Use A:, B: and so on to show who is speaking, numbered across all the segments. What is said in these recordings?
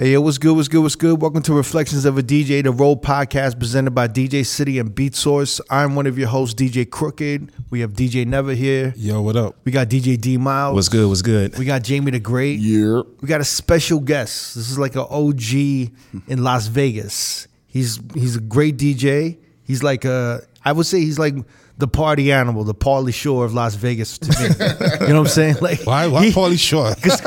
A: Hey, yo, what's good? What's good? What's good? Welcome to Reflections of a DJ, the Roll podcast presented by DJ City and Beat Source. I'm one of your hosts, DJ Crooked. We have DJ Never here.
B: Yo, what up?
A: We got DJ D Miles.
C: What's good? What's good?
A: We got Jamie the Great.
B: Yeah.
A: We got a special guest. This is like an OG in Las Vegas. He's he's a great DJ. He's like a I would say he's like the party animal, the Pauly Shore of Las Vegas to me. you know what I'm saying? Like
B: Why? Why
A: he-
B: Paulie Shore?
A: because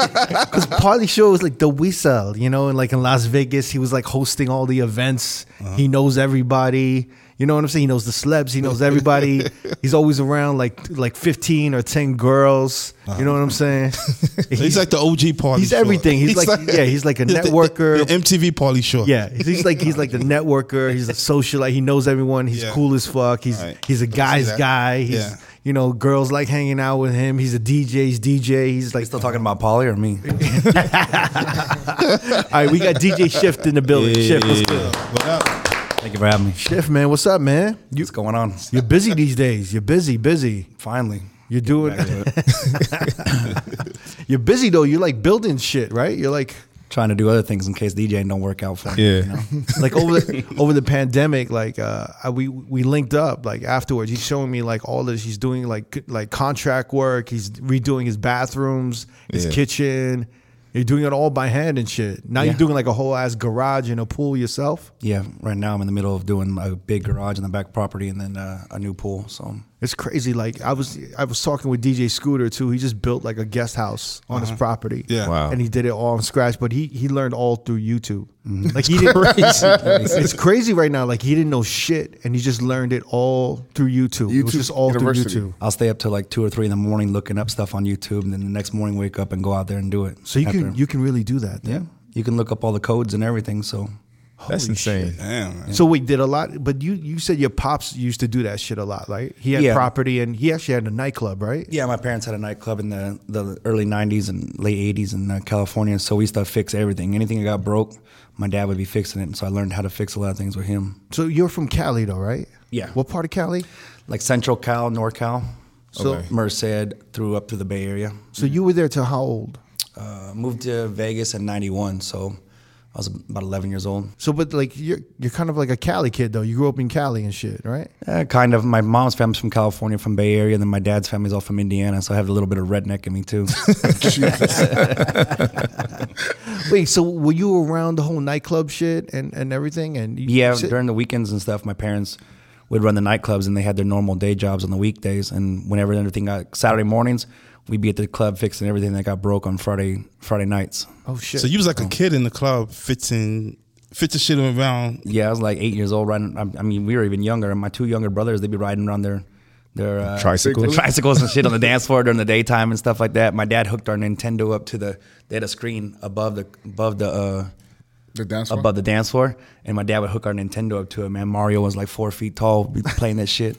A: Pauly Shore was like the whistle, you know, and like in Las Vegas, he was like hosting all the events.
B: Uh-huh.
A: He knows everybody. You know what I'm saying? He knows the celebs. He knows everybody. He's always around like like 15 or 10 girls. You know what I'm saying?
B: He's like the OG Paulie.
A: he's
B: Shore.
A: everything. He's like- yeah, he's like a
B: the- the-
A: networker.
B: the MTV Paulie Shore.
A: yeah, he's like he's like the networker. He's a socialite. He knows everyone. He's
B: Yeah.
A: cool as fuck. He's
B: Alright.
A: he's a guy's
B: that.
A: guy. He's
B: Yeah.
A: you know girls like hanging out with him. He's a DJ. He's DJ. He's like
C: Still talking about Polly or me?
A: all right. We got DJ Shift in the building. Shift, what's good?
B: What up?
C: Thank you for having me.
A: Shift, man, what's up, man? You,
C: What's going on?
A: You're busy these days. You're busy, busy.
C: Finally.
A: You're doing. you're busy though. You're like building shit, right? You're like
C: Trying to do other things in case DJing don't work out for me.
B: Yeah.
C: you know?
A: like over the, over the pandemic. Like uh, I- we we linked up like afterwards. He's showing me like all this. He's doing like c- like contract work. He's redoing his bathrooms, his
B: Yeah.
A: kitchen. You're doing it all by hand and shit. Now you're
C: Yeah.
A: doing like a whole ass garage and a pool yourself.
C: Yeah. Right now I'm in the middle of doing a big garage in the back property and then uh, a new pool. So
A: It's crazy. Like I was, I was talking with DJ Scooter too. He just built like a guest house on his property.
B: Yeah. Wow.
A: And he did it all on scratch, but he he learned all through YouTube. Like he didn't. Crazy. it's crazy right now. Like he didn't know shit, and he just learned it all through YouTube. it was
D: YouTube
A: just all
D: University.
A: through YouTube.
C: I'll stay up till like two or three in the morning looking up stuff on YouTube and then the next morning wake up and go out there and do it.
A: So you can
C: after.
A: you can really do that. then.
C: Yeah. You can look up all the codes and everything. So
E: That's insane.
B: Damn. Man.
A: So wait, did a lot, but you you said your pops used to do that shit a lot, right? He had
C: Yeah.
A: property, and he actually had a nightclub, right?
C: Yeah, my parents had a nightclub in the, the early 90s and late 80s in uh, California. So we used to fix everything. Anything that got broke, my dad would be fixing it. And so I learned how to fix a lot of things with him.
A: So you're from Cali, though, right?
C: Yeah.
A: What part of Cali?
C: Like Central Cal, NorCal,
A: So-
C: so Merced, through up to the Bay Area.
A: So you were there till how old?
C: Uh, moved to Vegas in 91. So I was about 11 years old.
A: So, but like you're you're kind of like a Cali kid though. You grew up in Cali and shit, right?
C: Uh, kind of. My mom's family's from California, from Bay Area, and then my dad's family's all from Indiana. So I have a little bit of redneck in me, too.
A: Wait, so were you around the whole nightclub shit and and everything? And you,
C: Yeah,
A: so-
C: during the weekends and stuff, my parents would run the nightclubs and they had their normal day jobs on the weekdays. And whenever everything got Saturday mornings, we'd be at the club fixing everything that got broke on Friday Friday nights.
A: oh shit.
B: So you was like a kid in the club, fixing, fixing shit around.
C: Yeah, I was like eight years old riding. I, I mean, we were even younger. And my two younger brothers, they'd be riding around their their uh,
E: Tricycles?
C: their tricycles and shit on the dance floor during the daytime and stuff like that. My dad hooked our Nintendo up to the. They had a screen above the above the. Uh,
D: The dance floor?
C: above the dance floor, and my dad would hook our Nintendo up to it. Man, Mario was like four feet tall, be playing that shit.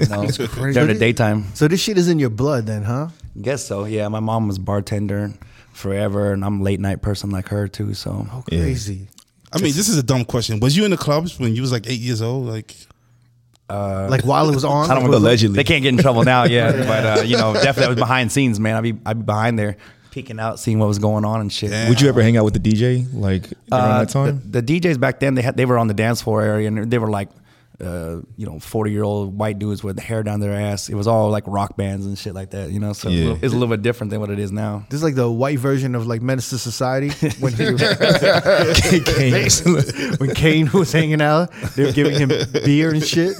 C: You know, during the daytime.
A: so this shit is in your blood then, huh?
C: Guess so. Yeah, my mom was bartender forever, and I'm a late night person like her too. So
A: Crazy.
B: I mean, this is a dumb question. Was you in the clubs when you was like eight years old? Like,
A: like while it was on.
C: I don't
A: was it-
E: Allegedly.
C: they can't get in trouble now. Yeah, but uh, you know, definitely I was behind scenes, man. I'd be I'd be behind there peeking out, seeing what was going on and shit.
E: Would you ever hang out with the DJ like during
C: Uh,
E: that time?
C: The, the DJs back then they had they were on the dance floor area and they were like uh, you know, forty year old white dudes with hair down their ass. It was all like rock bands and shit like that, you know. So it's a
E: Yeah.
C: little- it's a little bit different than what it is now.
A: This is like the white version of like Menace to Society when he, when Kane was hanging out, they were giving him beer and shit.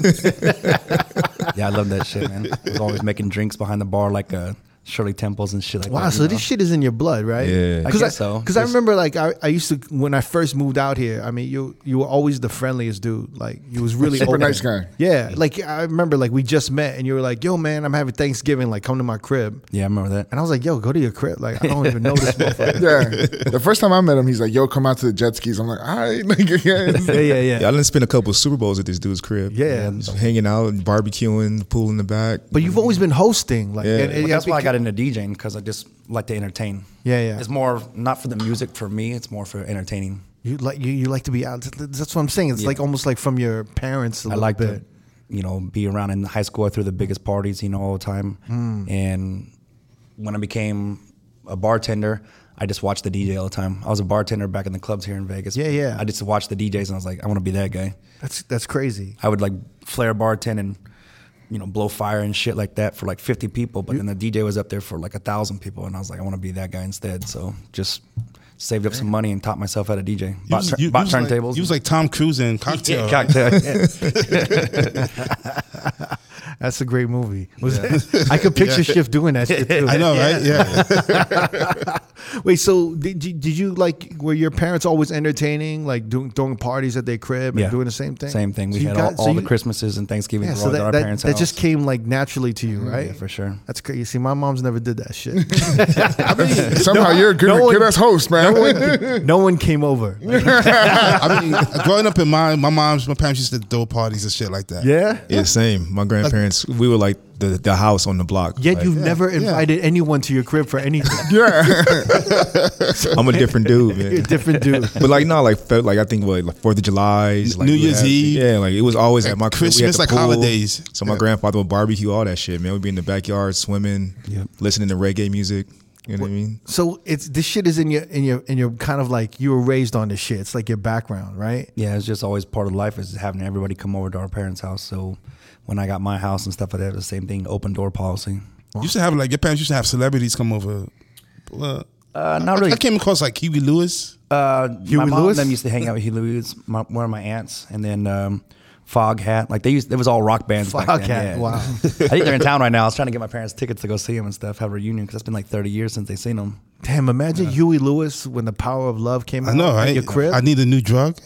C: Yeah, I love that shit, man. I was always making drinks behind the bar like uh, Shirley Temples and shit like that.
A: Wow,
C: you
A: so
C: know?
A: this shit is in your blood, right?
E: Yeah. I
A: Cause
C: guess so.
A: Because I
C: It's-
A: remember, like, I, I used to when I first moved out here. I mean, you you were always the friendliest dude. Like, you was really
D: Super
A: open.
D: nice guy.
A: Yeah, like I remember, like we just met, and you were like, "Yo, man, I'm having Thanksgiving. Like, come to my crib."
C: Yeah, I remember that.
A: And uh, I was like, "Yo, go to your crib." Like, I don't even know this motherfucker.
D: yeah. The first time I met him, he's like, "Yo, come out to the jet skis." I'm like, "All right, nigga." yeah."
C: yeah,
E: Yeah, I done spent a couple of Super Bowls at this dude's crib.
A: Yeah.
E: Just hanging out, and barbecuing, the pool in the back.
A: But you've always been hosting, like,
E: Yeah.
A: and- and
C: Well, that's why I
A: beca-
C: got into DJing because I just like to entertain.
A: Yeah, yeah.
C: It's more of- not for the music for me. It's more for entertaining.
A: You like you, you like to be out. That's what I'm saying. It's like almost like from your parents. I
C: I like
A: bit.
C: to, you know, be around in high school. I threw the biggest
B: Hmm.
C: parties, you know, all the time. And when I became a bartender, I just watched the DJ all the time. I was a bartender back in the clubs here in Vegas.
A: Yeah, yeah.
C: I just watched the DJs and I was like, I want to be that guy.
A: That's that's crazy.
C: I would like flare bartend and you know blow fire and shit like that for like 50 people, but then the DJ was up there for like a thousand people, and I was like, I want to be that guy instead. So just saved up some money and taught myself how to DJ.
B: You
C: Bought,
B: was-
C: tur-
B: you- you
C: bought
B: was like-
C: turntables.
B: you was like Tom Cruise in Cocktail.
C: yeah, cocktail. Yeah.
A: That's a great movie. Was I could picture Shift doing that shit too.
B: I know, right? Yeah.
A: Wait, so did, did did you like were your parents always entertaining, like doing throwing parties at their crib and
C: Yeah.
A: doing the same thing?
C: Same thing. We
A: So you
C: had
A: got-
C: all,
A: so
C: all the
A: you-
C: Christmases and Thanksgivings
A: Yeah,
C: were
A: so
C: always at
A: that,
C: our
A: that,
C: parents'
A: that
C: house.
A: just came like naturally to you, right?
C: yeah, for sure.
A: That's crazy. See, my mom's never did that shit.
D: Somehow you're a good,
A: no one-
D: good ass host, man.
A: no one came over.
B: I mean, growing up in my my mom's, my parents used to throw parties and shit like that.
A: yeah.
E: Yeah, same. My grandparents, we were like the, the house on the block.
A: Yet
E: Like,
A: you've never invited anyone to your crib for anything.
D: yeah.
E: I'm a different dude,
A: You're a
E: man.
A: different dude.
E: But like no, like felt like I think what like Fourth of July, like
B: New
E: we
B: Year's
E: had-
B: Eve.
E: yeah, like it was always at my crib. We had
B: Christmas,
E: the
B: like
E: pool.
B: holidays.
E: So my grandfather would barbecue all that shit, man. We'd be in the backyard swimming, listening to reggae music. You know what I mean?
A: So it's this shit is in your in your in your kind of like you were raised on this shit. It's like your background, right?
C: Yeah, it's just always part of life is having everybody come over to our parents' house. So when I got my house and stuff like that, the same thing, open door policy. Uh,
B: You used to have like your parents used to have celebrities come over. Well,
C: Uh, not
B: I,
C: really.
B: I came across like Huey Lewis.
C: Uh, my mom
A: Lewis?
C: and them used to hang out with Huey Lewis, my, one of my aunts, and then um, Fog Hat. Like they used, it was all rock bands. back
A: Fog
C: then,
A: Hat,
C: yeah.
A: wow.
C: I think they're in town right now. I was trying to get my parents tickets to go see them and stuff, have a reunion because it's been like 30 years since they seen them.
A: Damn, imagine Huey Lewis when the power of love came
B: I
A: out
E: Uh-huh.
B: know,
A: in
B: right?
A: your crib.
B: I need a new drug.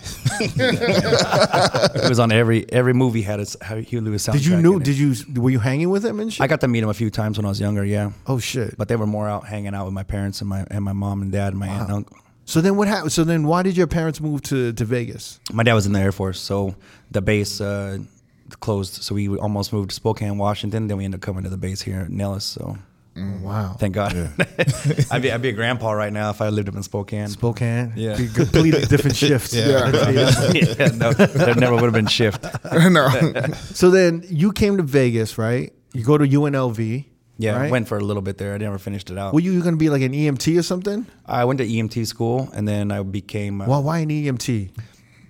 C: It was on every every movie had its Huey Lewis soundtrack.
A: did you know
C: in it.
A: did you were you hanging with him and shit?
C: I got to meet him a few times when I was younger. Yeah.
A: oh shit.
C: but they were more out hanging out with my parents and my and my mom and dad and my aunt and uncle.
A: so then what happened? So then why did your parents move to, to Vegas?
C: My dad was in the Air Force, so the base uh, closed. So we almost moved to Spokane, Washington. Then we ended up coming to the base here in Nellis. So Mm.
A: Wow.
C: thank God, I'd be I'd be a grandpa right now if I lived up in Spokane.
A: Spokane.
C: Yeah.
A: Be completely different shift.
C: yeah, no, there never would have been shift.
D: no.
A: So then you came to Vegas, right? You go to UNLV.
C: Yeah,
A: right?
C: went for a little bit there. I never finished it out.
A: Were you, you going to be like an EMT or something?
C: I went to EMT school, and then I became uh,
A: Well, why an E EMT?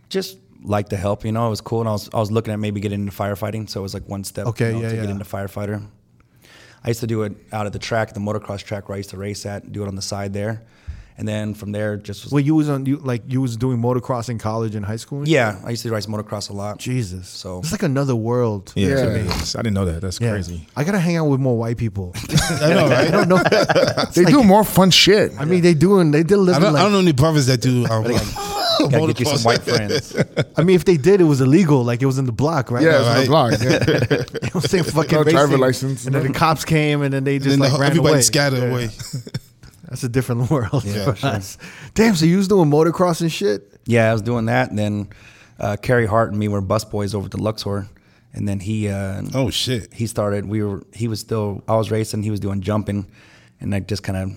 C: just like to help. You know, it was cool, and I was I was looking at maybe getting into firefighting, so it was like one step.
A: Okay,
C: you know,
A: yeah,
C: to
A: yeah.
C: get into firefighter. I used to do it out at the track, the motocross track where I used to race at, do it on the side there, and then from there just was
A: Well, you was on you like you was doing motocross in college and high school. and
C: yeah. I used to race motocross a lot.
A: Jesus.
C: So-
A: it's like another world.
E: Yeah,
D: Yeah.
E: yeah. I didn't know that. That's
A: Yeah.
E: crazy.
A: I gotta hang out with more white people.
B: I know, right?
A: I don't know.
D: They do more fun shit.
A: I mean, they doing they did
B: I
A: live
B: don't,
A: like.
B: I don't know any brothers that do. Um,
C: Gotta get you
B: motocross.
C: some white friends.
A: I mean, if they did, it was illegal. Like it was in the block, right?
D: Yeah,
A: Like,
D: it's on the block. Yeah.
A: it was saying fucking
D: No driver
A: racing.
D: license.
A: And then the cops came, and then they just
B: and then
A: like
B: the,
A: ran
B: everybody
A: away.
B: scattered away.
A: That's a different world.
B: Yeah,
A: for us. Damn. So you was doing motocross and shit.
C: Yeah, I was doing that, and then uh, Carrie Hart and me were bus boys over to Luxor, and then he uh,
B: Oh shit!
C: he started we were he was still i was racing he was doing jumping and i just kind of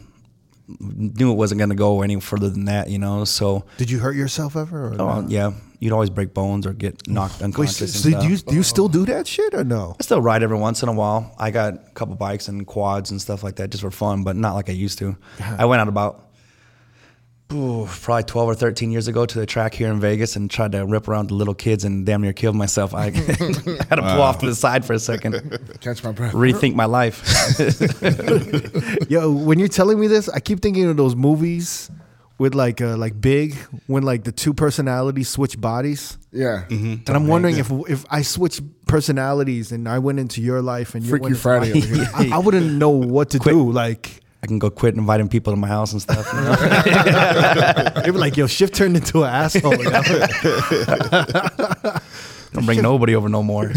C: knew it wasn't going to go any further than that you know so
A: Did you hurt yourself ever? Or
C: uh, yeah you'd always break bones or get knocked
A: Wait,
C: unconscious
A: so,
C: and
A: so do
C: stuff.
A: you do you still do that shit or no?
C: i still ride every once in a while i got a couple bikes and quads and stuff like that just for fun but not like i used to i went out about ooh, probably 12 or 13 years ago to the track here in Vegas and tried to rip around the little kids and damn near killed myself. I had to pull off to the side for a second,
D: Catch my breath.
C: rethink my life.
A: Yo, when you're telling me this, I keep thinking of those movies with like uh, like Big when like the two personalities switch bodies.
D: Yeah.
A: And I'm wondering if if I switched personalities and I went into your life and you
D: Freaky
A: went into
D: Friday
A: mine,
D: over here.
A: I, I wouldn't know what to do. Like
C: I can go quit inviting people to my house and stuff. you know?
A: they were like, "Yo, shift turned into an asshole. yo.
C: Don't bring nobody over no more.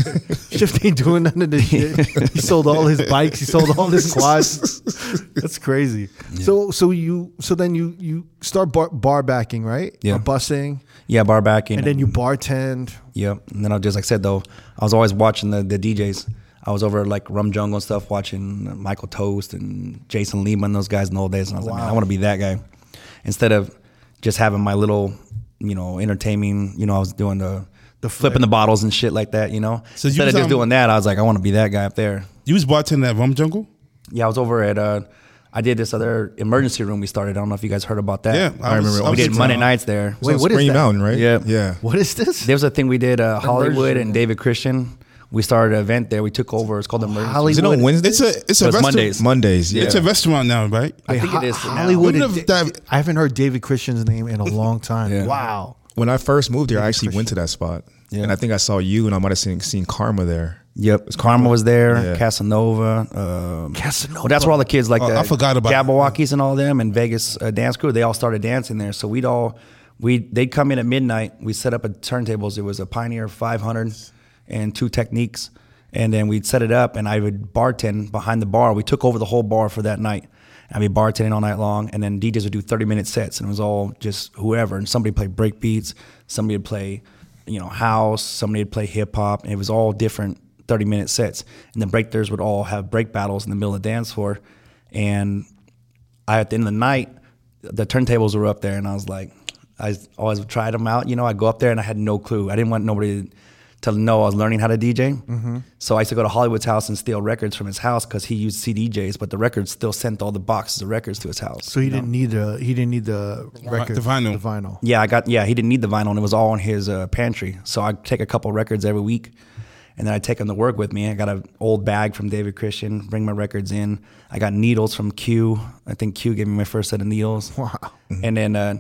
A: Shift ain't doing none of this shit. He sold all his bikes. He sold all his quads. That's crazy. So so you so then you you start bar, bar backing right?
C: Yeah.
A: Or busing,
C: Yeah, bar backing.
A: and then you bartend.
C: Yep. And then I just like I said though, I was always watching the, the DJs. I was over at like Rum Jungle and stuff, watching Michael Toast and Jason Lima and those guys in the old days, and I was like, man, I want to be that guy. Instead of just having my little, you know, entertaining, you know, I was doing the the flipping the bottles and shit like that, you know.
B: So you
C: Instead
B: was,
C: of just
B: um,
C: doing that, I was like, I want to be that guy up there.
B: You was bartending at Rum Jungle.
C: Yeah, I was over at uh, I did this other emergency room we started. I don't know if you guys heard about that.
B: Yeah,
E: I remember
B: was-
E: all
C: we
E: the
C: did
B: was-
C: Monday nights there.
A: Wait,
E: on
A: what is
E: Spring
A: that?
E: Mountain, right?
C: Yeah.
E: yeah.
A: What is this?
C: There was a thing we did uh, Hollywood and David Christian. We started an event there. We took over. It's called Emergency.
A: Oh, Hollywood.
E: Is it on Wednesday?
B: It's a it's a
C: It was
B: restaurant.
C: Mondays.
E: Mondays. Yeah.
B: It's a restaurant now, right?
C: I
A: Wait,
C: think
A: Ho-
C: it is
A: Hollywood.
B: now.
A: and
B: Wouldn't
A: Da-
B: have that-
A: I haven't heard David Christian's name in a long time.
C: Yeah.
A: Wow.
E: when I first moved here, I actually went to that spot,
C: Yeah.
E: and I think I saw you, and I might have seen seen Karma there.
C: Yep, Karma was there.
E: Yeah.
C: Casanova. Um,
A: Casanova.
C: well, that's where all the kids like
B: Oh,
C: the
B: I forgot about-
C: Jabberwockies and all them and Vegas uh, dance crew. They all started dancing there. So we'd all we they'd come in at midnight. We set up a turntables. It was a Pioneer 500 and two techniques, and then we'd set it up. And I would bartend behind the bar. We took over the whole bar for that night. I'd be bartending all night long, and then DJs would do 30 minute sets, and it was all just whoever. And somebody played break beats, somebody would play, you know, house, somebody would play hip hop, and it was all different 30 minute sets. And the breakers would all have break battles in the middle of the dance floor. And I, at the end of the night, the turntables were up there, and I was like, I always tried them out. You know, I go up there and I had no clue. I didn't want nobody to know I was learning how to DJ. So I used to go to Hollywood's house and steal records from his house because he used CDJs, but the records still sent all the boxes of records to his house.
A: So he didn't need the he didn't need the record,
B: the vinyl.
A: the vinyl.
C: Yeah, I got. Yeah, he didn't need the vinyl, and it was all in his uh, pantry. So I take a couple records every week, and then I take them to work with me. I got an old bag from David Christian. Bring my records in. I got needles from Q. I think Q gave me my first set of needles. Wow. And then uh,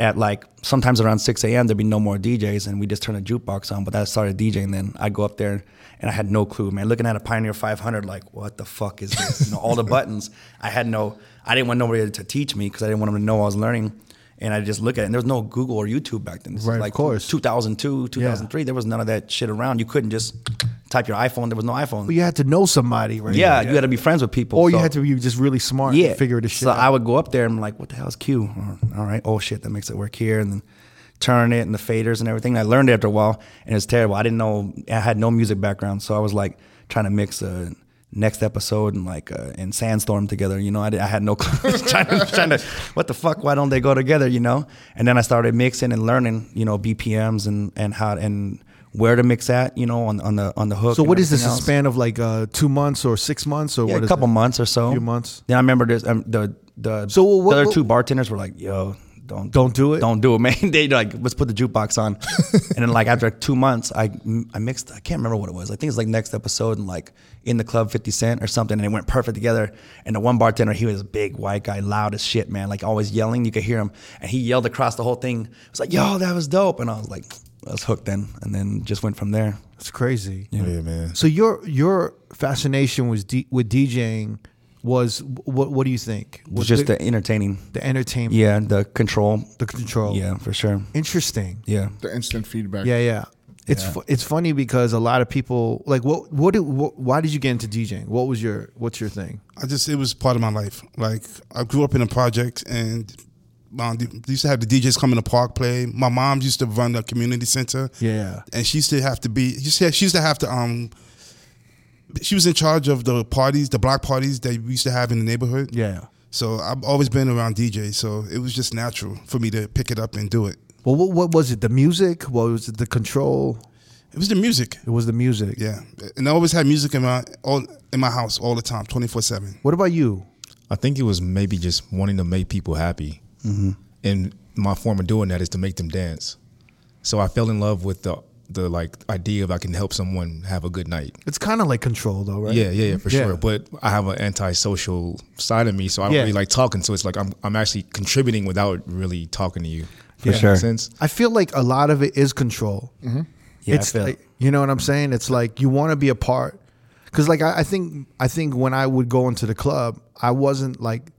C: at like sometimes around six a.m. there'd be no more DJs, and we just turn a jukebox on. But I started DJing. Then I'd go up there, and I had no clue, man. Looking at a Pioneer 500, like what the fuck is this? You know, all the buttons. I had no. I didn't want nobody to teach me because I didn't want them to know I was learning and I just look at it. And there was no Google or YouTube back then. This is
A: Right, of
C: like
A: course.
C: 2002, 2003. There was none of that shit around. You couldn't just type your iPhone. There was no iPhone.
A: But you had to know somebody, right?
C: yeah, you had to be friends with people.
A: or you
C: So-
A: had to be just really smart.
C: yeah.
A: and figure this shit.
C: So
A: out.
C: I would go up there and I'm like, what the hell is Q? Or, All right. Oh shit, that makes it work here. And then turn it and the faders and everything. I learned it after a while and it's terrible. I didn't know I had no music background. So I was like trying to mix a next episode and like uh, and sandstorm together you know i, did, I had no clue trying, to, trying to what the fuck why don't they go together you know and then i started mixing and learning you know bpms and and how and where to mix at you know on on the on the hook
A: So
C: and
A: what is this?
C: everything
A: A
C: else.
A: span of like uh, two months or six months or
C: Yeah,
A: what?
C: a
A: is
C: couple
A: it?
C: months or so.
A: Few months.
C: Yeah, I remember this. Um, the the
A: So what-
C: the other
A: what-
C: two bartenders were like, "Yo, don't
A: Don't do it?
C: don't do it, man." they like, "Let's put the jukebox on," and then like after two months, I I mixed. I can't remember what it was. I think it's like next episode and like in the club, Fifty Cent or something, and it went perfect together. And the one bartender, he was a big white guy, loud as shit, man, like always yelling. You could hear him, and he yelled across the whole thing. It was like, "Yo, that was dope," and I was like, "I was hooked then," and then just went from there.
A: It's crazy.
E: Yeah, man.
A: So your your fascination was D- with DJing was what? What do you think?
C: It was
A: Was
C: just
A: the,
C: the entertaining.
A: the entertainment,
C: Yeah, the control.
A: the control.
C: Yeah, for sure.
A: interesting.
C: Yeah.
D: The instant feedback.
A: Yeah, yeah. It's fu- it's funny because a lot of people like what what, do, what why did you get into DJing? What was your what's your thing?
B: I just it was part of my life. Like I grew up in a project and um, they used to have the DJs come in the park play. My mom used to run the community center.
A: Yeah.
B: and she used to have to be. She used to- she used to have to um. She was in charge of the parties, the block parties that we used to have in the neighborhood.
A: Yeah.
B: So I've always been around DJs, so it was just natural for me to pick it up and do it.
A: Well, what, what was it? The music? What was it? The control?
B: It was the music,
A: It was the music.
B: yeah. And I always had music in my all in my house all the time, twenty four seven.
A: What about you?
E: I think it was maybe just wanting to make people happy, and my form of doing that is to make them dance. So I fell in love with the the like idea of I can help someone have a good night.
A: It's kind of like control, though, right?
E: Yeah, yeah, yeah, for
A: Yeah.
E: sure. But I have an antisocial side of me, so I don't
A: Yeah.
E: really like talking. So it's like I'm I'm actually contributing without really talking to you.
C: For
E: Does that
C: sure.
E: make sense.
A: I feel like a lot of it is control.
C: Yeah,
A: it's
C: I feel
A: like- you know what I'm saying. It's like you want to be a part, because like I, I think I think when I would go into the club, I wasn't like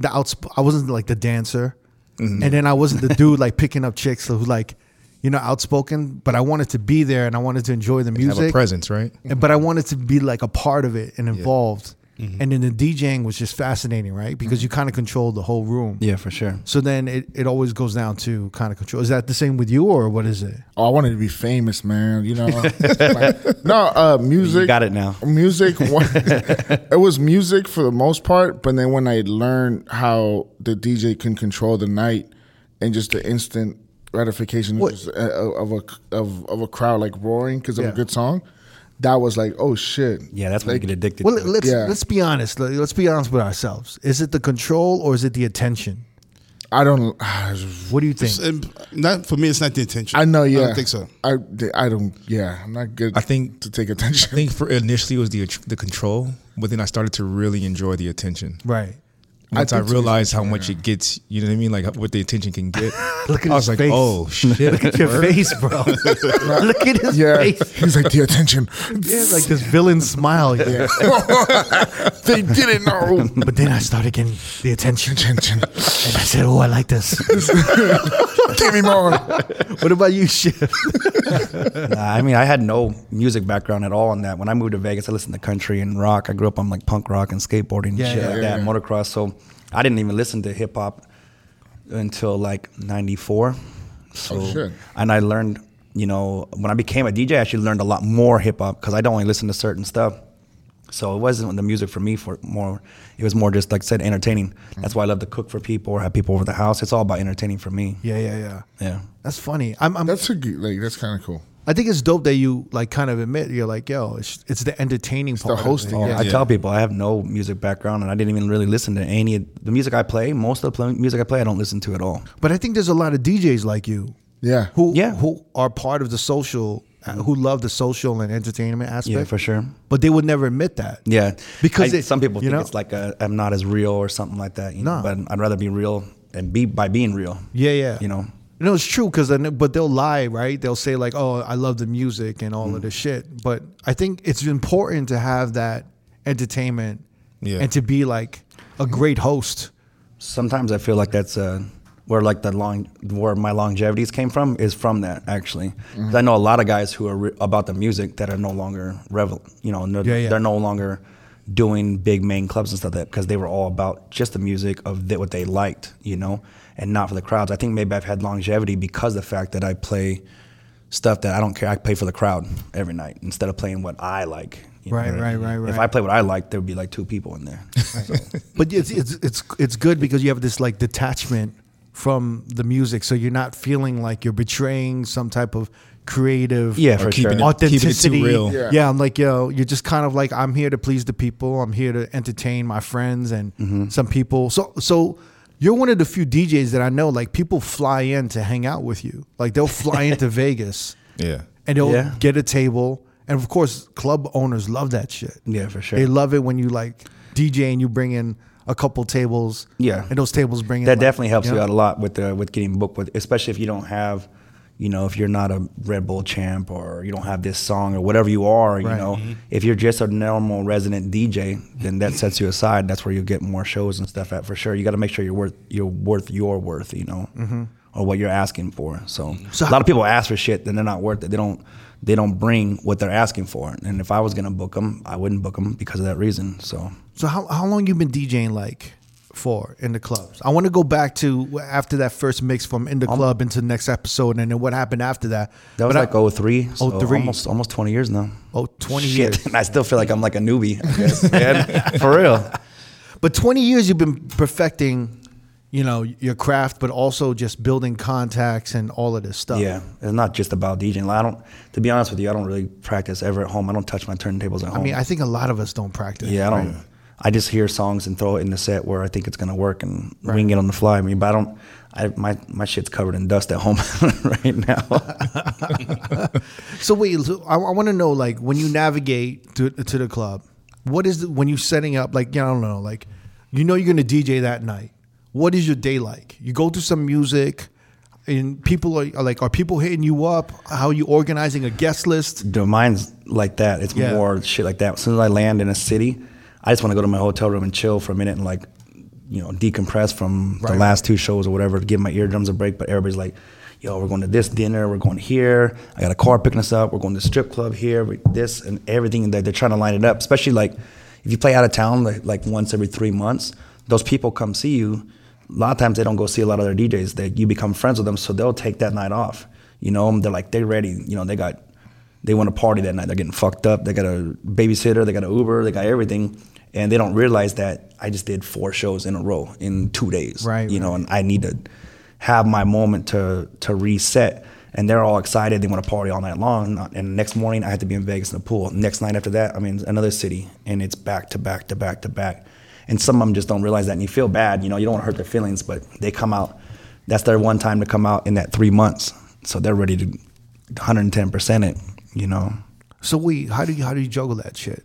A: the outsp- I wasn't like the dancer, and then I wasn't the dude like picking up chicks who like you know outspoken. But I wanted to be there and I wanted to enjoy the
E: Have a
A: music,
E: presence, right?
A: and- but I wanted to be like a part of it and involved. And then the DJing was just fascinating, right? Because you kind of controlled the whole room.
C: yeah, for sure.
A: So then it, it always goes down to kind of control. Is that the same with you or what is it?
D: Oh, I wanted to be famous, man. You know, Like, no uh, music.
C: You got it now.
D: Music. wa- it was music for the most part, but then when I learned how the DJ can control the night and just the instant gratification of, just, uh, of a of of a crowd like roaring because of
A: Yeah.
D: a good song, that was like, oh shit.
C: Yeah, that's when you get addicted.
A: Well,
C: to it.
A: let's
D: Yeah.
A: let's be honest. Let- Let's be honest with ourselves. Is it the control or is it the attention?
D: I don't.
A: What do you think?
B: It's, um, not for me. It's not the intention.
D: I know. Yeah,
B: I don't think so.
D: I, I don't. Yeah, I'm not good.
E: I think-
D: to take
E: I
D: attention.
E: think for initially it was the the control, but then I started to really enjoy the attention.
A: right.
E: Once I,
D: think so,
E: realized how much it gets, you know what I mean, like what the attention can get.
A: Look at
E: I
A: his
E: was like,
A: face.
E: oh shit!
A: Look at your face, bro. Look at his
D: yeah,
A: face.
D: he's like the attention.
A: Yeah, like this villain smile. Yeah.
D: they didn't know.
A: But then I started getting the attention, and
D: Attention.
A: I said, "Oh, I like this."
D: Give me more.
A: what about you, Shiv?
C: Nah, I mean, I had no music background at all on that. When I moved to Vegas, I listened to country and rock. I grew up on like punk rock and skateboarding and
A: Yeah,
C: shit
A: yeah,
C: like
A: yeah,
C: that, motocross. So I didn't even listen to hip hop until like '94. So
D: Oh, shit.
C: and I learned, you know, when I became a DJ, I actually learned a lot more hip hop because I'd only listen to certain stuff. So it wasn't the music for me for more. It was more just like I said, entertaining.
A: Mm.
C: That's why I love to cook for people or have people over the house. It's all about entertaining for me.
A: Yeah, yeah, yeah.
C: Yeah.
A: That's funny. I'm, I'm
D: That's a good- like. That's kind of cool.
A: I think it's dope that you like kind of admit you're like, yo, it's, it's the entertaining part. of it.
D: hosting,
A: Yeah.
D: yeah.
C: I tell people I have no music background and I didn't even really listen to any of the music I play. Most of the pl- music I play, I don't listen to at all.
A: But I think there's a lot of DJs like you
D: Yeah.
A: who
C: Yeah.
A: who are part of the social, uh, who love the social and entertainment aspect.
C: Yeah, for sure.
A: But they would never admit that.
C: Yeah,
A: Because
C: I-
A: it-
C: some people
A: you
C: think
A: know?
C: it's like i I'm not as real or something like that. You know?
A: Nah.
C: but I'd rather be real and be by being real.
A: Yeah, yeah.
C: You know.
A: No, it's true because but they'll lie, right? They'll say like, "Oh, I love the music and all of
C: Mm.
A: this shit." But I think it's important to have that entertainment
E: Yeah.
A: and to be like a great host.
C: Sometimes I feel like that's uh, where like the long where my longevities came from is from that actually.
A: Mm-hmm.
C: 'Cause I know a lot of guys who are re- about the music that are no longer revel. You know, no,
A: Yeah, yeah.
C: they're no longer doing big main clubs and stuff like that because they were all about just the music of th- what they liked. You know, and not for the crowds. I think maybe I've had longevity because of the fact that I play stuff that I don't care. I play for the crowd every night instead of playing what I like. you know?
A: Right, right, right, right.
C: If I play what I like, there would be like two people in there.
A: But it's it's it's it's good because you have this like detachment from the music, so you're not feeling like you're betraying some type of creative
C: Yeah,
E: Or
C: for sure.
E: keeping it- keeping it too
A: authenticity.
E: real.
A: Yeah.
D: Yeah.
A: I'm like, yo, you're just kind of like, I'm here to please the people. I'm here to entertain my friends and
E: Mm-hmm.
A: some people. So, so you're one of the few DJs that I know. Like, people fly in to hang out with you. Like, they'll fly into Vegas
E: Yeah,
A: and they'll
C: Yeah.
A: get a table. And of course, club owners love that shit.
C: Yeah, for sure.
A: They love it when you like DJ and you bring in a couple tables.
C: Yeah.
A: and those tables bring in
C: that
A: like,
C: definitely helps you
A: know?
C: out a lot with the with getting booked with especially if you don't have you know if you're not a red bull champ or you don't have this song or whatever you are you
A: Right.
C: know if you're just a normal resident dj then that sets you aside that's where you get more shows and stuff at for sure you got to make sure you're worth you're worth your worth you know
A: Mm-hmm.
C: or what you're asking for so, a lot of people ask for shit and they're not worth it they don't they don't bring what they're asking for and if i was gonna book them i wouldn't book them because of that reason so
A: So how how long you been DJing like for in the clubs? I want to go back to after that first mix from in the club into the next episode, and then what happened after that.
C: Um, that was
A: But
C: like oh three, so
A: 03.
C: almost almost 20 years now
A: I, oh, 20
C: Shit.
A: years.
C: And I still feel like I'm like a newbie, I guess, man. For real.
A: But 20 years you've been perfecting, you know, your craft, but also just building contacts and all of this stuff.
C: Yeah. It's not just about DJing. Like, I don't, to be honest with you, I don't really practice ever at home. I don't touch my turntables at home.
A: I mean, I think a lot of us don't practice.
C: yeah, I
A: right?
C: don't. I just hear songs and throw it in the set where I think it's gonna work and wing it on the fly. I mean, but I don't. I my my shit's covered in dust at home right now.
A: So wait, so I, want to know like when you navigate to to the club, what is the, when you setting up like yeah, I don't know like you know you're gonna DJ that night. What is your day like? You go to some music, and people are, are like, are people hitting you up? How are you organizing a guest list?
C: Dude, mine's like that. It's
A: Yeah.
C: more shit like that. As soon as I land in a city, I just want to go to my hotel room and chill for a minute and like, you know, decompress from
A: Right.
C: the last two shows or whatever, give my eardrums a break. But everybody's like, yo, we're going to this dinner, we're going here. I got a car picking us up. We're going to the strip club here, we- this and everything. That they're trying to line it up, especially like if you play out of town like, like once every three months, those people come see you. A lot of times they don't go see a lot of their DJs. That you become friends with them, so they'll take that night off. You know, they're like they're ready. You know, they got they want to party that night. They're getting fucked up. They got a babysitter. They got an Uber. They got everything, and they don't realize that I just did four shows in a row in two days.
A: Right,
C: You know, and I need to have my moment to to reset. and they're all excited. They want to party all night long. And next morning, I had to be in Vegas in the pool. Next night after that, I mean, another city, and it's back to back to back to back. And some of them just don't realize that, and you feel bad. You know, you don't want to hurt their feelings, but they come out. That's their one time to come out in that three months, so they're ready to 110 percent it. You know,
A: So wait, how do you how do you juggle that shit?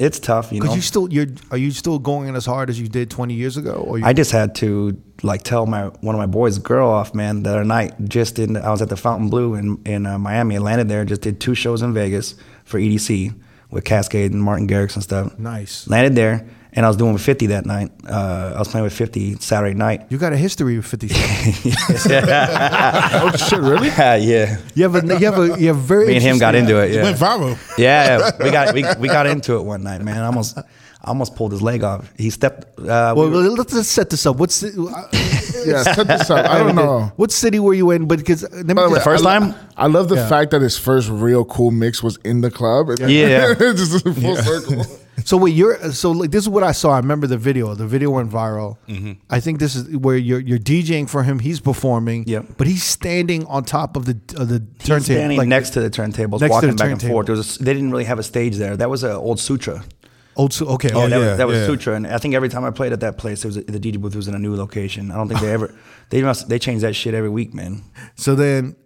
C: it's tough. You know,
A: Because you still you're are you still going in as hard as you did 20 years ago? Or you,
C: I just had to like tell my one of my boys' girl off, man. The other night, just in I was at the Fountain Blue in in uh, Miami. I landed there, just did two shows in Vegas for EDC with Cascade and Martin Garrix and stuff.
A: Nice.
C: Landed there, and I was doing with Fifty that night. Uh, I was playing with Fifty Saturday night.
A: you got a history with 50 Cent.
C: oh
D: shit, really?
C: yeah.
A: You have a you have a you have very
C: Me and him got into it. Yeah.
B: Went viral.
C: Yeah, we got we, we got into it one night, man. I almost I almost pulled his leg off. He stepped. Uh, we
A: Well,
C: were-
A: well, let's, let's set this up. What's the, uh,
D: Yeah, set this up. I don't know.
A: what city were you in? But because let me
D: By the
A: just-
D: way,
C: first
D: I,
C: time?
D: I love the fact that his first real cool mix was in the club. And
C: Yeah.
D: just full circle.
A: So wait, you're so like this is what I saw. I remember the video. The video went viral.
D: Mm-hmm.
A: I think this is where you're you're DJing for him. He's performing.
C: Yep.
A: But he's standing on top of the of the turntable,
C: He's standing
A: like
C: next to the turntables,
A: next to
C: walking
A: the
C: back and
A: turntable.
C: forth. There was a, they didn't really have a stage there. That was an old Sutra.
A: old. school- Okay.
C: Yeah,
A: Oh,
C: that,
E: yeah,
C: was, that was
E: yeah.
C: Sutra, and I think every time I played at that place, it was the DJ booth was in a new location. I don't think they ever they must they change that shit every week, man.
A: So then,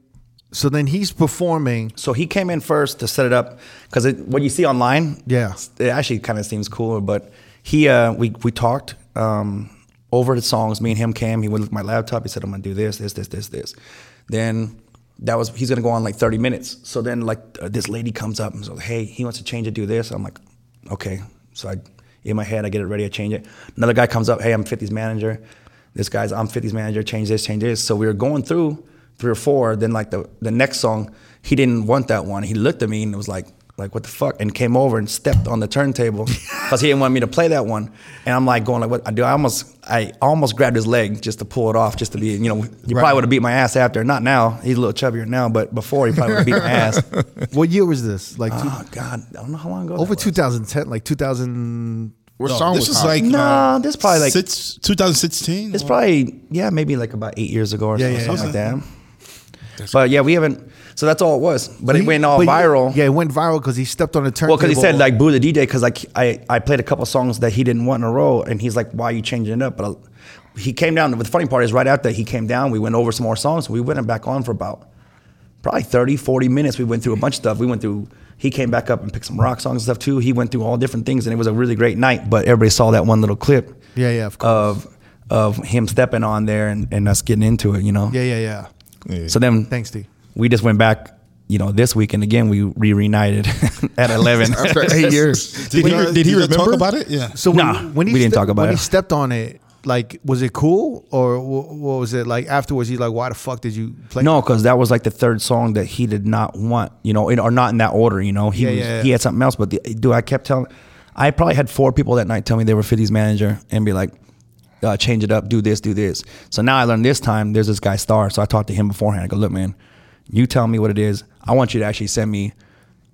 A: so then he's performing.
C: So he came in first to set it up because what you see online,
A: Yeah.
C: it actually kind of seems cooler. But he, uh, we we talked um, over the songs. Me and him came. He went at my laptop. He said, "I'm gonna do this, this, this, this, this." Then that was he's gonna go on like 30 minutes. So then like uh, this lady comes up and says, "Hey, he wants to change it, do this." I'm like, "Okay." So I in my head I get it ready. I change it. Another guy comes up, "Hey, I'm 50's manager." This guy's I'm 50's manager. Change this, change this. So we were going through three or four. Then like the the next song, he didn't want that one. He looked at me and was like like what the fuck and came over and stepped on the turntable because he didn't want me to play that one and i'm like going like what i do i almost i almost grabbed his leg just to pull it off just to be you know he probably would have beat my ass after not now he's a little chubbier now but before he probably would have beat my ass
A: What year was this? Like
D: Uh,
A: two,
C: oh god i don't know how long ago
A: over
C: that was.
A: 2010, like 2000.
D: What song
B: Oh, this
D: was
B: is
D: hot?
B: like
C: No,
B: uh,
C: this probably like-
B: six, 2016.
C: It's probably yeah, maybe like about eight years ago or
A: Yeah,
C: something,
A: yeah,
C: something like that. But yeah, we haven't. So that's all it was. But it went all
A: But you-
C: viral.
A: Yeah, it went viral because he stepped on a turntable.
C: Well, because he said like boo the DJ because like I, I played a couple songs that he didn't want in a row and he's like why are you changing it up but I, he came down the funny part is right after he came down we went over some more songs we went back on for about probably 30 40 minutes we went through a bunch of stuff we went through he came back up and picked some rock songs and stuff too he went through all different things and it was a really great night but everybody saw that one little clip
A: Yeah, yeah, of course.
C: of of him stepping on there and, and us getting into it you know
A: Yeah, yeah, yeah.
E: Yeah.
C: so then
A: Thanks, D.
C: we just went back you know this week and again we re reunited at 11
D: After eight years.
B: did,
E: he-
B: y'all-
E: did he
B: y'all talk
E: remember?
B: about it? Yeah.
A: So when,
C: Nah,
A: when he
C: we didn't
A: ste-
C: talk about
A: when
C: it.
A: he stepped on it, like was it cool or wh- what was it like afterwards? He's like, why the fuck did you play?
C: No, because that was like the third song that he did not want, you know, in, or not in that order, you know. He
A: Yeah,
C: was,
A: yeah, yeah.
C: he had something else, but the, dude, I kept telling, I probably had four people that night tell me they were 50's manager and be like, uh, change it up, do this, do this. So now I learned this time there's this guy Star, so I talked to him beforehand. I go, look, man, you tell me what it is. I want you to actually send me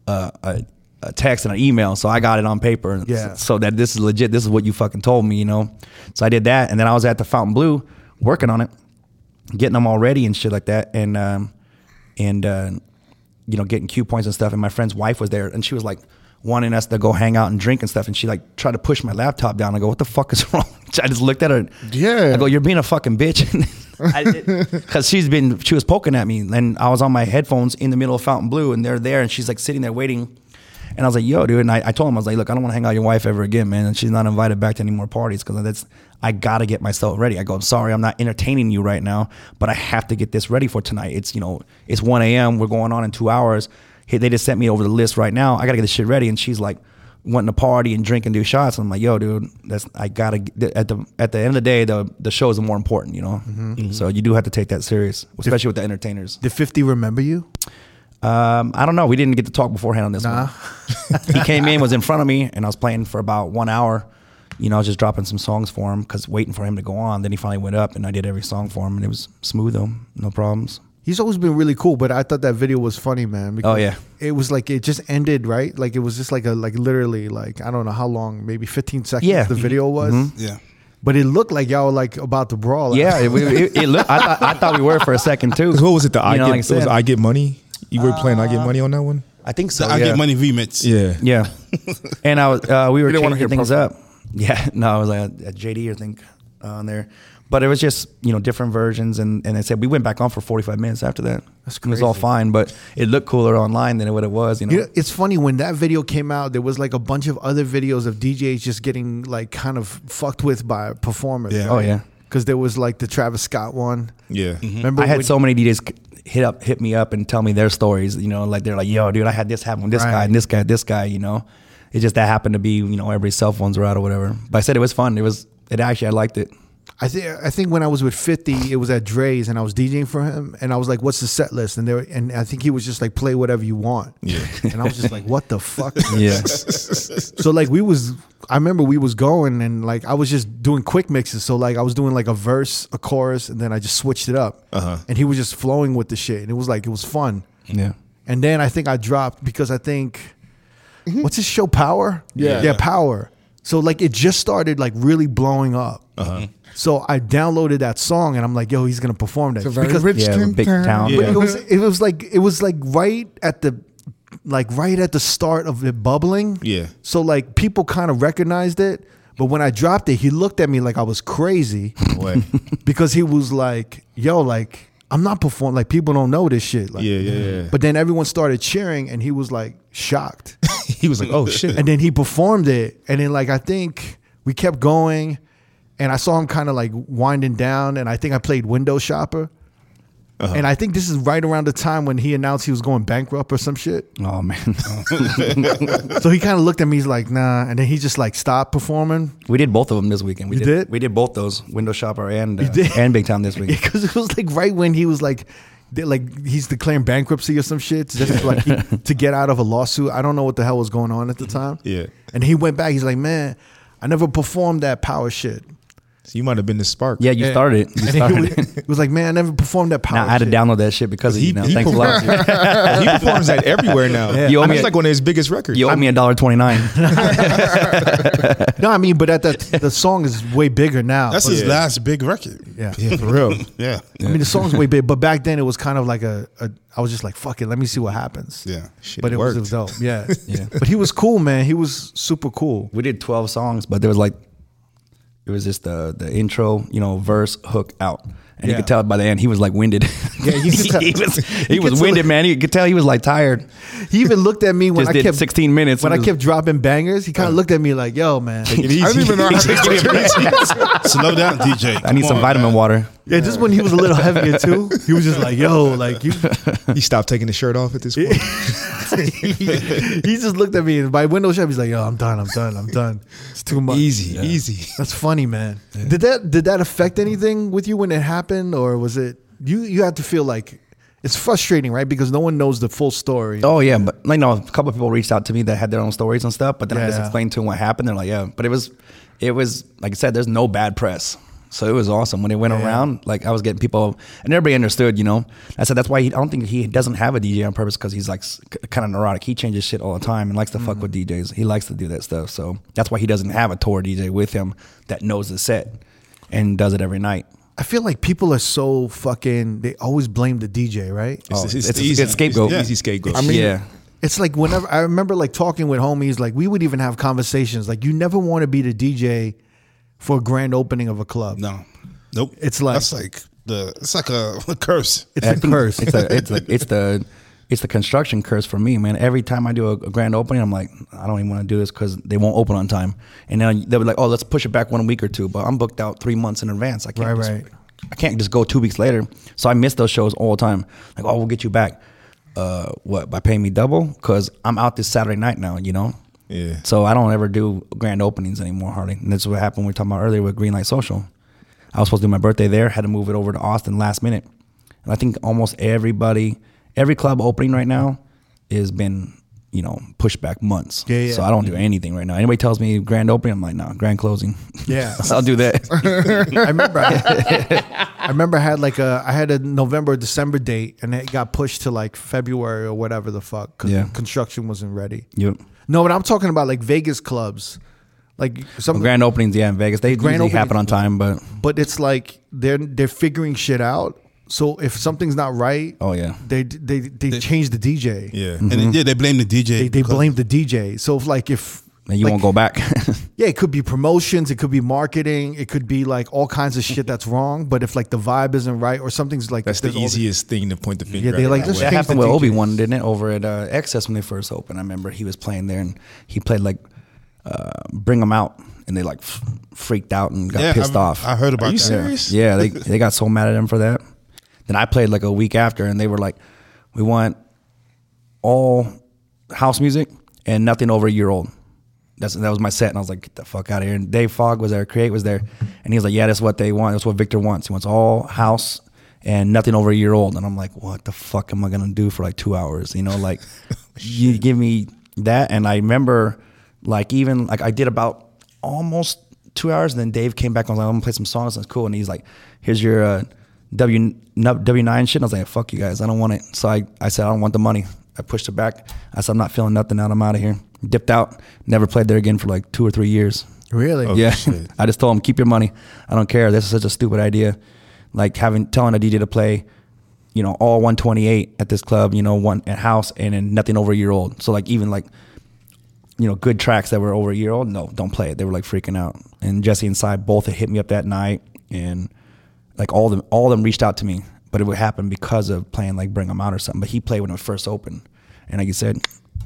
C: uh, a, a text and an email, so I got it on paper,
A: Yeah.
C: so that this is legit. This is what you fucking told me, you know. So I did that, and then I was at the Fountain Blue working on it getting them all ready and shit like that, and um, and uh, you know, getting cue points and stuff. And my friend's wife was there, and she was like wanting us to go hang out and drink and stuff. And she like tried to push my laptop down. I go, "What the fuck is wrong?" I just looked at her.
D: Yeah.
C: I go, "You're being a fucking bitch," because she's been she was poking at me, and I was on my headphones in the middle of Fountain Blue, and they're there, and she's like sitting there waiting. And I was like, "Yo, dude!" And I, I told him, I was like, "Look, I don't want to hang out with your wife ever again, man. And she's not invited back to any more parties because that's I gotta get myself ready." I go, "I'm sorry, I'm not entertaining you right now, but I have to get this ready for tonight. It's you know, it's 1 a.m. We're going on in two hours. Hey, they just sent me over the list right now. I gotta get this shit ready." And she's like, wanting to party and drink and do shots. And I'm like, "Yo, dude, that's I gotta get- at the at the end of the day, the the shows are more important, you know. Mm-hmm. So you do have to take that serious, especially with the entertainers."
A: Did Fifty remember you?
C: Um, I don't know. We didn't get to talk beforehand on this one. he came in, was in front of me, and I was playing for about one hour. You know, I was just dropping some songs for him because waiting for him to go on. Then he finally went up, and I did every song for him, and it was smooth though, no problems.
A: He's always been really cool, but I thought that video was funny, man. because
C: Oh, yeah.
A: it was like it just ended right. Like it was just like a like literally like I don't know how long, maybe fifteen seconds.
C: Yeah. Mm-hmm.
A: the video was.
B: Yeah.
A: But it looked like y'all were like about to brawl.
C: Yeah, it, it, it looked, I, thought, I thought we were for a second too.
E: 'Cause what was it? The I
C: You know,
E: get
C: like I
E: it was
C: said.
E: I get money. You were playing I get money on that one.
C: I think so.
B: I
C: yeah.
B: get money remix.
E: Yeah,
C: Yeah, and I was uh, we were
D: didn't wanna
C: changing
D: hear
C: things up. Yeah, no, I was like at JD I think uh, on there, but it was just you know different versions, and and they said we went back on for forty five minutes after that. That's It was all fine, but it looked cooler online than what it was. You know,
A: You know, it's funny when that video came out. There was like a bunch of other videos of DJs just getting like kind of fucked with by performers.
E: Yeah.
C: Oh, yeah.
A: because there was like the Travis Scott one.
E: yeah.
A: Remember
C: I had
A: when-
C: so many DJs c- hit up hit me up and tell me their stories. You know, like they're like, "Yo, dude, I had this happen with this guy
A: Right.
C: and this guy, this guy." You know, it just that happened to be you know everybody's cell phones were out or whatever. But I said it was fun. It was it actually I liked it.
A: I think I think when I was with Fifty, it was at Dre's, and I was DJing for him, and I was like, "What's the set list?" And there, and I think he was just like, "Play whatever you want." Yeah. And I was just like, "What the fuck?"
C: Yeah,
A: so like we was, I remember we was going, and like I was just doing quick mixes. So like I was doing like a verse, a chorus, and then I just switched it up. Uh-huh. And he was just flowing with the shit, and it was like it was fun.
C: yeah.
A: And then I think I dropped because I think
D: Mm-hmm.
A: what's his show Power?
D: Yeah.
A: yeah, Power. So like it just started like really blowing up.
D: Mm-hmm.
A: So I downloaded that song and I'm like, yo, he's gonna perform that
D: It's a very
A: because
D: rich
C: Yeah,
D: town.
C: big town.
A: but
C: Yeah.
A: it was it was like it was like right at the like right at the start of it bubbling.
B: Yeah.
A: So like people kind of recognized it, but when I dropped it, he looked at me like I was crazy
E: Boy.
A: because he was like, "Yo, like I'm not performing. Like people don't know this shit." Like,
E: Yeah, yeah, yeah.
A: But then everyone started cheering, and he was like shocked.
E: he was like, "Oh shit!"
A: and then he performed it, and then like I think we kept going, and I saw him kind of like winding down, and I think I played Window Shopper.
E: Uh-huh.
A: And I think this is right around the time when he announced he was going bankrupt or some shit.
C: Oh man,
A: So he kind of looked at me, he's like, nah. And then he just like stopped performing.
C: we did both of them this weekend. We
A: You did?
C: We did both those window shopper and uh,
A: did?
C: and big time this weekend.
A: because it was like right when he was like they- like he's declaring bankruptcy or some shit just like he, to get out of a lawsuit i don't know what the hell was going on at the time
E: Yeah.
A: and he went back he's like man i never performed that power shit
E: So you might have been the spark.
C: Yeah, you started. it. You started.
A: he
C: it.
A: was, he was like man i never performed that power
C: Now I had to
A: Oh, shit."
C: download that shit because of
E: He-
C: you. Now,
E: he
C: thanks a lot.
E: he performs that everywhere now.
C: Yeah.
E: Yeah.
C: You owe
E: I mean,
C: me
E: it's
C: a-
E: like one of his biggest records.
C: You owe me a dollar twenty nine.
A: no i mean but at that the song is way bigger now
B: That's
A: But-
B: his last big record.
A: Oh, yeah.
E: yeah, for real.
B: Yeah.
A: i mean the song's way big but back then it was kind of like a, a i was just like fuck it let me see what happens
B: Yeah.
E: Shit,
A: but it was,
E: worked.
A: it was dope yeah
C: Yeah.
A: but he was cool man he was super cool
C: we did 12 songs but there was like it was just the the intro you know verse hook out and you
A: Yeah.
C: could tell by the end he was like winded yeah
A: you could tell.
C: he was he
A: You could
C: was
A: tell-
C: winded man you could tell he was like tired
A: He even looked at me when
C: Just
A: I
C: did
A: kept
C: 16 minutes
A: When I
C: and was-
A: kept dropping bangers, he kind of looked at me like, "Yo, man, yeah."
D: I don't even know how to
B: Slow down, DJ.
C: i need
B: Come
C: some
B: on,
C: vitamin
B: man.
C: water
A: Just when he was a little heavier too, he was just like, "Yo, like you."
E: He stopped taking the shirt off at this point.
A: he just looked at me and by window shop. He's like, "Yo, I'm done. I'm done. I'm done. It's too much."
E: easy, easy.
A: That's funny, man. Did that did that affect anything with you when it happened, or was it you? You had to feel like it's frustrating, right? Because no one knows the full story.
C: oh yeah but like no a couple of people reached out to me that had their own stories and stuff but then i just
A: Yeah.
C: explained to them what happened they're like yeah but it was it was like i said there's no bad press so it was awesome when it went around. Like I was getting people, and everybody understood. You know, I said that's why he, I don't think he doesn't have a DJ on purpose because he's like kind of neurotic. He changes shit all the time and likes to fuck with
D: Mm-hmm.
C: DJs. He likes to do that stuff. So that's why he doesn't have a tour DJ with him that knows the set and does it every night.
A: I feel like people are so fucking. They always blame the DJ, right?
C: it's-
E: It's,
C: it's scapegoat.
E: It's the easy scapegoat.
D: I mean-
C: yeah,
A: It's like whenever I remember like talking with homies, like we would even have conversations. Like you never want to be the DJ for a grand opening of a club.
B: No. Nope.
A: It's like-
B: that's like the it's like a, a curse.
A: It's a curse.
C: it's the it's the it's the it's the construction curse for me, man. Every time I do a, a grand opening, I'm like, I don't even want to do this because they won't open on time. And then they'll be like, oh, let's push it back one week or two. But I'm booked out three months in advance. I can't
A: Right,
C: just,
A: right.
C: I can't just go two weeks later. So I miss those shows all the time. Like, oh, we'll get you back. Uh, what by paying me double? Because I'm out this Saturday night now. You know.
E: Yeah.
C: So I don't ever do grand openings anymore, hardly. And that's what happened we were talking about earlier with Greenlight Social. I was supposed to do my birthday there, had to move it over to Austin last minute. And I think almost everybody, every club opening right now has been, you know, pushed back months.
A: Yeah, yeah.
C: So I don't do anything right now. Anybody tells me grand opening, I'm like, no, grand closing.
A: Yeah.
C: I'll do that.
A: I remember I, I remember I had like a I had a November December date and it got pushed to like February or whatever the fuck cuz
C: Yeah.
A: construction wasn't ready.
C: yep.
A: No, but I'm talking about like Vegas clubs. Like some
C: grand openings, yeah, in Vegas. They
A: Grand
C: usually happen
A: openings-
C: on time, but
A: but it's like they're they're figuring shit out. So if something's not right,
C: Oh, yeah.
A: they they they, change the DJ.
B: Yeah,
C: Mhm.
B: and then, yeah, they blame the DJ.
A: they, they
B: because-
A: blame the DJ. So if like if
C: then you
A: like,
C: won't go back.
A: Yeah, it could be promotions, it could be marketing, it could be like all kinds of shit that's wrong. But if like the vibe isn't right or something's like
E: That's the
A: there's all-
E: easiest thing to point the finger.
A: Yeah, they
E: at
A: like,
E: right
A: "Let's
E: away.
C: that
A: change the
C: happened with
A: DJs.
C: Obi Wan, didn't it? Over at uh, Excess when they first opened, I remember he was playing there and he played like uh, "Bring 'Em Out," and they like f- freaked out and got
B: Yeah,
C: pissed
B: I,
C: off.
B: I heard about
E: Are you
B: that.
E: serious?
C: Yeah, they they got so mad at him for that. Then I played like a week after, and they were like, "We want all house music and nothing over a year old." That's that was my set, and I was like, "Get the fuck out of here!" And Dave Fogg was there, Create was there, and he was like, "Yeah, that's what they want. That's what Victor wants. He wants all house." And nothing over a year old, and I'm like, what the fuck am I gonna do for like two hours? You know, like, you give me that, and I remember, like, even like I did about almost two hours, and then Dave came back. and was like, I'm gonna play some songs. That's cool. And he's like, "Here's your uh, W W nine shit." And I was like, "Fuck you guys, I don't want it." So I, I said, "I don't want the money." I pushed it back. I said, "I'm not feeling nothing. Out. I'm out of here." Dipped out. Never played there again for like two or three years.
A: really
C: yeah,
E: shit.
C: I just told him, "Keep your money. I don't care. This is such a stupid idea." Like having telling a DJ to play. You know, all 128 at this club. You know, one at house, and then nothing over a year old. So like, even like you know, good tracks that were over a year old. No, don't play it. They were like freaking out. And Jesse and Cy both had hit me up that night, and like all of them, all of them reached out to me. But it would happen because of playing like Bring 'Em Out or something. But he played when it first opened, and like you said,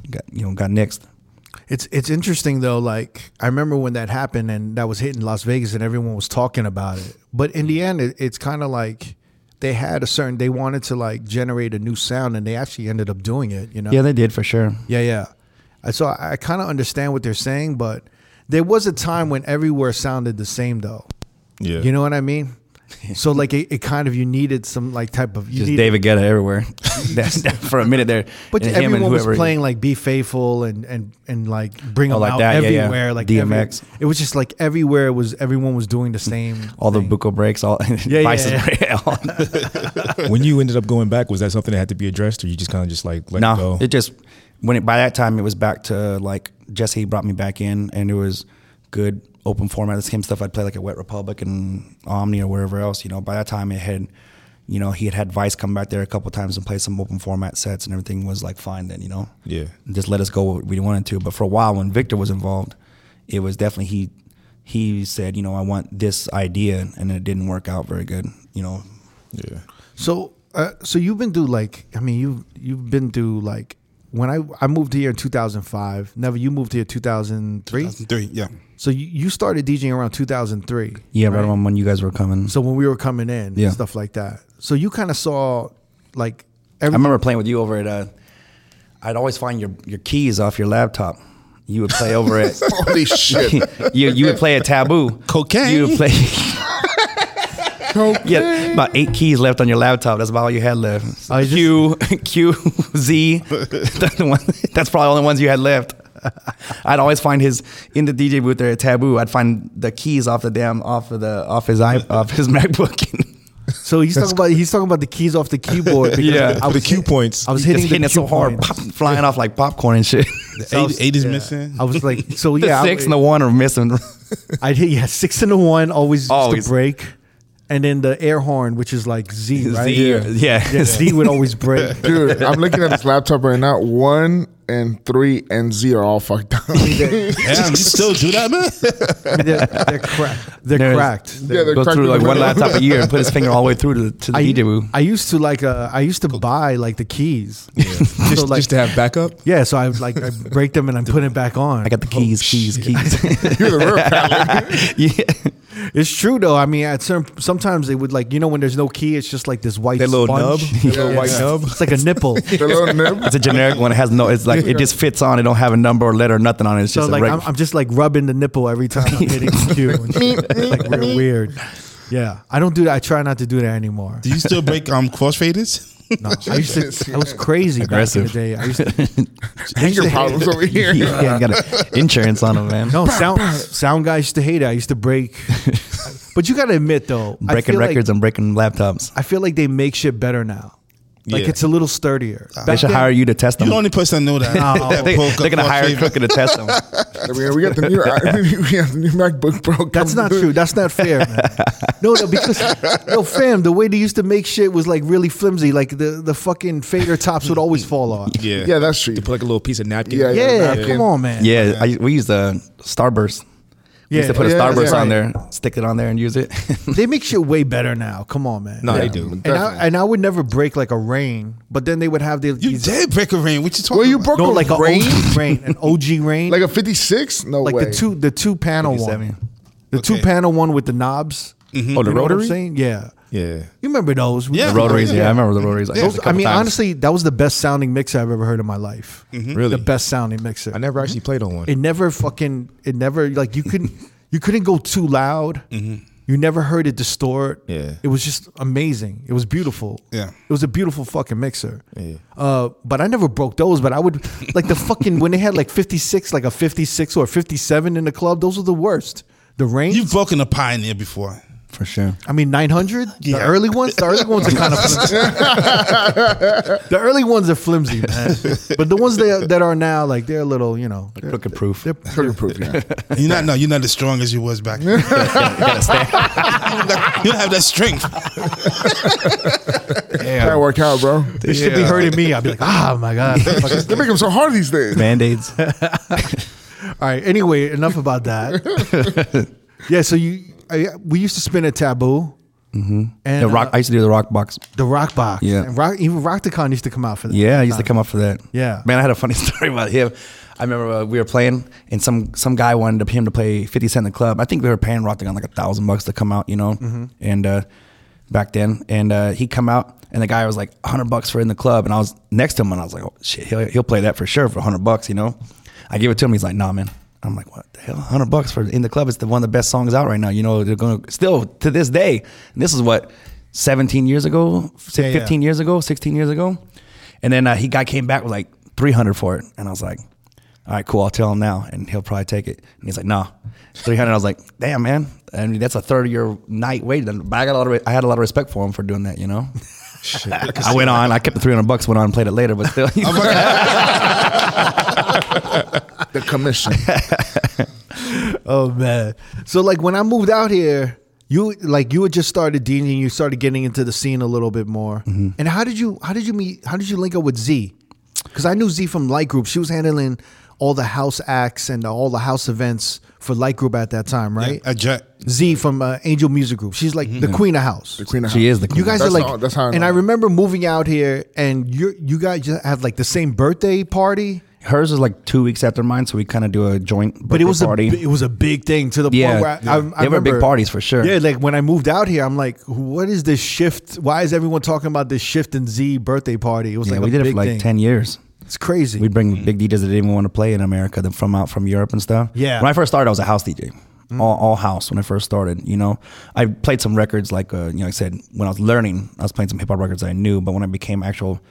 C: got you know got next.
A: It's it's interesting though. Like I remember when that happened and that was hitting Las Vegas and everyone was talking about it. But in the end, it, it's kind of like they had a certain. They wanted to like generate a new sound and they actually ended up doing it. You know.
C: Yeah, they did for sure.
A: Yeah, yeah. I- So I, I kind of understand what they're saying, but there was a time when everywhere sounded the same though.
E: Yeah.
A: You know what I mean? So like it, it kind of you needed some like type of you
C: Just
A: needed-
C: David Guetta everywhere That- that- for a minute there.
A: But
C: And him and
A: everyone was
C: whoever-
A: playing like "Be Faithful" and and and like bring
C: Oh,
A: them
C: like
A: out
C: that, yeah, yeah.
A: everywhere. Like
C: DMX.
A: every- it was just like everywhere was everyone was doing the same.
C: all the
A: thing.
C: buco breaks, all
A: yeah,
C: vices.
A: yeah.
C: all-
E: when you ended up going back, was that something that had to be addressed, or you just kind of just like let it
C: No,
E: go?
C: it just when it by that time it was back to like Jesse brought me back in and it was good open format. The same stuff I'd play like at Wet Republic and Omni or wherever else. You know, by that time it had, you know, he had had Vice come back there a couple times and play some open format sets and everything was like fine then. You know,
E: Yeah.
C: just let us go what we wanted to. But for a while when Victor was involved, it was definitely he. He said, you know, I want this idea, and it didn't work out very good. You know,
E: yeah.
A: So, uh, so you've been through like, I mean, you've you've been through like when I I moved here in 2005. Never, you moved here 2003.
B: Three, yeah.
A: So you, you started DJing around 2003.
C: yeah, right, around when you guys were coming.
A: So when we were coming in,
C: Yeah.
A: and stuff like that. So you kind of saw like
C: I
A: every
C: remember playing with you over at. Uh, I'd always find your, your keys off your laptop. You would play over it.
D: Holy shit.
C: you you would play a taboo.
B: Cocaine.
C: You would play. Yeah, about eight keys left on your laptop. That's about all you had left.
A: I just-
C: Q, Q, Z. That's, the one, that's probably all the ones you had left. I'd always find his in the DJ booth there at Taboo. I'd find the keys off the damn off of the off his i off his MacBook.
A: so he's talking about he's talking about the keys off the keyboard. because
C: Yeah.
A: I
E: the
A: was
E: cue points.
A: I was
C: Just
A: hitting, the
C: it so
A: cue
C: hard,
A: points.
C: pop, flying off like popcorn and shit.
B: The eight, eight is missing.
A: I was like, so
C: The
A: yeah, I-
C: six and the one are missing.
A: I'd hit yeah six and a one always, always.
C: Always.
A: used to break, and then the air horn, which is like Z, right?
C: Z, yeah.
A: yeah, Z would always break.
D: Dude, I'm looking at this laptop right now. One and three and Z are all fucked up. yeah,
B: Damn, you still do that, man?
A: They're, they're cracked. They're
C: There's-
A: cracked.
D: they're
C: Go
D: cracking
C: through like
D: the
C: one
D: window.
C: laptop a year and put his finger all the way through to, the- to the
A: I,
C: DJ booth.
A: I used to like uh, I used to buy like the keys. Yeah,
E: just,
A: so like
E: just to have backup.
A: yeah, so I would like I break them and I'm putting it back on.
C: I got the keys, keys, keys.
D: You're the real cat lady.
C: yeah.
A: It's true though. I mean, at certain sometimes they would like you know when there's no key, it's just like this white
E: That little nub,
A: sponge.
E: that little white nub.
A: It's like a nipple.
D: The little nib.
C: It's a generic one. It has no, it's like, it just fits on. It don't have a number or letter or nothing on it. It's
A: So
C: just
A: like
C: a
A: I'm,
C: regular.
A: I'm just like rubbing the nipple every time I'm hitting cue. And shit. It's like real weird. Yeah, I don't do that. I try not to do that anymore.
B: Do you still break um crossfaders?
A: No, I used to. I was crazy
C: Aggressive.
A: back in the day. I used to.
D: Anger problems over here.
C: yeah, I got a insurance on them, man.
A: No, sound sound guy used to hate it. I used to break. but you got to admit though, I
C: breaking
A: feel like-
C: records and breaking laptops.
A: I feel like they make shit better now. Like
E: Yeah.
A: it's a little sturdier.
C: They
A: Back
C: should
A: then-
C: hire you to test
B: You're
C: them.
B: the only person I know that. that
C: they,
B: pull-
C: are gonna
B: pull
C: hire a
B: favor.
C: crooked to test them.
D: I mean, we got the new, we have the new MacBook Pro.
A: That's
D: coming.
A: not true. That's not fair, man. No, no, because no, fam. The way they used to make shit was like really flimsy. Like the the fucking fader tops would always fall off.
E: Yeah.
D: Yeah, that's true.
E: They put like a little piece of napkin.
D: Yeah,
A: Yeah,
D: napkin.
A: come on, man.
C: yeah, I, we used the Starburst. We used to
A: Yeah. Mm-hmm.
C: put a
D: Yeah,
C: Starburst
D: yeah.
C: on there, stick it on there, and use it.
A: They make shit way better now. Come on, man.
E: No, they do.
A: And I,
D: Definitely.
A: and I would never break like a rain, but then they would have the
B: You did break a ring. What you talking
D: Well, you
B: about?
D: broke
A: no
D: a
A: like a
D: rain,
A: OG rain, an OG rain,
D: like a fifty-six. No
A: like
D: way.
A: the two the two panel one,
C: 57.
A: the two
B: Okay.
A: panel one with the knobs.
C: Oh, the
A: You know what I'm
C: rotary?
A: saying? Yeah,
E: Yeah.
A: you remember those? We-
B: Yeah.
C: The rotaries, yeah, I remember the rotaries. used
A: Those,
C: a
A: I
C: couple
A: mean,
C: times. Mm-hmm.
A: honestly, that was the best sounding mixer I've ever heard in my life.
E: Really?
A: The best sounding mixer.
E: I never actually played on one.
A: it never fucking it never like you couldn't you couldn't go too loud
C: Mm-hmm.
A: you never heard it distort
E: Yeah.
A: it was just amazing it was beautiful
B: Yeah.
A: it was a beautiful fucking mixer yeah. uh but i never broke those but i would like the fucking when they had like 56 like a 56 or 57 in the club those were the worst the range
B: You've broken a pioneer before.
C: for sure.
A: I mean, 900? The early ones? The early ones are kind of flimsy. the early ones are flimsy, man. But the ones that, that are now, like, they're a little, you know, they're,
C: Crooked proof.
A: they're
D: Sugar proof, yeah.
B: You're not. No, you're not as strong as you was back. then. you don't have that strength.
D: That worked out, bro.
A: It should be hurting me. I'd be like, ah, my God. Fucking-
D: They make them so hard these days.
C: Band aids.
A: All right. Anyway, enough about that. yeah. So you, I, we used to spin a taboo. And
C: Mm-hmm. the rock.
A: uh,
C: I used to do the rock box.
A: the rock box.
C: Yeah.
A: And rock, even Rockticon used to come out for that.
C: Yeah, I used to come up for that.
A: Yeah.
C: man, I had a funny story about him. I remember uh, we were playing, and some some guy wanted him to play Fifty Cent in the club. I think we were paying Rock on like a thousand bucks to come out, you know,
A: Mm-hmm.
C: and uh, back then, and uh, he come out, and the guy was like hundred bucks for in the club, and I was next to him, and I was like, oh shit, he'll he'll play that for sure for hundred bucks, you know. I give it to him. He's like, nah, man. I'm like, what the hell? Hundred bucks for in the club. It's the one of the best songs out right now. You know, they're going to still to this day. And this is what 17 years ago,
A: Yeah, yeah.
C: 15 years ago, 16 years ago. And then uh, he guy came back with like 300 for it. And I was like, all right, cool. I'll tell him now and he'll probably take it. And he's like, nah, 300. I was like, damn, man. I mean, that's a third of your night waiting. But I got a lot of, re- I had a lot of respect for him for doing that, you know? I went on, I kept the 300 bucks, went on and played it later, but still. you know?
D: The commission.
A: Oh, man. So, like, when I moved out here, you like you had just started DJing, you started getting into the scene a little bit more. And how did you how did you meet how did you link up with Z? Because I knew Z from Light Group. She was handling all the house acts and all the house events for Light Group at that time, right?
B: A jet.
A: Z from uh, Angel Music Group. She's like the queen of house.
D: Queen of
C: she
D: House.
C: is the queen.
A: You guys
D: That's
A: are like,
D: how- that's how I
A: and
D: know.
A: I remember moving out here, and you you guys just had like the same birthday party,
C: Hers was like two weeks after mine, so we kind of do a joint birthday
A: but it was
C: party.
A: a bi- it was a big thing to the
C: Yeah.
A: point where I, I, I
C: They were
A: remember-
C: big parties for sure.
A: Yeah, like when I moved out here, I'm like, what is this shift? Why is everyone talking about this shift in Z birthday party? It was
C: yeah,
A: like
C: we
A: a
C: did it
A: big
C: for like
A: thing.
C: 10 years.
A: It's crazy.
C: We bring big DJs that didn't even want to play in America, then from out from Europe and stuff.
A: Yeah. Mm.
C: When I first started, I was a house DJ, all, all house. When I first started, you know, I played some records like uh, you know, like I said when I was learning, I was playing some hip hop records I knew, but when I became actual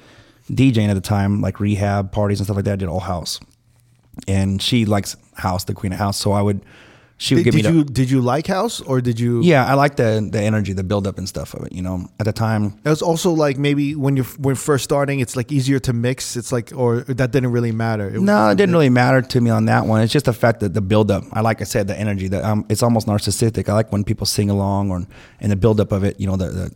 C: DJing at the time, like rehab parties and stuff like that, I did all house. And she likes house, the queen of house, so I would. She would
A: did
C: give me
A: did
C: the,
A: you did you like house or did you?
C: yeah, I like the the energy, the build up and stuff of it. You know, at the time,
A: It was also like maybe when you're when first starting, it's like easier to mix. It's like or that didn't really matter. It was-
C: no, it didn't really matter to me on that one. It's just the fact that the build up. I like I said the energy that um, it's almost narcissistic. I like when people sing along or and the build up of it. You know, the, the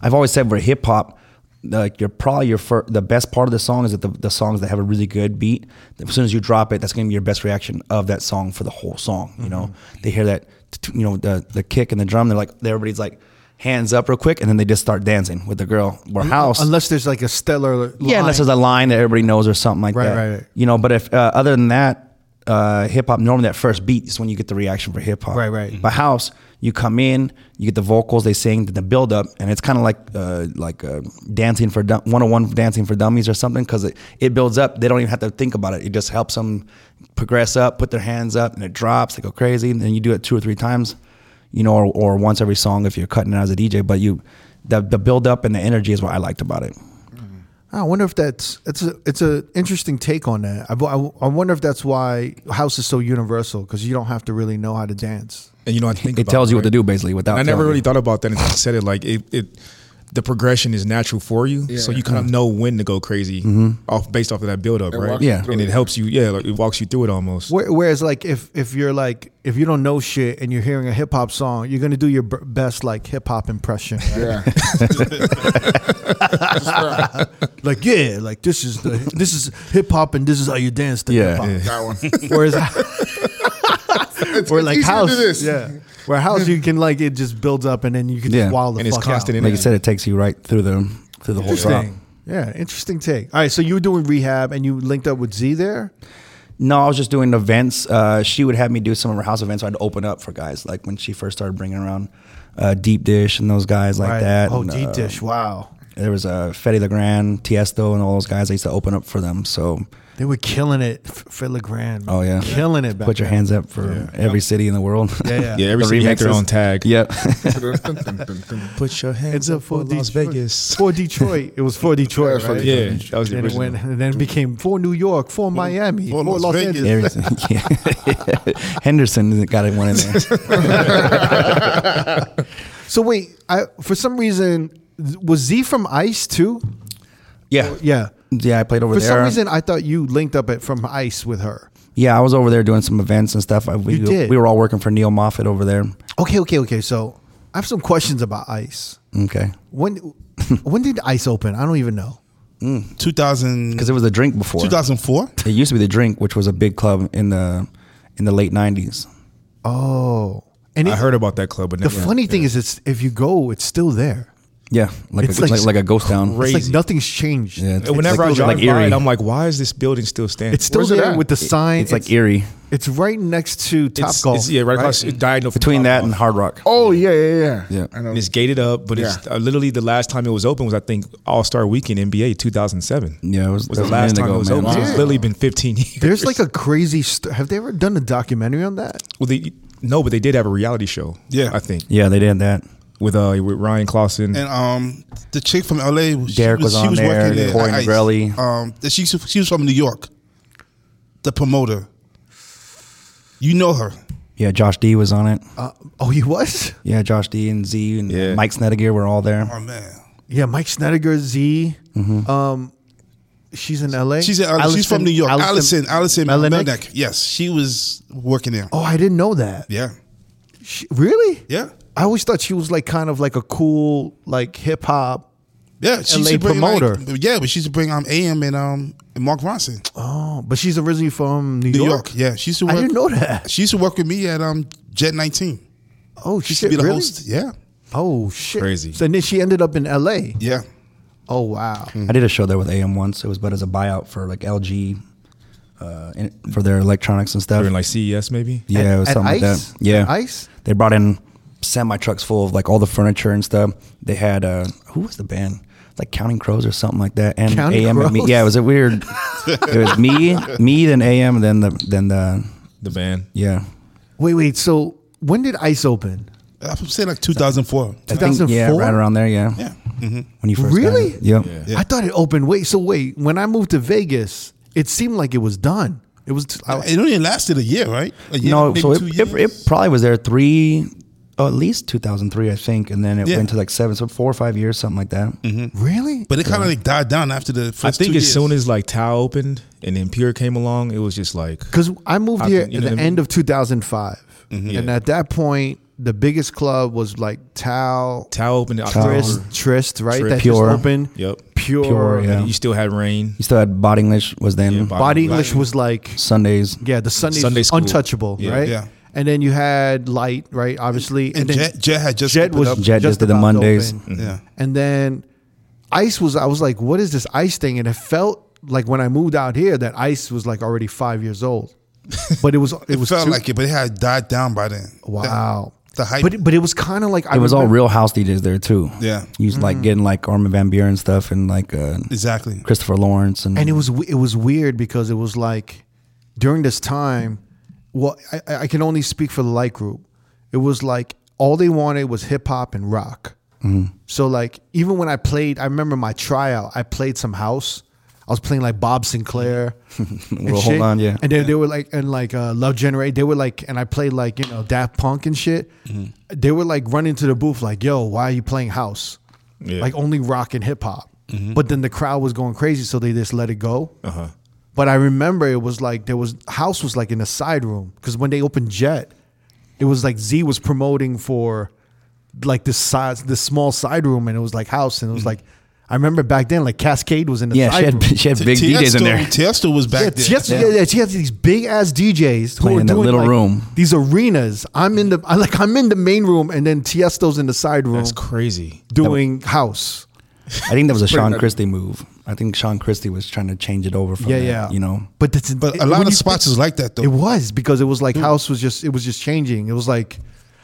C: I've always said for hip hop, like you're probably your fir- the best part of the song is that the, the songs that have a really good beat. As soon as you drop it, that's going to be your best reaction of that song for the whole song. You know,
A: Mm-hmm.
C: they hear that t- t- you know the the kick and the drum. They're like everybody's like hands up real quick, and then they just start dancing with the girl. Where house
A: unless there's like a stellar.
C: yeah,
A: line.
C: unless there's a line that everybody knows or something like
A: Right,
C: that.
A: right, right.
C: You know, but if uh, other than that, uh, hip hop normally that first beat is when you get the reaction for hip hop.
A: Right, right.
C: But house, you come in, you get the vocals, they sing, then the build up, and it's kind of like uh, like uh, dancing for one on one dancing for dummies or something because it, it builds up. They don't even have to think about it. It just helps them progress up, put their hands up, and it drops. They go crazy, and then you do it two or three times you know, or, or once every song if you're cutting it out as a DJ. But you, the the build up and the energy is what I liked about it.
A: I wonder if that's it's a it's a interesting take on that. I, I, I wonder if that's why house is so universal because you don't have to really know how to dance.
E: And you know, I think
C: It
E: about
C: tells you what to
E: right?
C: do basically without.
E: I never
C: telling
E: really
C: you.
E: thought about that until you said it. Like it, it the progression is natural for you, so you kind of know when to go crazy off based off of that buildup, right?
D: walks you Yeah. through
E: and Mm-hmm.
D: it.
E: it helps you. Yeah, like, it walks you through it almost.
A: Where- Whereas, like, if if you're like if you don't know shit and you're hearing a hip hop song, you're gonna do your b- best like hip hop impression. right?
D: Yeah.
A: like, yeah, like this is the this is hip hop and this is how you dance to
C: Yeah.
A: hip hop.
E: Yeah.
D: That one.
A: Whereas, or like
D: easier to
A: house,
D: do this.
A: yeah, where house you can like it just builds up and then you can
C: Yeah.
A: just wild the
E: And it's
A: fuck
E: constant
A: out.
E: in
C: Like you said, it takes you right through the through the whole drop.
A: Interesting. Yeah, interesting take. All right, so you were doing rehab and you linked up with Z there.
C: No, I was just doing events. Uh, she would have me do some of her house events. I'd open up for guys like when she first started bringing around uh, Deep Dish and those guys like
A: right.
C: that.
A: Oh,
C: and,
A: deep
C: uh,
A: dish. Wow,
C: There was uh, Fetty Legrand, Tiesto, and all those guys. I used to open up for them. So,
A: they were killing it. F- Filigrand.
C: oh yeah,
A: killing it. Back
C: Put your
A: then.
C: hands up for every city in the world.
A: Yeah, yeah.
E: yeah, every
C: The
E: city had their
C: remixes.
E: own tag.
C: Yep.
E: Put your hands
A: It's up for
E: Las
A: Detroit.
E: Vegas.
A: For Detroit, it was for Detroit.
D: Yeah, for
A: right?
E: Yeah, that was the
A: and it
E: original.
A: went, and then it became for New York, for Miami, for,
B: for Las
A: Los
B: Vegas.
A: Angeles.
C: Everything. Yeah. Henderson got it one in there.
A: So wait, I for some reason was Z from Ice too?
C: Yeah.
A: Yeah.
C: Yeah, I played over
A: For
C: there.
A: some reason, I thought you linked up at from Ice with her.
C: yeah, I was over there doing some events and stuff. I, we,
A: You did.
C: we were all working for Neil Moffat over there.
A: Okay, okay, okay. So I have some questions about Ice.
C: Okay.
A: When when did Ice open? I don't even know.
B: 2000,
C: Because it was the drink before.
B: 2004.
C: It used to be the drink, which was a big club in the in the late nineties.
A: Oh, and
E: I
A: it-
E: heard about that club, but
A: the
E: never-
A: funny thing is, it's if you go, it's still there.
C: Yeah, like
A: It's
C: a,
A: like
C: like, like, a ghost town.
A: It's
E: Crazy.
A: like nothing's changed.
C: Yeah,
E: And Whenever I
C: it's
E: drive
C: like
E: by
C: eerie.
E: it, I'm like, why is this building still standing?
A: It's still
D: Where's it
A: there
D: at?
A: with the sign.
C: it's like eerie
A: It's right next to Top
E: It's-
A: Golf.
E: it's- yeah, right, across it diagonal from
C: between
E: Top
C: that
E: Golf.
C: and Hard Rock.
D: Oh yeah, yeah, yeah.
C: Yeah.
D: I know.
E: And it's gated up, but it's
D: Yeah.
E: uh, literally the last time it was open was I think All Star Weekend NBA 2007.
C: Yeah, it was- that
E: was the
C: was a
E: last
C: minute
E: time
C: ago,
E: it was
C: man.
E: open. So It's
C: Wow.
E: literally been 15 years.
A: There's like a crazy. St- have they ever done a documentary on that?
E: well, they, no, but they did have a reality show.
B: Yeah.
E: I think
C: Yeah, they did that.
E: with uh with Ryan Clausen.
B: And um, the chick from LA, she
C: Derek was on there, Corey
B: at Ice.
C: Negrelli.
B: Um, the- she she was from New York. The promoter, you know her.
C: Yeah, Josh D was on it.
A: Uh, oh, he was.
C: Yeah, Josh D and Z and
E: Yeah. Mm-hmm.
C: Mike Snedeker were all there.
B: Oh man,
A: Yeah, Mike Snedeker, Z. Um, she's in L.A.
B: Mm-hmm. she's in, uh, she's from New York. Allison Allison
A: Melnick?
B: Melnick. Yes, she was working there.
A: Oh, I didn't know that.
B: Yeah,
A: She, really?
B: yeah,
A: I always thought she was like kind of like a cool like hip hop.
B: yeah. She
A: LA
B: used to bring,
A: promoter.
B: Like, yeah, but she used to bring um AM and um and Mark Ronson,
A: Oh, but she's originally from New,
B: New
A: York.
B: York. Yeah, she used to work.
A: I didn't know that.
B: She used to work with me at um Jet 19.
A: Oh
B: She
A: shit!
B: used to be the
A: really?
B: host. Yeah,
A: Oh shit!
E: Crazy.
A: So then she ended up in L.A.
B: yeah.
A: Oh wow!
C: I did a show there with AM once. It was but as a buyout for like LG, uh, in, for their electronics and stuff.
E: during like CES maybe.
C: yeah,
A: At-
C: it was
A: at
C: something
A: Ice?
C: like that. Yeah,
A: At Ice?
C: They brought in semi trucks full of like all the furniture and stuff. They had uh, who was the band? It's like Counting Crows or something like that. And
A: Counting
C: AM and me.
A: Crows?
C: Yeah, it was a weird. it was me, me, then AM, then the then the
E: The band.
C: yeah.
A: Wait, wait. So when did Ice open?
B: I'm saying like 2004.
C: I think, yeah,
A: 2004?
C: right around there. Yeah,
B: Yeah. hmm
C: when you first got
A: Really?
C: it. Yep.
E: Yeah.
A: I thought it opened. Wait, so wait. When I moved to Vegas, it seemed like it was done. It was. I,
B: It only lasted a year, right? A year,
C: no,
B: maybe
C: so it,
B: two
C: it,
B: years?
C: it probably was there three, oh, at least 2003, I think, and then it
B: Yeah.
C: went to like seven, so four or five years, something like that.
A: really?
B: But it kind of like died down after the first
E: I think
B: two
E: as
B: years.
E: soon as like Tao opened and then Pure came along, it was just like
A: Because I moved
E: I
A: here
E: think- you
A: at
E: know
A: the
E: what I mean? Mm-hmm.
A: end of 2005, and
E: Yeah.
A: at that point, the biggest club was like Tao,
E: Tao opened. in
A: Trist,
E: October.
A: Trist, right?
E: Trist.
A: That
C: Pure.
A: just opened.
E: Yep.
A: Pure.
C: Pure, yeah.
E: And you still had Rain.
C: You still had Body English was then
E: Yeah, Body
A: Body English was like,
C: Sundays.
A: yeah, the Sunday,
E: Sunday school.
A: untouchable,
E: Yeah.
A: right?
B: Yeah.
A: And then you had Light, right? Obviously,
B: and
A: then
B: Jet- Jet had just
A: Jet
B: opened
A: was
B: up.
C: Jet just did the
A: about to
C: Mondays. Mm-hmm.
A: open.
B: Yeah.
A: And then ice was, I was like, what is this ice thing? And it felt like when I moved out here that ice was like already five years old. But it was, it,
B: It,
A: was
B: felt
A: too-
B: like it, but it had died down by then.
A: wow.
B: The, the hype.
A: But, but it was kind of like, I
C: It was all
A: remember-
C: real house DJs there too.
B: Yeah.
C: you was like getting like Armin van Buren stuff and like uh,
B: exactly.
C: Christopher Lawrence and,
A: And it was, we- it was weird because it was like during this time, well, I, I I can only speak for the light group. It was like all they wanted was hip hop and rock.
C: Mm.
A: So like even when I played, I remember my tryout. I played some house. I was playing like Bob Sinclair. and
C: Well, hold
A: shit.
C: on, yeah.
A: And they, they were like and like uh, Love Generate. They were like and I played like
C: Mm-hmm.
A: you know Daft Punk and shit. They were like running to the booth like, "Yo, why are you playing house?"
E: Yeah.
A: like only rock and hip hop.
C: Mm-hmm.
A: But then the crowd was going crazy, so they just let it go.
E: Uh-huh.
A: But I remember it was like there was house was like in a side room because when they opened Jet, it was like Z was promoting for like this size this small side room, and it was like house, and it was like I remember back then like Cascade was in the
C: Mm-hmm. Yeah,
A: side
C: she
A: room.
C: had, she had big DJs in there.
B: Tiesto was back
A: Yeah,
B: there.
A: she had, yeah. yeah, she had these big ass DJs who
C: Playing
A: were doing
C: in that little
A: like,
C: room.
A: these arenas. I'm in the I like I'm in the main room, and then Tiesto's in the side room
E: That's crazy.
A: doing house.
C: I think that was a Sean
D: much.
C: Christie move. I think Sean Christie was trying to change it over from
A: Yeah,
C: that,
A: yeah.
C: you know.
A: but that's,
B: But
A: it-
B: a
A: when
B: lot
A: you
B: of spots
A: think-
B: is Mm-hmm. like that though.
A: It was because it was like house was just it was just changing. It was like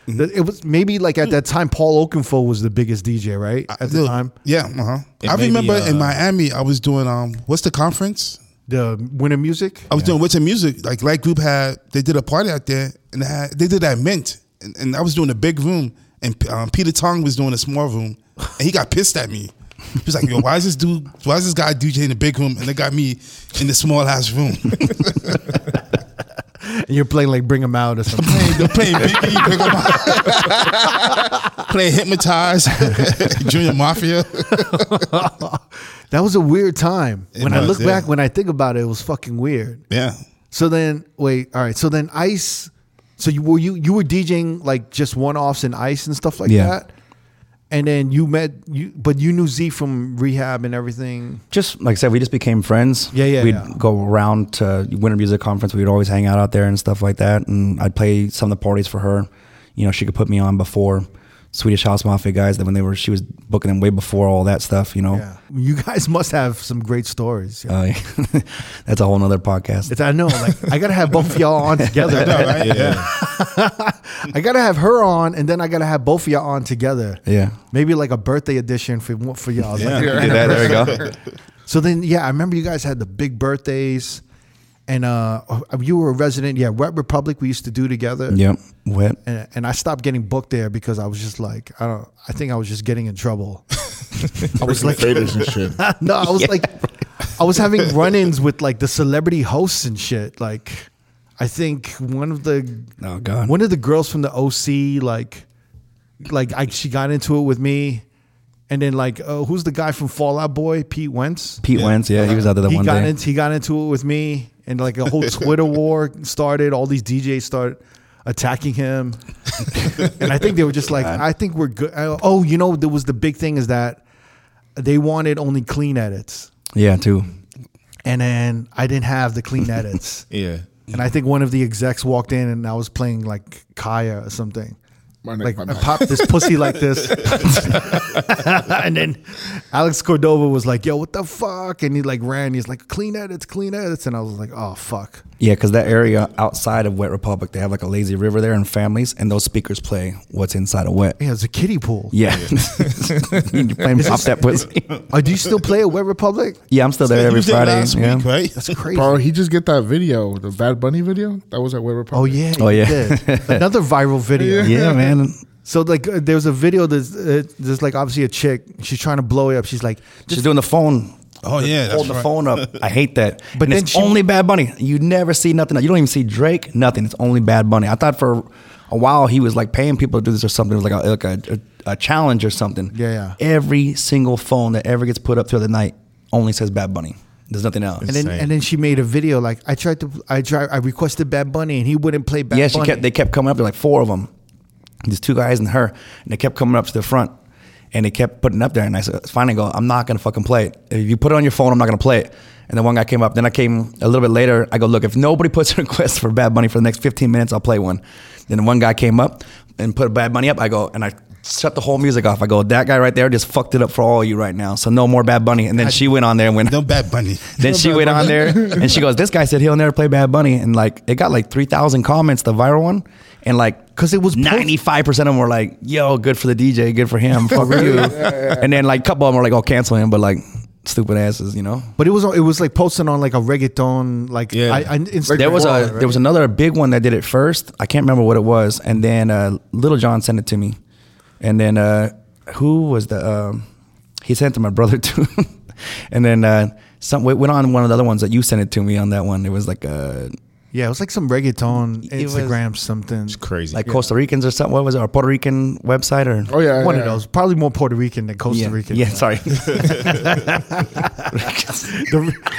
C: Mm-hmm.
A: th- it was maybe like
B: Mm.
A: at that time Paul Oakenfold was the biggest DJ, right? At the
B: Dude,
A: time,
B: Yeah, uh-huh.
E: It
B: I
E: may be,
B: remember in
E: uh,
B: Miami, I was doing um, what's the conference?
A: the Winter Music.
B: I was doing Winter Music. Like Light Group had, they did a party out there, and they, had, they did that Mint, and, and I was doing a big room, and um, Peter Tong was doing a small room, and he got pissed at me. He was like, "Yo, why is this dude? Why is this guy DJ in the big room, and they got me in the small ass room?
A: And you're playing like Bring 'Em Out or something.
B: They're playing Biggie, Big Mama, playing Hypnotize, Junior Mafia.
A: that was a weird time. when I
B: was,
A: look
B: yeah.
A: back, when I think about it, it was fucking weird.
B: Yeah,
A: So then, wait, all right. So then, Ice. So you were you you were DJing like just one offs in Ice and stuff like
C: Yeah.
A: that, and then you met you, but you knew Z from rehab and everything.
C: Just like I said, we just became friends.
A: Yeah, yeah,
C: We'd
A: yeah.
C: go around to Winter Music Conference. We'd always hang out out there and stuff like that. And I'd play some of the parties for her. You know, she could put me on before Swedish House Mafia guys. That when they were, she was booking them way before all that stuff. You know,
A: Yeah, you guys must have some great stories. Yeah.
C: Uh, that's a whole nother podcast.
A: It's, I know. Like I gotta have both of y'all on together.
B: right?
E: Yeah.
A: I gotta have her on, and then I gotta have both of y'all on together.
C: yeah.
A: Maybe like a birthday edition for for y'all. Like,
C: You did that, there we go.
A: So then, yeah, I remember you guys had the big birthdays, and uh, you were a resident. Yeah, Wet Republic we used to do together.
C: Yep. Wet.
A: And, and I stopped getting booked there because I was just like, I don't. I think I was just getting in trouble. I was like,
D: Faders and shit.
A: no, I was like, I was having run-ins with like the celebrity hosts and shit. Like, I think one of the
C: Oh, God.
A: one of the girls from the OC like like I, she got into it with me, and then like oh, who's the guy from Fallout Boy? Pete Wentz.
C: Pete Wentz. Yeah, he was out there that
A: he
C: one
A: got
C: day.
A: into he got into it with me, and like a whole Twitter war started. All these DJs started attacking him, and I think they were just like, I think we're good. Oh, you know, there was the big thing is that they wanted only clean edits,
C: yeah, too.
A: and then I didn't have the clean edits.
E: Yeah.
A: And I think one of the execs walked in and I was playing like Kaya or something.
D: My neck,
A: like
D: my
A: I
D: neck.
A: popped this pussy like this. and then Alex Cordova was like, yo, what the fuck? And he like ran. He's like, clean edits, clean edits. And I was like, oh, fuck.
C: Yeah, because that area outside of Wet Republic, they have like a lazy river there and families, and those speakers play what's inside of Wet.
A: Yeah, it's a kiddie pool.
C: Yeah. you playing pop that pussy.
A: Uh, do you still play at Web Republic?
C: Yeah, I'm still there
B: You
C: every
B: did
C: Friday.
B: last
C: yeah.
B: week, right?
A: That's crazy.
D: Bro, he just get that video, the Bad Bunny video. That was at Web
A: Oh
D: Republic.
A: yeah!
C: Oh,
A: you
C: yeah.
A: did. Another viral video.
C: yeah, man.
A: So like, uh, there's a video that's uh, there's like obviously a chick. She's trying to blow it up. She's like,
C: She's doing the phone.
B: Oh yeah, that's
C: holding the
B: right.
C: phone up. I hate that.
A: But
C: But
A: then
C: it's
A: she-
C: only Bad Bunny. You never see nothing. else. You don't even see Drake. Nothing. It's only Bad Bunny. I thought for a while he was like paying people to do this or something. It was like a, like a, a, a challenge or something.
A: Yeah, yeah.
C: Every single phone that ever gets put up through the night only says Bad Bunny. There's nothing else.
A: and then
E: Insane.
A: and then she made a video like, I tried to, I try, I requested Bad Bunny and he wouldn't play Bad
C: yeah,
A: Bunny.
C: she kept. They kept coming up. There were like four of them. These two guys and her, and they kept coming up to the front, and they kept putting it up there. And I said, finally, go. I'm not gonna fucking play it. If you put it on your phone, I'm not gonna play it. And then one guy came up. Then I came a little bit later. I go, look, if nobody puts a request for Bad Bunny for the next 15 minutes, I'll play one. Then one guy came up and put Bad Bunny up. I go and I shut the whole music off. I go, that guy right there just fucked it up for all you right now. So no more Bad Bunny. And then she went on there and went.
B: No bad bunny.
C: Then she went on there and she goes, "This guy said he'll never play Bad Bunny," and like it got like three thousand comments, the viral one, and like
A: Because it was post-
C: ninety five percent of them were like, "Yo, good for the DJ, good for him, fuck you," and then like a couple of them were like, "Oh, cancel him," but like stupid asses, you know.
A: But it was it was like posting on like a reggaeton like
E: Yeah.
A: I, I Instagram.
C: There was
A: wall,
C: a
A: right?
C: there was another big one that did it first. I can't remember what it was, and then uh, Little John sent it to me, and then uh, who was the um, he sent it to my brother too, and then uh, some it went on one of the other ones that you sent it to me on that one. It was like uh,
A: Yeah, it was like some reggaeton
C: It was-
A: Instagram something.
E: Crazy.
C: like Costa Ricans or something. What was it? Or Puerto Rican website or
D: Oh yeah,
A: One
D: yeah.
A: of those. Probably more Puerto Rican than Costa
C: yeah,
A: Rican.
C: yeah. Sorry,
D: The,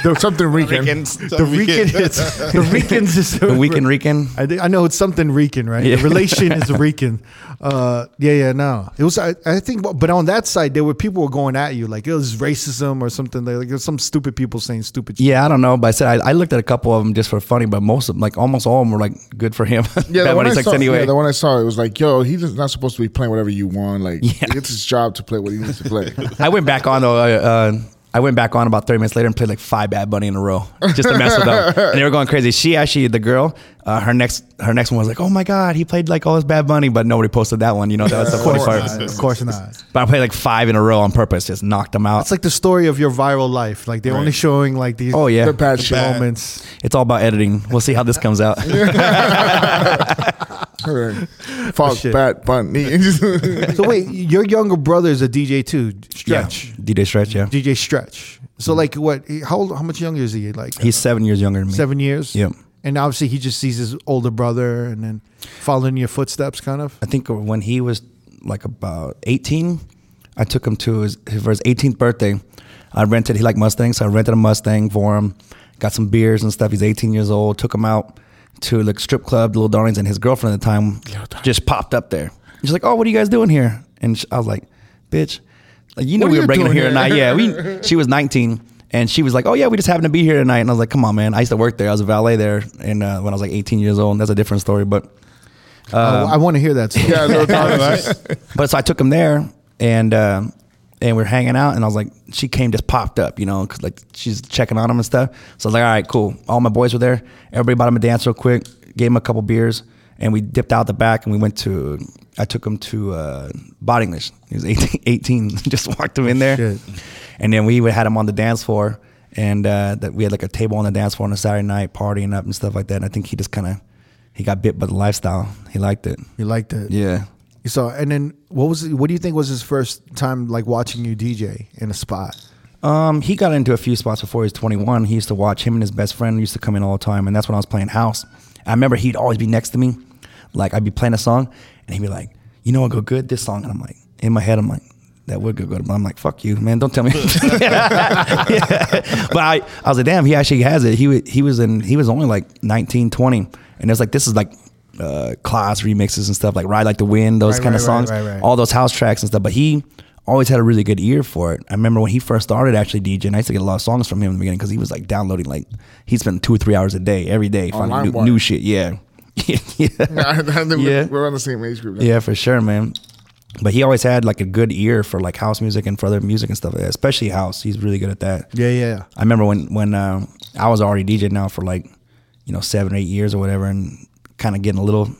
D: the, something Rican.
A: The Rican is the Ricans is
C: the weekend Rican.
A: I, thi- I know it's something Rican, right?
C: Yeah.
A: The relation is Rican. Uh, yeah, yeah, no. It was I, I think, but on that side there were people were going at you like it was racism or something. Like there's some stupid people saying stupid. shit.
C: Yeah, I don't know, but I said I, I looked at a couple of them just for funny, but most of them, like almost all of them, were like good for him.
D: Yeah,
C: Bad
D: the one,
C: Bunny
D: I
C: sucks
D: saw,
C: anyway.
D: yeah, the one I saw, it was like, yo, he's just not supposed to be playing whatever you want. Like, it's his job to play what he needs to play.
C: I went back on though. Uh, uh, I went back on about 30 minutes later and played like five Bad Bunny in a row just to mess with them. And they were going crazy. She actually, the girl, uh, her next her next one was like, oh my God, he played like all this Bad Bunny, but nobody posted that one. You know, that was the
A: Of
C: funny
A: course
C: part.
A: not. Of course not.
C: But I played like five in a row on purpose, just knocked them out.
A: It's like the story of your viral life. Like they're only showing like these
C: oh, yeah.
D: The bad shit.
A: moments.
C: It's all about editing. We'll see how this comes out.
D: Fuck
A: Shit.
D: Bat Bunny.
A: So wait, your younger brother is a DJ too, Stretch.
C: Yeah. DJ Stretch, yeah.
A: DJ Stretch. So like what? How old? How much younger is he? Like
C: He's seven years younger than me.
A: seven years.
C: Yep.
A: And obviously he just sees his older brother and then following your footsteps, kind of.
C: I think when he was like about 18, I took him to his, for his 18th birthday. I rented, he liked Mustangs, so I rented a Mustang for him, got some beers and stuff. He's 18 years old, took him out to like strip club, Little Darlings, and his girlfriend at the time just popped up there. She's like, oh, what are you guys doing here? And sh- I was like, bitch, like, you know
D: What are
C: we
D: you
C: were bringing her
D: doing
C: here tonight.
D: here?
C: Yeah, we, she was 19. And she was like, "Oh yeah, we just happened to be here tonight." And I was like, "Come on, man! I used to work there. I was a valet there, and uh, when I was like 18 years old, and that's a different story." But
A: Uh, I, want to hear that. Story.
D: yeah, no, right?
C: but so I took him there, and uh, and we are hanging out, and I was like, she came just popped up, you know, 'cause, like she's checking on him and stuff. So I was like, all right, cool. All my boys were there. Everybody bought him a dance real quick, gave him a couple beers, and we dipped out the back, and we went to. I took him to uh, Bot English. He was 18, 18. just walked him in there,
A: Shit.
C: and then we had him on the dance floor, and uh, that we had like a table on the dance floor on a Saturday night, partying up and stuff like that. And I think he just kind of he got bit by the lifestyle. He liked it.
A: You liked it.
C: Yeah.
A: You saw, and then what was? What do you think was his first time like watching you DJ in a spot?
C: Um, he got into a few spots before he was 21. He used to watch him and his best friend used to come in all the time, and that's when I was playing house. I remember he'd always be next to me, like I'd be playing a song, and he'd be like, "You know what go good this song?" And I'm like, in my head, I'm like, "That would go good," but I'm like, "Fuck you, man! Don't tell me." Yeah. But I, I was like, "Damn, he actually has it." He wa- he was in he was only like 19, 20, and it's like this is like. Uh, class remixes and stuff like "Ride Like the Wind," those
A: Right,
C: kind
A: right,
C: of songs,
A: right, right, right.
C: all those house tracks and stuff. But he always had a really good ear for it. I remember when he first started actually DJing, I used to get a lot of songs from him in the beginning because he was like downloading like he spent two or three hours a day every day
D: Online
C: finding new,
D: wire.
C: new shit. Yeah, yeah,
D: I think we-
C: Yeah.
D: We're on the same age group. now.
C: yeah, for sure, man. But he always had like a good ear for like house music and for other music and stuff, especially house. He's really good at that.
A: Yeah, yeah.
C: I remember when when uh, I was already DJing now for like you know seven eight years or whatever, and kind of getting a little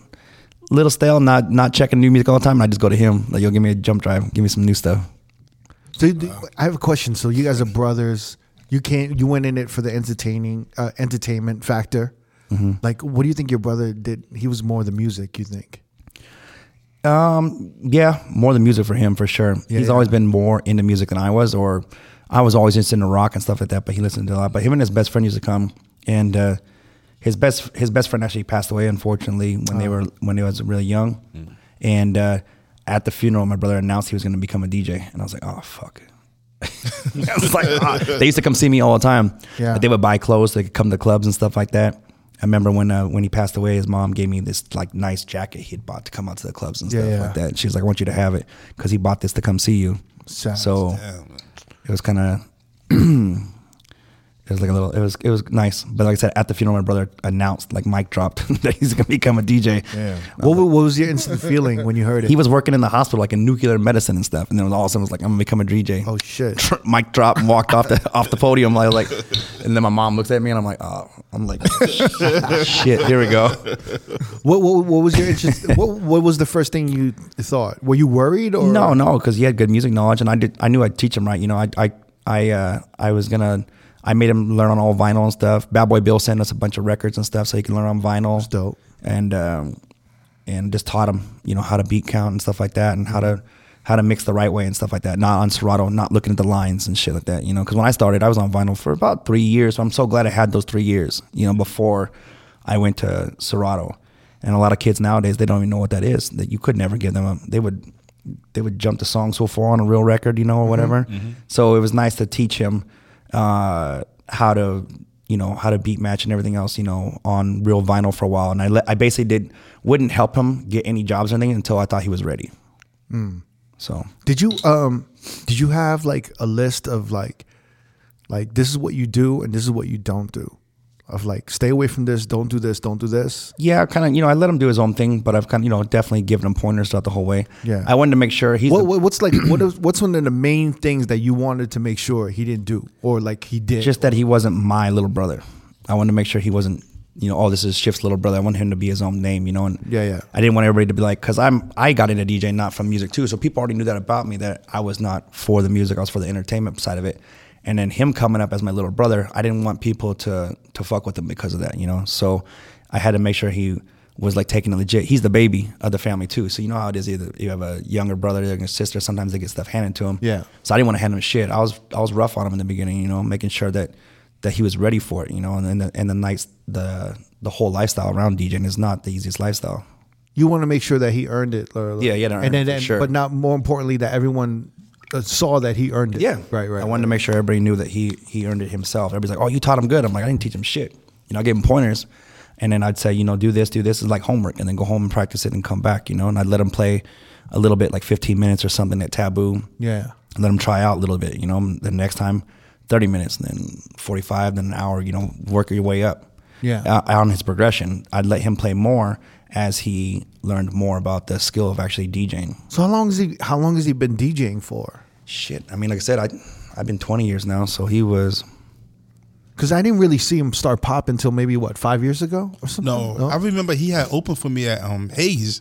C: little stale, not not checking new music all the time. And I just go to him like, "Yo, give me a jump drive, give me some new stuff."
A: So do- I have a question. So you guys are brothers. You can't. You went in it for the entertaining uh, entertainment factor. Like, what do you think your brother did? He was more the music. You think?
C: Um, yeah, more the music for him for sure. He's
A: yeah.
C: always been more into music than I was, or I was always just into rock and stuff like that. But he listened to a lot. But him and his best friend used to come, and uh, his best his best friend actually passed away unfortunately when
A: Oh.
C: they were when they was really young.
A: Hmm.
C: And uh, at the funeral, my brother announced he was going to become a DJ, and I was like, oh fuck. I was like, ah. they used to come see me all the time.
A: Yeah.
C: But they would buy clothes. They could come to clubs and stuff like that. I remember when uh, when he passed away, his mom gave me this like nice jacket he had bought to come out to the clubs and
A: Yeah,
C: stuff
A: yeah.
C: like that. She was like, "I want you to have it because he bought this to come see you."
A: Sad.
C: So it was kind of it was like a little it was it was nice. But like I said, at the funeral, my brother announced like mic dropped that he's gonna become a DJ.
A: What, wa- what was your instant feeling when you heard it?
C: He was working in the hospital like in nuclear medicine and stuff, and then all of a sudden it was like, "I'm gonna become a DJ."
A: oh shit.
C: mic drop and walked off the off the podium. I was like, and then my mom looks at me and I'm like, oh, I'm like, shit, here we go.
A: What, what, what was your interest? what, what was the first thing you thought? Were you worried or
C: No, no, because he had good music knowledge, and I did. I knew I'd teach him right. You know, I, I, I, uh, I was gonna. I made him learn on all vinyl and stuff. Bad Boy Bill sent us a bunch of records and stuff, so he can learn on vinyl. That's
A: dope.
C: And um, and just taught him, you know, how to beat count and stuff like that, and how to how to mix the right way and stuff like that. Not on Serato, not looking at the lines and shit like that. You know, because when I started, I was on vinyl for about three years. So I'm so glad I had those three years. You know, before I went to Serato, and a lot of kids nowadays they don't even know what that is. That you could never give them. A, they would they would jump the song so far on a real record, you know, or whatever. So it was nice to teach him uh, how to you know how to beat match and everything else you know on real vinyl for a while and i let, i basically did wouldn't help him get any jobs or anything until i thought he was ready
A: Hmm.
C: so
A: Did you um did you have like a list of like like this is what you do and this is what you don't do? Of like stay away from this, don't do this, don't do this.
C: Yeah, kind of. You know, I let him do his own thing, but I've kind of, you know, definitely given him pointers throughout the whole way.
A: Yeah.
C: I wanted to make sure he's
A: What,
C: the-
A: what what's like what is, what's one of the main things that you wanted to make sure he didn't do or like he did?
C: just that he wasn't my little brother. I wanted to make sure he wasn't, you know, oh, this is Shift's little brother. I wanted him to be his own name, you know. And
A: Yeah, yeah.
C: I didn't want everybody to be like, because I'm, I got into DJ not from music too, so people already knew that about me that I was not for the music. I was for the entertainment side of it. And then him coming up as my little brother, I didn't want people to to fuck with him because of that, you know. So I had to make sure he was like taking it legit. He's the baby of the family too, so you know how it is. Either you have a younger brother, younger sister. Sometimes they get stuff handed to them.
A: Yeah.
C: So I didn't want to hand him shit. I was I was rough on him in the beginning, you know, making sure that that he was ready for it, you know, and and the, and the nights the the whole lifestyle around DJing is not the easiest lifestyle.
A: you want to make sure that he earned it. or-
C: Yeah, yeah, no,
A: and then,
C: for
A: then-
C: sure.
A: but not more importantly that everyone uh, saw that he earned it. right, right.
C: I wanted to make sure everybody knew that he he earned it himself. Everybody's like, "Oh, you taught him good." I'm like, "I didn't teach him shit." You know, I gave him pointers, and then I'd say, you know, do this, do this is like homework, and then go home and practice it and come back. You know, and I'd let him play a little bit, like 15 minutes or something at Taboo.
A: Yeah.
C: let him try out a little bit. You know, and the next time, 30 minutes, and then 45, then an hour. You know, work your way up.
A: Yeah.
C: Uh, on his progression, I'd let him play more as he learned more about the skill of actually DJing.
A: So how long has he how long has he been DJing for?
C: Shit. I mean, like I said, I I've been 20 years now, so he was
A: Because I didn't really see him start pop until maybe what five years ago or something.
B: No, I remember he had opened for me at um, Hayes.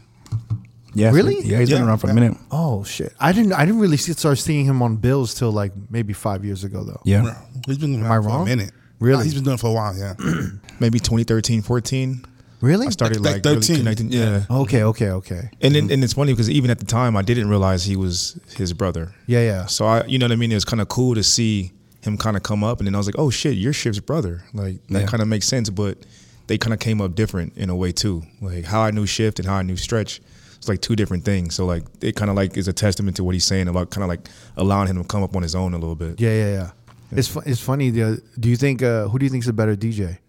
C: yeah,
A: Really?
C: yeah, he's
B: Yeah,
C: been around for
B: yeah.
C: a minute.
A: Oh shit! I didn't. I didn't really see, start seeing him on bills till like maybe five years ago, though.
C: Yeah.
B: Bro, He's been
A: I
B: around for
A: wrong?
B: a minute.
A: Really?
B: Nah, he's been doing it for a while. Yeah,
E: Maybe 2013, 14.
A: Really?
E: I started
B: Like
E: like, really
B: 13.
E: connecting- yeah.
A: Okay. Okay. Okay.
E: And
C: Mm-hmm.
E: then, and it's funny because even at the time, I didn't realize he was his brother.
A: Yeah. Yeah.
E: So I, you know what I mean? It was kind of cool to see him kind of come up, and then I was like, oh shit, you're Ship's brother. Like that
C: Yeah.
E: kind of makes sense, but they kind of came up different in a way too. Like how I knew Shift and how I knew Stretch, it's like two different things. So like it kind of like is a testament to what he's saying about kind of like allowing him to come up on his own a little bit.
A: Yeah. Yeah. Yeah. It's fu- it's funny. The, do you think uh, who do you think's a better DJ?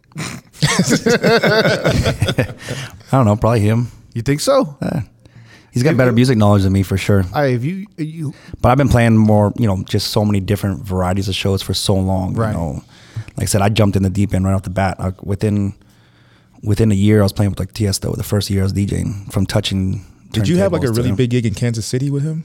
C: I don't know, probably him.
A: You think so?
E: Uh.
C: He's got better music knowledge than me for sure.
A: I if you you
C: But I've been playing more, you know, just so many different varieties of shows for so long.
A: Right.
C: You know, like I said, I jumped in the deep end right off the bat. Like within within a year, I was playing with like Tiesto. The first year I was DJing, from touching.
E: Did you have like a
C: turntables to-
E: really big gig in Kansas City with him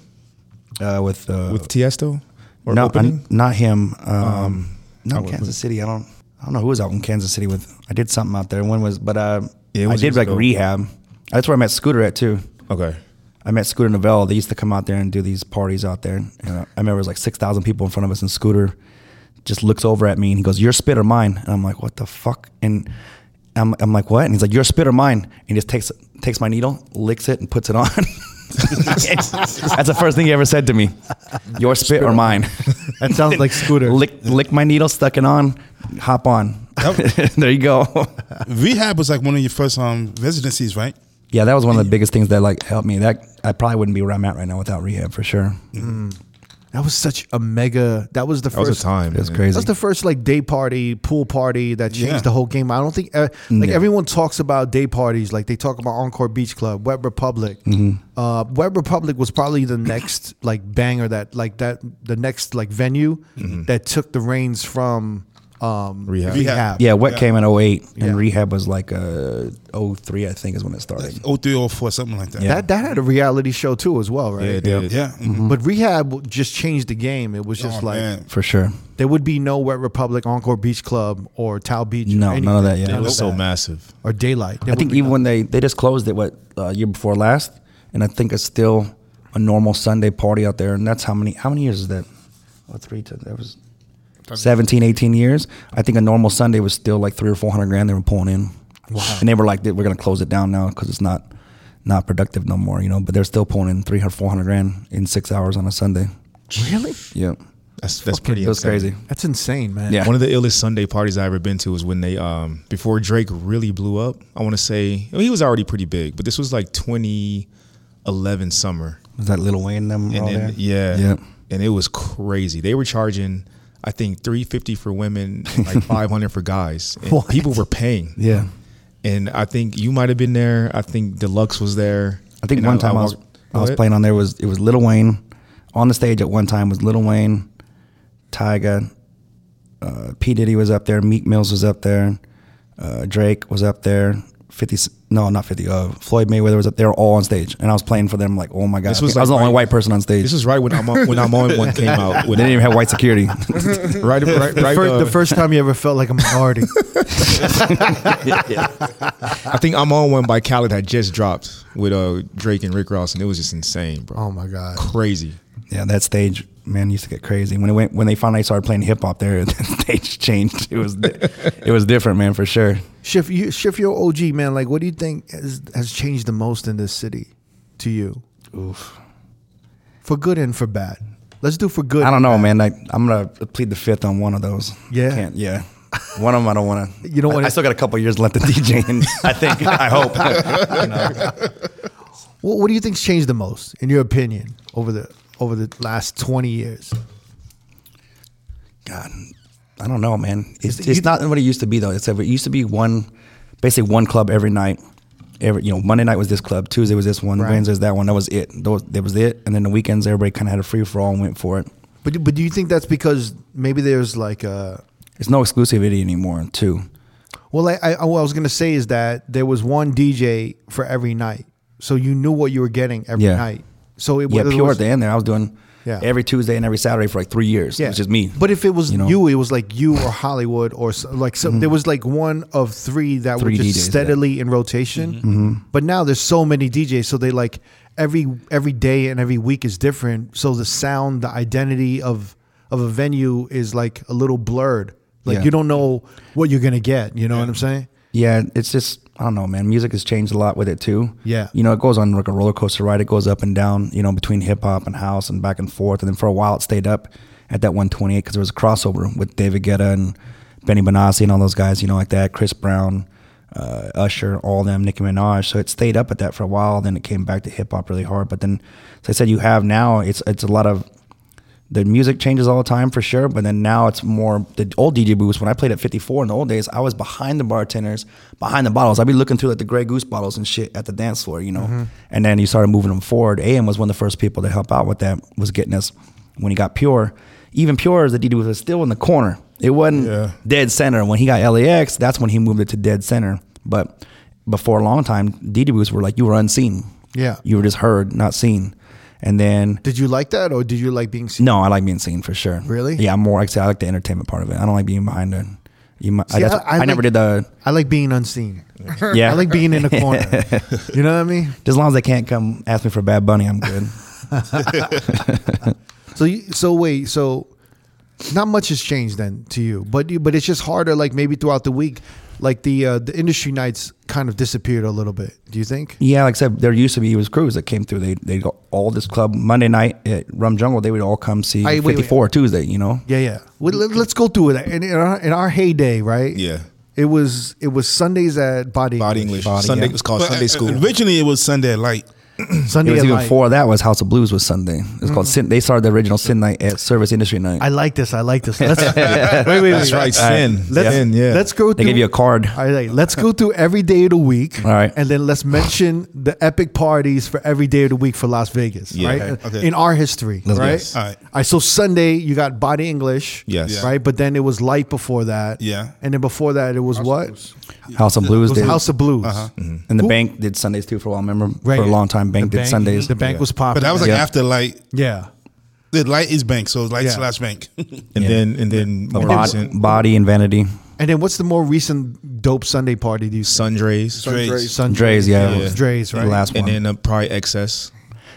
C: uh, with uh,
E: with Tiesto or
C: no,
E: opening?
C: I'm- not him. Um, not
E: was
C: Kansas City. I don't. I don't know who was out in Kansas City with. I did something out there. One was, but uh,
E: Yeah, it was
C: I did
E: years
C: like
E: ago.
C: rehab. That's where I met Scooter at too.
E: okay.
C: I met Scooter Novell. They used to come out there and do these parties out there. And uh, I remember it was like six thousand people in front of us, and Scooter just looks over at me and he goes, "Your spit or mine?" And I'm like, "What the fuck?" And I'm, I'm like, "What?" And he's like, "Your spit or mine?" And he just takes takes my needle, licks it, and puts it on. That's the first thing he ever said to me. Your spit, or mine.
A: that sounds like Scooter.
C: lick lick my needle, stuck it on, hop on. there you go.
B: rehab was like one of your first um residencies, right?
C: yeah, that was one of the biggest things that like helped me. That I probably wouldn't be where I'm at right now without rehab for sure.
A: That was such a mega. That was the
E: That
A: first
E: was a time.
C: It was
E: man.
C: crazy.
A: That's the first like day party, pool party that changed
B: Yeah.
A: the whole game. I don't think uh, like
C: No.
A: everyone talks about day parties. Like they talk about Encore Beach Club, Web Republic. Uh, Web Republic was probably the next like banger that like that the next like venue that took the reins from um,
E: Rehab.
A: rehab.
B: Rehab.
C: Yeah, Wet came in 08 and
A: Yeah.
C: Rehab was like uh 03 I think is when it started.
B: Oh three, oh four, something like that.
C: Yeah.
A: That that had a reality show too as well,
E: Yeah,
A: right?
E: it did.
B: yeah. Mhm.
A: But rehab just changed the game. It was just
B: Oh,
A: like
B: man.
C: For sure.
A: there would be no Wet Republic, Encore Beach Club, or Tao Beach. or
C: No, none of that,
A: anything.
C: yeah.
E: It
A: None
E: was
A: of
E: so
A: that.
E: massive.
A: Or daylight. There
C: I
A: would
C: think
A: be
C: even when they they just closed it what uh, year before last and I think it's still a normal Sunday party out there and that's how many how many years is that? Oh, 3 to that was 17 18 years. I think a normal Sunday was still like 3 or 400 grand they were pulling in. Wow. And they were like we're going to close it down now cuz it's not not productive no more, you know, but they're still pulling in 300 400 grand in 6 hours on a Sunday.
A: Really?
C: Yeah.
E: That's that's
A: fucking-
E: pretty.
C: It was
E: upsetting.
C: crazy.
A: That's insane, man.
C: Yeah.
E: One of the illest Sunday parties I ever been to was when they um before Drake really blew up. I want to say I mean, he was already pretty big, but this was like 2011 summer.
C: Was that Lil Wayne and them? all
E: and then,
C: there?
E: yeah,
C: Oh, Yeah.
E: and it was crazy. They were charging, I think, three fifty for women, and like five hundred for guys. And
C: What?
E: People were paying.
C: Yeah.
E: and I think you might have been there. I think Deluxe was there.
C: I think
E: And
C: one time I, was
E: walked-
C: I was
E: What?
C: playing on there was it was Lil Wayne on the stage at one time was Lil Wayne, Tyga, uh, P Diddy was up there, Meek Mills was up there, uh, Drake was up there, Fifty C- no not Fifty uh, Floyd Mayweather was up there all on stage, and I was playing for them like oh my god
E: This was
C: I was
E: like
C: the only
E: right-
C: white person on stage.
E: This was right when I'm on, when I'm on one came out.
C: they
E: When,
C: didn't
E: right,
C: even have white security.
E: right, right,
A: The, first,
E: uh,
A: the first time you ever felt like a minority.
E: I think I'm on one by Khaled had just dropped with uh, Drake and Rick Ross, and it was just insane, bro.
A: oh my god.
E: Crazy.
C: yeah, that stage man used to get crazy when it went when they finally started playing hip hop there. The stage changed. It was it was different, man, for sure.
A: Shift you shift your OG man. Like, what do you think has, has changed the most in this city to you?
C: Oof.
A: For good and for bad. Let's do for good.
C: I don't know, man. Like I'm gonna plead the fifth on one of those.
A: Yeah?
C: Can't, yeah. One of them I don't want to.
A: You don't
C: I,
A: wanna-
C: I still got a couple years left of DJing. I think. I hope. You know?
A: What, what do you think's changed the most, in your opinion, over the over the last twenty years?
C: God, I don't know, man. It's, it's not what it used to be though. It's it used to be one, basically one club every night. Every you know, Monday night was this club, Tuesday was this one,
A: Right.
C: Wednesday was that one. That was it. Those, that was it. And then the weekends, everybody kind of had a free for all and went for it.
A: But but do you think that's because maybe there's like a
C: It's no exclusivity anymore, too.
A: well, I, I what I was gonna say is that there was one DJ for every night, so you knew what you were getting every
C: Yeah.
A: night. So it
C: Yeah,
A: whether it
C: pure
A: was-
C: at the end there. I was doing
A: Yeah.
C: every Tuesday and every Saturday for like three years. Yeah. It was just me.
A: But if it was you,
C: you know? Mm-hmm.
A: it was like you or Hollywood or so, like some, there was like one of three that were
C: Three
A: just
C: DJs, yeah. Mm-hmm.
A: steadily in rotation. But now there's so many DJs, so they like every every day and every week is different. So the sound, the identity of of a venue is like a little blurred. Like
C: Yeah.
A: you don't know what you're gonna get. You know what I'm saying?
C: Yeah, it's just I don't know, man. Music has changed a lot with it too.
A: Yeah.
C: you know, it goes on like a roller coaster ride. It goes up and down, you know, between hip hop and house and back and forth. And then for a while, it stayed up at that 128 because there was a crossover with David Guetta and Benny Benassi and all those guys, you know, like that. Chris Brown, uh, Usher, all them, Nicki Minaj. So it stayed up at that for a while. Then it came back to hip hop really hard. But then, as I said, you have now it's it's a lot of the music changes all the time for sure, but then now it's more the old DJ booths. When I played at 54 in the old days, I was behind the bartenders, behind the bottles. I'd be looking through like the Grey Goose bottles and shit at the dance floor, you know. And then you started moving them forward. AM was one of the first people to help out with that, was getting us when he got pure. Even pure as the DJ booth was still in the corner. It wasn't
B: Yeah.
C: dead center. When he got LAX, that's when he moved it to dead center. But before a long time, DJ booths were like you were unseen.
A: Yeah.
C: You were just heard, not seen. And then
A: Did you like that, or did you like being seen?
C: no, I like being seen for sure.
A: Really?
C: Yeah, I'm more. Like I said, I like the entertainment part of it. I don't like being behind it. You might,
A: See,
C: I, that's,
A: I-
C: I,
A: I
C: never
A: like-
C: did the.
A: I like being unseen.
C: Yeah,
A: I like being in a corner. you know what I mean?
C: as long as they can't come ask me for Bad Bunny, I'm good.
A: So you, so wait, so not much has changed then to you, but you, but it's just harder. Like maybe throughout the week, like the uh, the industry nights kind of disappeared a little bit. Do you think?
C: yeah, like I said, there used to be it was crews that came through. They they go all this club Monday night at Rum Jungle. They would all come see
A: I- wait, wait.
C: 54 Tuesday. You know.
A: Yeah, yeah. Well, let, let's go through it. In, in, our, in our heyday, right?
E: Yeah.
A: It was it was Sundays at Body,
E: Body English.
C: Body,
E: Sunday
C: yeah.
E: it was called
B: But,
E: Sunday
B: uh,
E: School.
B: Originally, it was Sunday at Light.
A: Sunday
C: It was
A: at
C: even
A: night.
C: before that was House of Blues was Sunday. It was called Sin. They started the original Sin Night at Service Industry Night.
A: Mm. I like this. I like this. Let's, wait, wait, wait.
E: That's right, sin.
A: Let's,
E: Sin, yeah.
A: let's go.
C: they
A: through,
C: give you a card.
A: All right, let's go through every day of the week.
C: All right.
A: And then let's mention the epic parties for every day of the week for Las Vegas.
E: Yeah.
A: Right.
E: Okay,
B: okay.
A: In our history.
C: Let's
A: right.
C: go.
B: All right.
A: All right. So Sunday you got Body English.
E: Yes. Yeah.
A: Right. But then it was Light before that.
B: Yeah.
A: And then before that it was what? It
C: House of Blues.
A: was
C: did,
A: House of Blues.
B: Uh-huh.
C: and the
A: Who-
C: bank did Sundays too for a while. I remember
A: Right.
C: Mm-hmm. for a long time, bank
A: The
C: did Sundays.
A: The bank was popular.
B: But that was like
C: Yeah.
B: after Light.
A: yeah.
B: The Light is Bank, so it's Light
A: Yeah.
B: slash Bank.
E: and then and then more
C: Bod-
E: recent
C: body and vanity.
A: And then what's the more recent dope Sunday party? Do you
E: Sundrays,
B: Dre's.
A: Sunday?
C: Dre's, yeah.
A: It was Dre's,
C: The
A: right?
C: last
E: and
C: one.
E: then uh, probably Excess.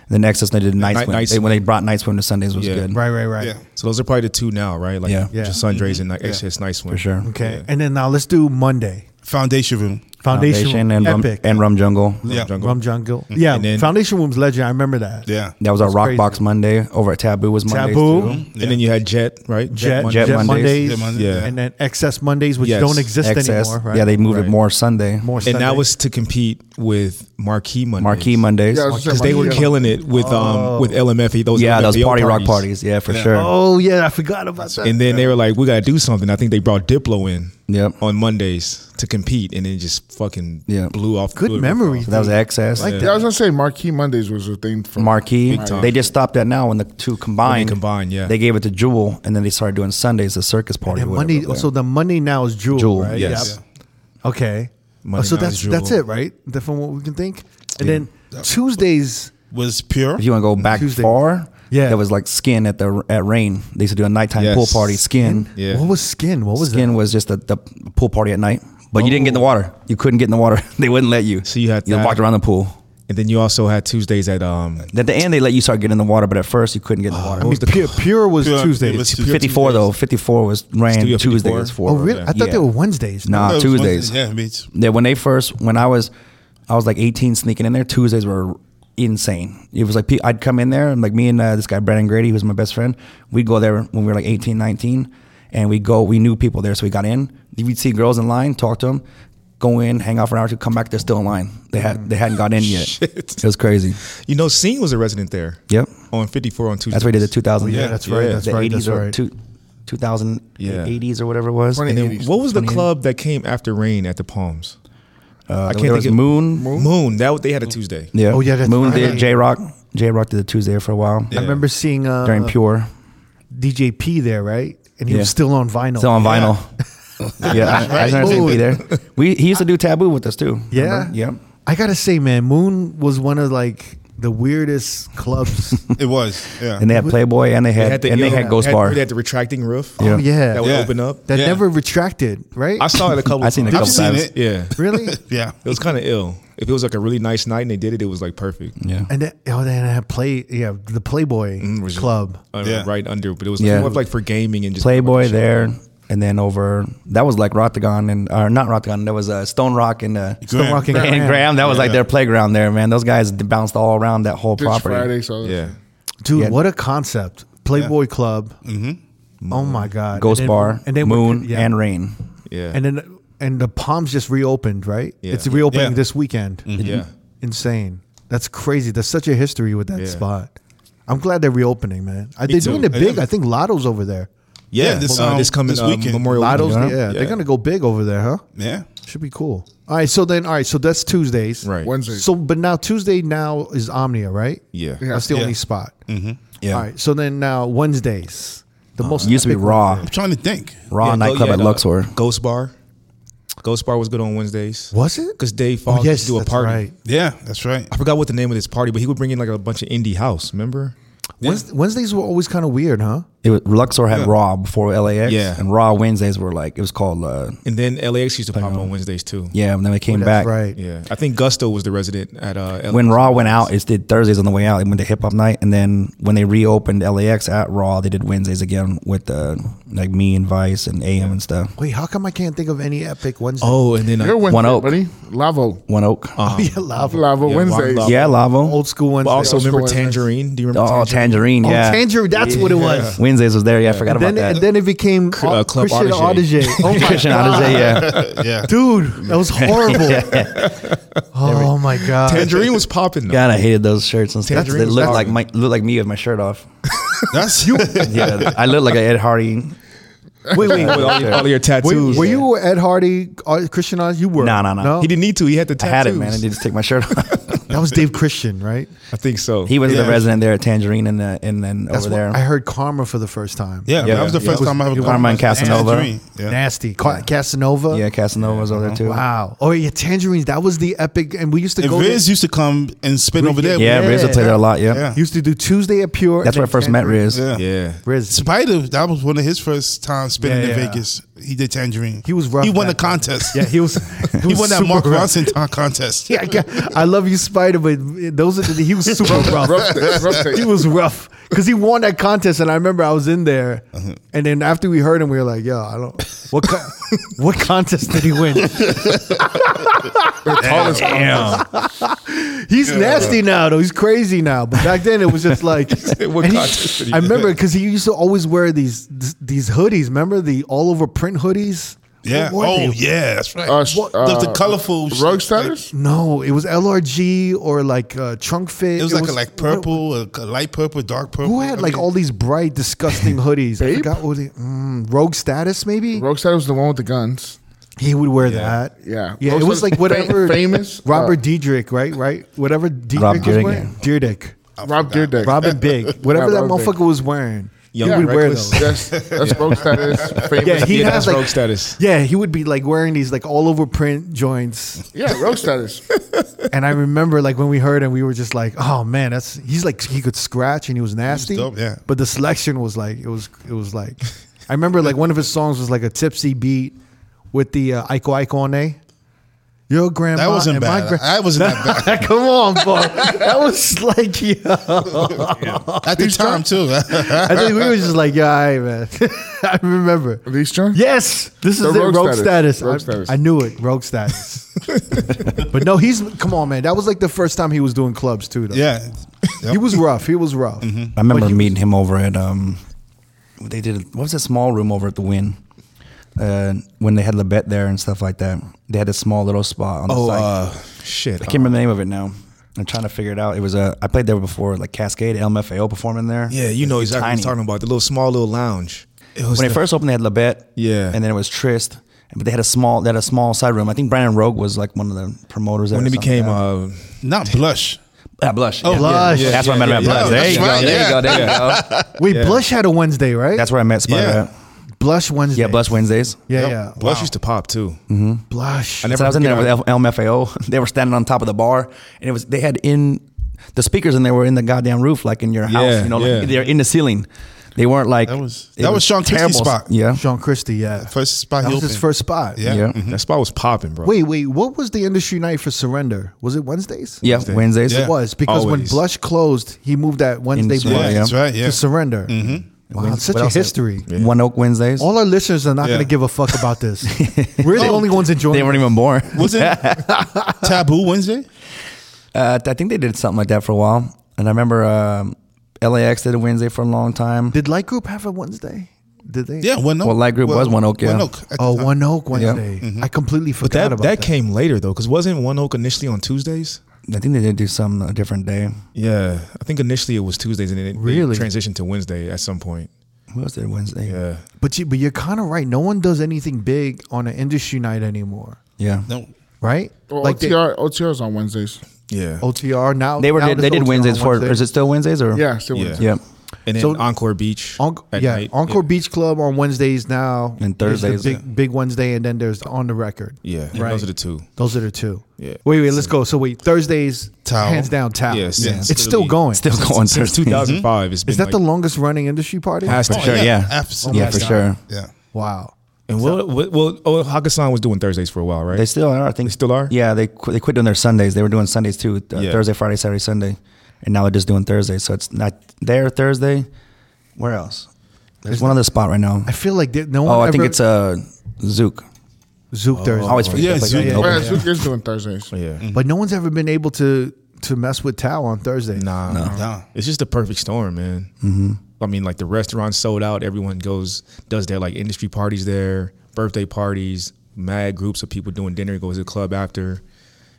C: the next is they did Night
E: Night-
C: Swim.
E: Night
C: They, when they brought Night Swim to Sundays was
E: Yeah.
C: good.
A: Right, right, right.
B: Yeah.
E: So those are probably the two now, right? Like
C: Yeah.
E: just Sundrays and like Excess, nice one
C: For sure.
A: Okay. And then now let's do Monday.
B: Foundation Room.
A: Foundation, Room,
C: and rum,
A: epic.
C: and rum jungle.
B: Yeah.
E: Jungle.
A: Rum Jungle. Yeah,
E: And then-
A: Foundation Room's legend. I remember that.
B: Yeah.
C: That was our
A: That's
C: Rock
A: crazy.
C: Box Monday over at Taboo was Monday.
A: Taboo,
E: And then you had Jet, right?
A: Jet,
E: Monday.
A: Jet,
C: Jet
A: Mondays,
C: Mondays.
B: Yeah, Monday-
E: yeah.
A: and then Excess Mondays, which
E: Yes.
A: don't exist anymore. Right?
C: Yeah, they moved
E: Right.
C: it more Sunday.
A: more.
E: And
A: Sunday.
E: that was to compete with Marquee Mondays.
C: Marquee Mondays.
D: Yeah, I
C: Yeah,
D: was
E: Because they were
D: Yeah.
E: killing it with um with LMFE. Those
C: those
E: LMFAO
C: party rock parties. Yeah, for sure.
A: Oh yeah, I forgot about that.
E: And then they were like, "We gotta do something." I think they brought Diplo in
C: Yep.
E: on Mondays to compete, and it just fucking
C: Yeah.
E: blew off.
A: Good
E: blew the roof
A: memory.
E: off.
C: So that was excess.
A: Like
D: Yeah, I was gonna say Marquee Mondays was a thing for
C: Marquee.
E: Big time.
C: They just stopped that now when the two combined.
E: combined, yeah.
C: They gave it to Jewel, and then they started doing Sundays, the circus party.
A: And
C: or whatever.
A: Monday, so the Monday now is Jewel,
C: Jewel,
A: right?
E: yes.
A: Yeah. Okay. Oh,
E: Monday
A: so
E: now is
A: that's that's
E: Jewel.
A: it, right? That's from what we can think. And then Tuesdays,
B: Was pure.
C: if you want to go back
A: Tuesday.
C: far,
A: Yeah.
C: there was like Skin at the at Rain. They used to do a nighttime
E: Yes.
C: pool party. Skin.
E: Yeah.
A: what was skin? What was
C: Skin
A: that?
C: was just the, the pool party at night, but you didn't get in the water. You couldn't get in the water. they wouldn't let you.
E: So you had
C: you
E: that.
C: walked around the pool.
E: And then you also had Tuesdays at um
C: At the end, they let you start getting in the water, but at first you couldn't get in the water.
A: I mean, pure, pure was
B: Pure-
A: Tuesdays.
B: it was Pure
C: Fifty-four
B: Tuesdays.
C: though. Fifty-four was ran
E: Studio
C: Tuesday
E: 54?
C: was four.
A: oh really? I thought
C: Yeah.
A: they were Wednesdays.
C: Nah,
B: That was
C: Tuesdays.
B: Monday. Yeah, bitch.
C: that when they first when I was I was like 18 sneaking in there Tuesdays were insane it was like pe- I'd come in there and like me and uh, this guy Brandon Grady who was my best friend we'd go there when we were like 18 19 and we go we knew people there so we got in we'd see girls in line talk to them go in hang out for an hour or two come back they're still in line they had they hadn't got in yet it was crazy
E: You know, Singh was a resident there.
C: Yep.
E: On 54 on Tuesday.
C: that's where they did the 2000
A: yeah, that's right.
E: Yeah.
A: That's
C: the
A: right.
C: 80s
A: That's
C: or
A: right.
C: two, 2000
E: Yeah.
C: 80s or whatever it was
D: Twenty-
E: And then
D: 80s.
E: what was the
C: 28?
E: club that came after Rain at the Palms?
C: uh,
E: I
C: I
E: can't
C: can't there
E: think
C: was
E: of-
C: Moon
E: Moon. That what- they had a Tuesday.
C: yeah
A: Oh, yeah, that's
C: Moon
A: right.
C: did J Rock J Rock did the Tuesday for a while
A: I remember seeing uh,
C: during Pure
A: DJ P there, right? And he was
C: Yeah.
A: still on vinyl.
C: Still on vinyl. Yeah, I, I
A: Right.
C: started be there. We he used to do taboo with us too.
A: Yeah.
C: remember? Yep.
A: I gotta say, man, Moon was one of like the weirdest clubs.
B: It was. Yeah.
C: And they had Playboy and they had,
E: the,
C: and
E: you
C: they
E: know,
C: had Ghost
E: had,
C: Bar.
E: They had the retracting roof.
A: Oh
C: Yeah.
A: yeah,
E: That would
B: Yeah.
E: open up.
A: that
B: Yeah.
A: never retracted, right?
E: I saw it a couple.
C: I seen it a
E: times.
C: couple
B: I've seen
C: times.
B: it.
E: Yeah.
A: really?
B: Yeah.
E: It was kind of ill. If it was like a really nice night and they did it, it was like perfect.
C: yeah.
A: And then, oh, then I had play, yeah, the Playboy
C: Mm,
E: was it-
A: Club.
E: Uh,
B: Yeah.
E: Right under, but it was
C: Yeah.
E: more of like for gaming and just
C: Playboy there, and then over that was like Rotagon and or not Rotagon. That was uh, Stone Rock and uh,
B: Stone Rock
A: and
C: and
A: Graham.
C: Graham. That was like
B: Yeah.
C: their playground there, man. Those guys bounced all around that whole
D: Ditch
C: property.
D: Friday. So
E: Yeah.
A: Dude,
C: Yeah.
A: what a concept! Playboy Club. Oh my God!
C: Mm-hmm. Ghost
A: And then-
C: Bar,
A: and then
C: Moon,
A: yeah.
C: and Rain.
E: Yeah.
A: and then and the Palms just reopened, right?
E: Yeah. Mm-hmm.
A: It's reopening
B: Yeah.
A: this weekend.
E: yeah.
A: Insane. That's crazy. That's such a history with that
E: Yeah.
A: spot. I'm glad they're reopening, man. Are they doing
E: too.
A: it big? I think Lotto's over there.
E: Yeah.
B: this,
E: This, uh,
B: um,
E: this coming
B: this
E: uh,
B: weekend.
E: Memorial
A: Lotto's, yeah,
E: Weekend.
A: they're gonna go big over there, huh?
B: Yeah.
A: Should be cool. All right, so then, all right, so that's Tuesdays,
E: Right.
D: Wednesday.
A: So, but now Tuesday now is Omnia, right?
E: Yeah.
A: that's the
B: Yeah.
A: only spot. Mm-hmm.
C: Yeah.
A: All right, so then now Wednesdays, the
E: Uh,
A: most
C: Used to be
A: epic
C: Raw,
A: one.
B: I'm trying to think.
C: Raw
E: Yeah, go-
C: nightclub
E: yeah,
C: at
E: the
C: Luxor.
E: Ghost Bar. Ghost Bar was good on Wednesdays.
A: Was it?
E: Because Dave
A: Oh,
E: Fox used to do a
A: that's
E: party.
A: right.
B: Yeah, that's right.
E: I forgot what the name of this party, but he would bring in like a bunch of indie house. Remember?
A: Wednes- Wednesdays were always kind of weird, huh?
C: It was, Luxor had Raw before LAX,
E: Yeah.
C: and Raw Wednesdays were like it was called. Uh,
E: And then LAX used to pop on Wednesdays too.
C: yeah, and then they came back.
A: That's right.
E: Yeah. I think Gusto was the resident at uh, LAX.
C: when Raw went out, it did Thursdays on the way out. It went to Hip Hop Night, and then when they reopened LAX at Raw, they did Wednesdays again with uh, like me and Vice and AM and stuff.
A: Wait, how come I can't think of any epic Wednesday?
E: Oh, and then uh,
D: You're Wednesday,
C: One Oak.
D: buddy. Lavo.
C: One Oak,
A: Oh, yeah, lava.
D: Lavo
E: Yeah,
D: Wednesdays.
E: Lavo.
C: Uh-huh. yeah, Lavo,
A: Old school
E: but
A: Wednesday.
E: also
D: Gusto
E: remember
D: was nice.
E: Tangerine? Do you remember?
C: oh Tangerine,
A: oh,
C: yeah,
A: Tangerine. That's what it was.
C: Wednesdays was there. Yeah, I forgot
A: And then,
C: about that.
A: and then it became
E: uh,
A: uh,
E: Club
A: Christian
E: Audige.
A: Audige. Oh my
C: Christian
A: god,
C: Odyssey, yeah,
B: Yeah.
A: dude, that was horrible. Oh my god,
E: Tangerine was popping. though.
C: God, I hated those shirts and stuff.
E: Tangerine
C: They
E: was
C: looked
E: awesome.
C: like my, looked like me with my shirt off.
B: That's you.
C: Yeah, I looked like an Ed Hardy.
A: Wait, wait,
E: With all, your- all your
A: Wait,
E: tattoos.
A: were you Ed Hardy, uh, Christian Oz? You were.
C: No, no, no.
A: Oh.
E: He didn't need to. He had the
C: I
E: tattoos.
C: had it, man. I didn't just take my shirt off.
A: That was Dave Christian, right?
E: I think so.
C: he was
B: Yeah.
C: the resident there at Tangerine, and uh, and then
A: That's
C: over there.
A: I heard Karma for the first time.
B: Yeah, that was the first time I ever
C: Carmine Casanova.
B: Tangerine, Yeah.
A: Nasty. Ca- Casanova.
C: yeah, Casanova was over there too.
A: Wow. Oh, yeah. Tangerines. That was the epic. And we used to
B: And
A: go.
B: Riz used to come and spin over there.
C: Yeah,
A: Yeah.
C: Riz would play there a lot. Yeah,
B: Yeah.
A: there- used to do Tuesday at Pure.
C: that's
A: and
C: where I
A: then
C: first met
A: Tangerine.
C: Riz.
B: Yeah.
E: Yeah.
A: Riz.
B: Spider, that was one of his first times spinning
A: Yeah,
B: in
A: yeah.
B: Vegas. He did Tangerine.
A: He was rough
B: He won the
A: back then.
B: contest.
A: Yeah, he was.
B: He, won that
A: super
B: Mark
A: rough.
B: Ronson t- contest.
A: Yeah, I, got- I love you, Spider, but those are the, he was super rough.
D: Rough day, rough day.
A: He was rough. because he won that contest, and I remember I was in there, and then after we heard him, we were like, "Yo, I don't what co- what contest did he win?
C: Damn.
A: He's nasty now, though. He's crazy now, but back then it was just like
E: What
A: and he-
E: contest did he
A: I remember because he used to always wear these these hoodies. Remember the all over print hoodies?
B: Yeah.
A: What were
B: Oh,
A: they?
B: yeah. That's right.
D: Uh, sh-
B: What- the, the
D: uh,
B: colorful sh-
D: Rug status?
A: No, it was LRG or like uh, trunk fit.
B: It was like a like purple, a, a light purple, dark purple.
A: Who had like all these bright, disgusting hoodies? I
D: Bape?
A: forgot what he, mm, Rogue Status maybe.
D: Rogue status was the one with the guns.
A: He would wear that.
D: Yeah.
A: yeah.
D: Rogue
A: it was
D: Status-
A: like
D: fa-
A: whatever
D: famous,
A: Robert
D: uh,
A: Diedrich, right? Right. Whatever Diedrich
C: Rob
A: was
C: Dyrdek,
A: wearing. Diedrich,
D: Rob Deerdeck.
A: Robin Big, whatever that
D: Rob Dyrdek.
A: motherfucker was wearing.
E: Young
A: he would wear
E: Reckless.
A: those.
D: That's that's Rogue status. Famous.
A: Yeah, he
E: Yeah,
A: has
E: that's
A: like
E: rogue status.
A: yeah, he would be like wearing these like all over print joints.
D: yeah, Rogue status.
A: and I remember like when we heard and we were just like, oh man, that's he's like he could scratch and he was nasty.
B: dope, yeah.
A: But the selection was like it was it was like I remember like one of his songs was like a tipsy beat with the uh, Aiko Aiko on there. Your grandma.
B: That wasn't
A: and my
B: bad.
A: gra-
B: I wasn't that bad
A: Come on, bro. That was like, yeah.
B: at the time too.
A: I think we were just like, yeah, all right, man. I remember.
D: These John?
A: Yes, this is
D: The
A: it.
D: rogue
A: Rogue,
D: status.
A: status.
D: Rogue
A: I,
D: status.
A: I knew it. Rogue status. but no, he's come on, man. That was like the first time he was doing clubs too. Though.
B: yeah.
A: he was rough. He was rough.
B: Mm-hmm.
C: I remember meeting him over at um, they did a, what was that small room over at the Win, uh, when they had Lebet there and stuff like that. They had a small little spot on the
E: Oh
C: side.
E: uh, shit!
C: I can't remember the name of it now. I'm trying to figure it out. It was a I played there before, like Cascade LMFAO performing there.
E: yeah, you know
C: It's
E: exactly what
C: tiny.
E: I'm talking about. The little small little lounge. It was
C: when it
E: the-
C: first opened, they had Labette.
E: Yeah.
C: and then it was Trist. But they had a small, they had a small side room. I think Brandon Rogue was like one of the promoters.
E: when
C: there
E: it
C: or something
E: became
C: like that.
E: uh,
B: Not blush.
C: Ah, Blush. Oh,
A: Blush.
C: that's where I met him at
B: yeah,
C: Blush.
B: yeah.
C: there, you
B: That's right,
C: go, there
B: yeah.
C: you go. There you go.
A: Wait, Blush had a Wednesday, right?
C: That's where I met Spider.
B: Yeah.
C: at.
A: Blush Wednesday.
C: Yeah, Blush Wednesdays.
A: Yeah,
B: Yep.
A: yeah.
E: Blush used to pop too.
A: Blush.
E: I never
C: So I was in there
E: forget
C: with L- LMFAO. They were standing on top of the bar, and it was they had in the speakers, and they were in the goddamn roof, like in your house.
E: Yeah,
C: you know,
E: yeah.
C: like, they're in the ceiling. They weren't like
B: That was-
C: it
B: that was Sean Christie's
C: terrible.
B: spot.
C: Yeah,
A: Sean Christie. Yeah,
B: First spot.
A: that
B: he
A: was his
B: opened.
A: first spot.
B: Yeah.
C: yeah,
E: That spot was popping, bro.
A: Wait, wait. What was the industry night for Surrender? Was it Wednesdays?
C: yeah. Wednesdays.
B: Yeah.
A: It was because when
E: Always.
A: Blush closed, he moved that Wednesday
C: Industry,
A: Blush
B: yeah. That's right, yeah. Mm-hmm.
A: to Surrender. Wow, it's such
C: What
A: a
C: else?
A: history.
C: One Oak Wednesdays.
A: All our listeners are not
B: Yeah. Oh.
A: going to give a fuck about this. We're the only ones enjoying.
C: they weren't even born.
B: Was it Taboo Wednesday?
C: Uh, I think they did something like that for a while, and I remember um, LAX did a Wednesday for a long time.
A: Did Light Group have a Wednesday? Did they?
B: Yeah, One Oak.
C: Well, Light Group was One Oak, yeah.
B: One Oak. at the
A: Oh,
B: time.
A: One Oak Wednesday.
B: Mm-hmm.
A: I completely
E: but
A: forgot
E: that that,
A: about that.
E: came later though, because wasn't One Oak initially on Tuesdays?
C: I think they did do some a different day.
E: Yeah, I think initially it was Tuesdays, and then it they
A: Really?
E: transitioned to Wednesday at some point.
C: What else did Wednesday?
E: Yeah,
A: But you, but you're kind of right. No one does anything big on an industry night anymore,
C: yeah.
B: No.
A: right?
D: Well,
A: like they-
D: OTR OTR's on Wednesdays.
E: yeah,
A: OTR now.
C: They were
A: now
C: they,
A: it's
C: they did
A: OTR on
C: Wednesdays for.
A: Wednesday.
C: Is it still Wednesdays or?
D: Yeah, still
E: Yeah.
D: Wednesdays.
C: Yeah.
E: and then
A: So-
E: Encore Beach.
A: Enc-
E: at
A: yeah,
E: night.
A: Encore Beach Club on Wednesdays now,
C: And
A: There's the
C: Thursdays,
A: big, big Wednesday, and then there's on the record.
E: Yeah, and
A: Right.
E: those are the two.
A: Those are the two.
E: Yeah.
A: Wait, wait, let's go. So wait, Thursdays,
B: Towel.
A: hands down, towel.
E: Yeah, since
A: it's still
E: literally-
A: going.
C: Still going
E: Since
C: Thursdays.
E: 2005, it's been
A: Is that
E: like,
A: the longest running industry party?
E: has to
B: Oh,
E: be.
C: sure, yeah.
B: Absolutely.
C: Yeah, for sure.
B: Yeah.
A: Wow.
E: And well, well, well oh, Hakkasan was doing Thursdays for a while, right?
C: They still are. I think
E: They still are?
C: Yeah, they qu- they quit doing their Sundays. They were doing Sundays too, uh,
E: Yeah.
C: Thursday, Friday, Saturday, Sunday, and now they're just doing Thursday. So it's not there Thursday. Where else? There's one other spot right now.
A: I feel like there- no one.
C: Oh, I
A: ever,
C: think it's uh, Zook.
A: Zook Thursday.
C: I always forget.
B: Yeah,
C: It's like
B: Zook.
C: an
B: Yeah.
D: Oh,
C: open-
D: yeah, Zook is doing Thursdays.
E: yeah.
A: But no one's ever been able to to mess with Tao on Thursday.
E: Nah,
B: Nah.
E: It's just the perfect storm, man. Mm-hmm. I mean, like the restaurant sold out. Everyone goes, does their like industry parties there, birthday parties, mad groups of people doing dinner, goes to the club after.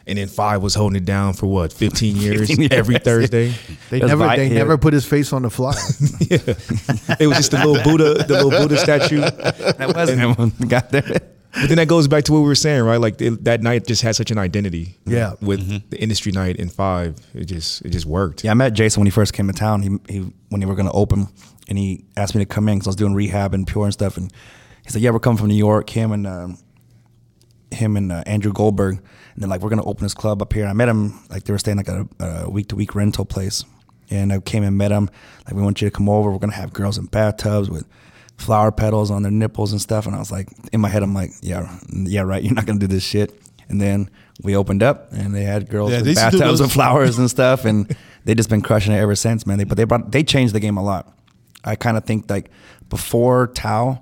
E: And then Five was holding it down for what, 15 years,
C: 15 years.
E: every Thursday?
A: They
C: That's
A: never
C: right
A: they
C: here.
A: never put his face on the fly.
E: it was just the little Buddha, the little Buddha statue.
C: That was that one. Got there.
E: But then that goes back to what we were saying, right? Like it, that night just had such an identity.
A: Yeah.
E: With the industry night in Five, it just, it just worked.
C: Yeah, I met Jason when he first came to town. He, he when they were going to open, and he asked me to come in because I was doing rehab and pure and stuff. And he said, "Yeah, we're coming from New York." Him and um, him and uh, Andrew Goldberg, and they're like, "We're going to open this club up here." And I met him like they were staying like at a, a week to week rental place, and I came and met him. Like, we want you to come over. We're going to have girls in bathtubs with flower petals on their nipples and stuff. And I was like, in my head, I'm like, "Yeah, yeah, right. You're not going to do this shit." And then we opened up, and they had girls
B: Yeah,
C: with
B: they used to do
C: bathtubs
B: those-
C: and flowers and stuff, and they just been crushing it ever since, man. They but they brought they changed the game a lot. I kind of think like before Tao,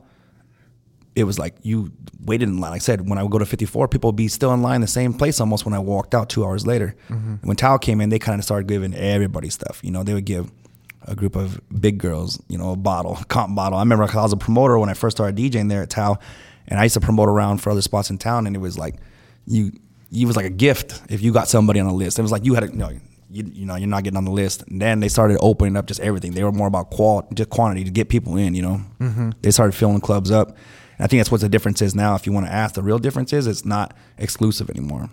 C: it was like you waited in line. Like I said, when I would go to 54, people would be still in line the same place almost when I walked out two hours later. When Tao came in, they kind of started giving everybody stuff. You know, they would give a group of big girls, you know, a bottle, comp bottle. I remember 'cause I was a promoter when I first started DJing there at Tao, and I used to promote around for other spots in town, and it was like you, it was like a gift if you got somebody on the list. It was like you had a, you know, you, you know, you're not getting on the list. And then they started opening up just everything. They were more about qual, just quantity to get people in. You know,
A: Mm-hmm.
C: they started filling clubs up. And I think that's what the difference is now. If you want to ask, the real difference is it's not exclusive anymore.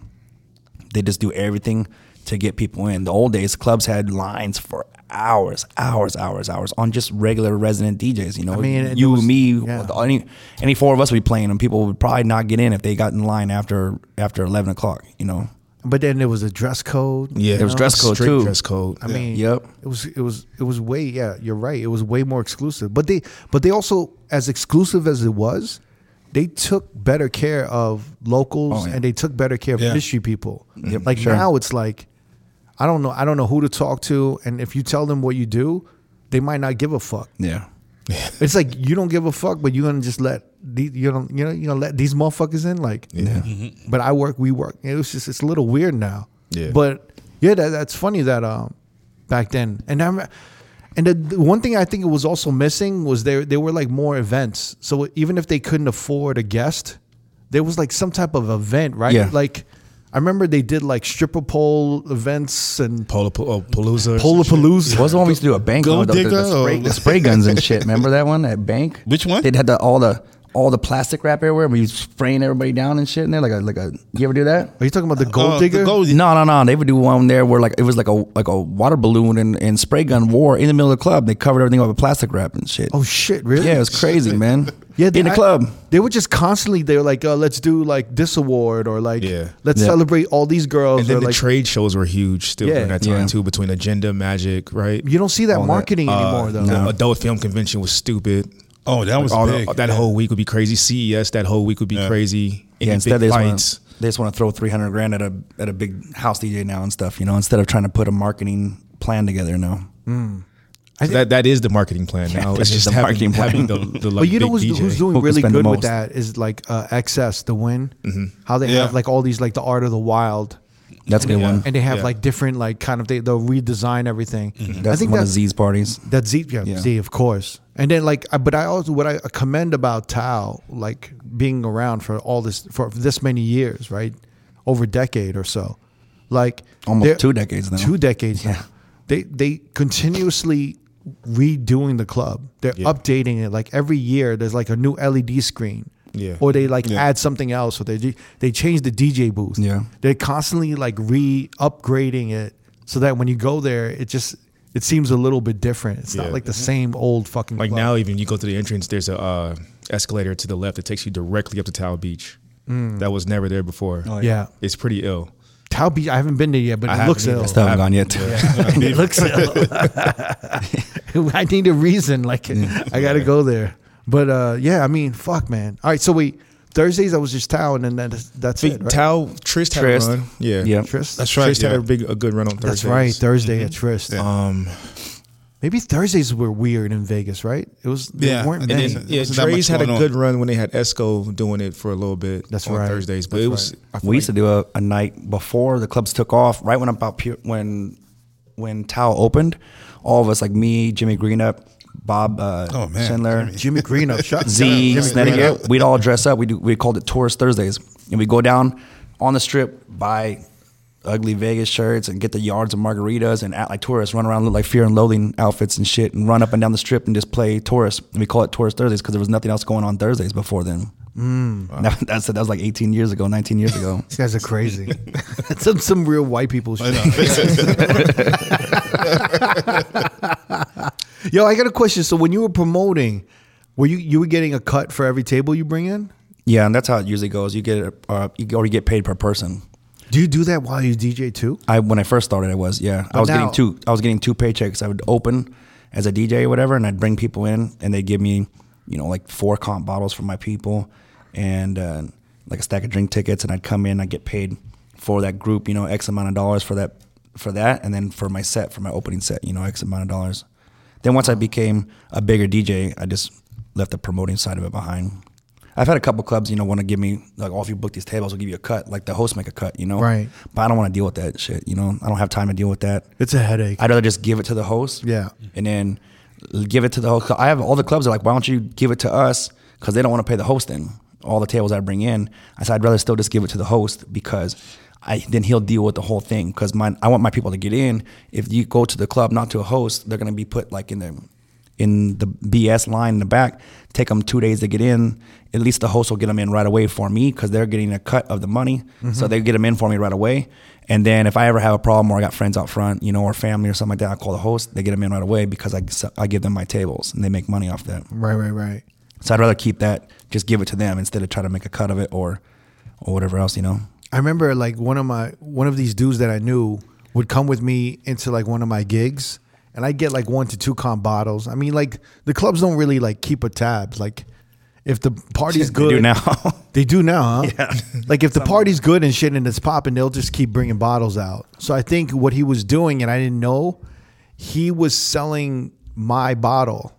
C: They just do everything to get people in. The old days, clubs had lines for hours, hours, hours, hours on just regular resident DJs. You know,
A: mean, and
C: you,
A: there was-
C: me,
A: yeah.
C: any any four of us would be playing, and people would probably not get in if they got in line after after eleven o'clock. You know,
A: But then there was a dress code.
E: Yeah,
C: It was dress code,
E: Strict
C: too.
E: Dress code.
A: I mean,
C: Yep.
A: It was it was it was way yeah. You're right. It was way more exclusive. But they but they also as exclusive as it was, they took better care of locals
C: Oh, yeah.
A: and they took better care of
B: Yeah.
A: industry people.
C: Yep,
A: like
C: sure.
A: now it's like, I don't know. I don't know who to talk to, and if you tell them what you do, they might not give a fuck.
C: yeah.
A: It's like you don't give a fuck, but you're gonna just let these you don't you know you gonna let these motherfuckers in like.
B: Mm-hmm.
A: But I work, we work. It was just it's a little weird now.
E: Yeah.
A: But yeah, that, that's funny that um back then and I am and the, the one thing I think it was also missing was there there were like more events. So even if they couldn't afford a guest, there was like some type of event, right?
C: Yeah.
A: Like I remember they did like stripper pole events and
E: Pola, oh, Palooza. or some shit.
A: Polapalooza.
C: What's the one we used to do at bank?
B: Gold
C: with the, the- the
B: digger
C: spray,
B: or-
C: the spray guns and shit. Remember that one at bank?
B: Which one?
C: They'd had the, all the all the plastic wrap everywhere. We was spraying everybody down and shit in there. Like a like a. You ever do that?
A: Are you talking about the gold
B: Oh, the
A: digger?
B: gold-
C: No, no, no. They would do one there where like it was like a like a water balloon and, and spray gun war in the middle of the club. They covered everything up with plastic wrap and shit.
A: Oh shit, really?
C: yeah, it was crazy, man.
A: Yeah,
C: in the
A: I-
C: club.
A: They were just constantly they were like, uh, let's do like this award or like
E: Yeah.
A: let's
C: Yeah.
A: celebrate all these girls.
E: And then
A: or,
E: the
A: like,
E: trade shows were huge still
A: Yeah.
E: during that time
C: Yeah.
E: too, between Agenda, Magic, right?
A: you don't see that marketing
E: Uh,
A: anymore though.
E: The adult film convention was stupid.
B: Oh, that was
E: All
B: big.
E: that whole week would be crazy. CES that whole week would be crazy.
C: Yeah,
E: And
C: instead
E: big
C: they just,
E: fights.
C: wanna, they just want to throw three hundred grand at a at a big house DJ now and stuff. You know, instead of trying to put a marketing plan together now.
E: So that that is the marketing plan now.
C: that
E: it's
C: is
E: just
C: the
E: having,
C: marketing plan.
E: having the, the like,
A: But you know
E: big
A: who's,
E: DJ.
A: who's doing
C: Who can
A: really
C: spend the
A: good with
C: most?
A: that is like uh, XS, the win. How they
B: Yeah.
A: have like all these like the art of the wild,
C: That's a good one.
A: and they have
E: Yeah.
A: like different like kind of they they'll redesign everything. I
C: That's
A: think
C: one
A: that's
C: of Z's parties.
A: That Z, yeah,
C: Yeah.
A: Z, of course. And then like, I- but I also what I commend about Tao, like being around for all this for this many years, right, over a decade or so, like
C: Almost
A: they're-
C: two decades now.
A: two decades. Now. They they continuously redoing the club. They're updating it like every year. There's like a new LED screen.
E: Yeah.
A: Or they like add something else, or they they change the DJ booth.
C: Yeah.
A: They're constantly like re upgrading it so that when you go there, it just it seems a little bit different. It's not
E: Yeah. Mm-hmm.
A: like the same old fucking
E: Like
A: club.
E: now, even you go to the entrance, there's a uh, escalator to the left that takes you directly up to Towel Beach. That was never there before.
A: Oh, Yeah.
E: It's pretty ill.
A: Tao Beach, I haven't been there yet, but
E: I
A: it looks
E: haven't
A: ill.
E: either.
C: Still haven't gone yet.
A: it looks ill. uh, I need a reason. Like
E: Mm.
A: I got to go there. But uh, yeah, I mean, fuck, man. All right, so wait. Thursdays I was just Tao, and then that's that's it. Right?
E: Towel, Trist had
C: Trist.
E: a run. Yeah.
C: Yeah.
A: Trist?
B: That's right,
E: Trist had
B: yeah.
E: a big a good run on Thursday.
A: That's right. Thursday
E: Mm-hmm.
A: at Trist.
E: Um,
A: Maybe Thursdays were weird in Vegas, right? It was. There
B: Yeah,
A: weren't
B: and then-
A: many.
B: There
E: yeah,
B: wasn't that much
E: Dre's had a
B: going on.
E: good run when they had Esco doing it for a little bit.
A: That's
E: on
A: right.
E: Thursdays, but
A: That's
E: it was I feel
C: we used to
E: like
C: do a, a night before the clubs took off. Right when about pu- when when Tao opened, all of us like me, Jimmy Greenup, Bob uh,
B: Oh, man,
C: Schindler,
A: Jimmy Greeno, shut
C: Z,
A: Jimmy Greeno.
C: Snedeker. We'd all dress up. We do, we called it Tourist Thursdays, and we go down on the strip, buy ugly Vegas shirts, and get the yards of margaritas, and act like tourists, run around look like Fear and Loathing outfits and shit, and run up and down the strip and just play tourists. And we call it Tourist Thursdays because there was nothing else going on Thursdays before then. That, that's that was like 18 years ago, 19 years ago.
A: These guys are crazy. That's some some real white people shit.
B: uh,
A: Yo, I got a question. So when you were promoting, were you you were getting a cut for every table you bring in?
C: Yeah, and that's how it usually goes. You get uh, you already get paid per person.
A: Do you do that while you DJ too?
C: I when I first started, I was yeah. I was
A: now-
C: getting two. I was getting two paychecks. I would open as a DJ or whatever, and I'd bring people in, and they'd give me you know like four comp bottles for my people, and uh, like a stack of drink tickets, and I'd come in, I'd get paid for that group, you know, X amount of dollars for that for that, and then for my set, for my opening set, you know, X amount of dollars. Then once I became a bigger DJ, I just left the promoting side of it behind. I've had a couple clubs, you know, want to give me like, oh, if you book these tables, we'll give you a cut. Like the host make a cut, you know.
A: Right.
C: But I don't want to deal with that shit. You know, I don't have time to deal with that.
A: It's a headache.
C: I'd rather just give it to the host.
A: Yeah.
C: And then give it to the host. I have all the clubs are like, why don't you give it to us? Because they don't want to pay the host in all the tables I bring in. I said, I'd rather still just give it to the host because I then he'll deal with the whole thing. Because my I want my people to get in. If you go to the club, not to a host, they're gonna be put like in the in the BS line in the back. Take them two days to get in. At least the host will get them in right away for me because they're getting a cut of the money.
A: Mm-hmm.
C: So they get them in for me right away. And then if I ever have a problem or I got friends out front, you know, or family or something like that, I call the host. They get them in right away because I, I give them my tables and they make money off that.
A: Right, right, right.
C: So I'd rather keep that, just give it to them instead of try to make a cut of it or, or whatever else, you know.
A: I remember like one of my one of these dudes that I knew would come with me into like one of my gigs, and I'd get like one to two con bottles. I mean, like the clubs don't really like keep a tab. Like if the party's
C: They
A: good,
C: do now.
A: They do now, huh? Like if the party's good and shit and it's popping, they'll just keep bringing bottles out. So I think what he was doing, and I didn't know, he was selling my bottle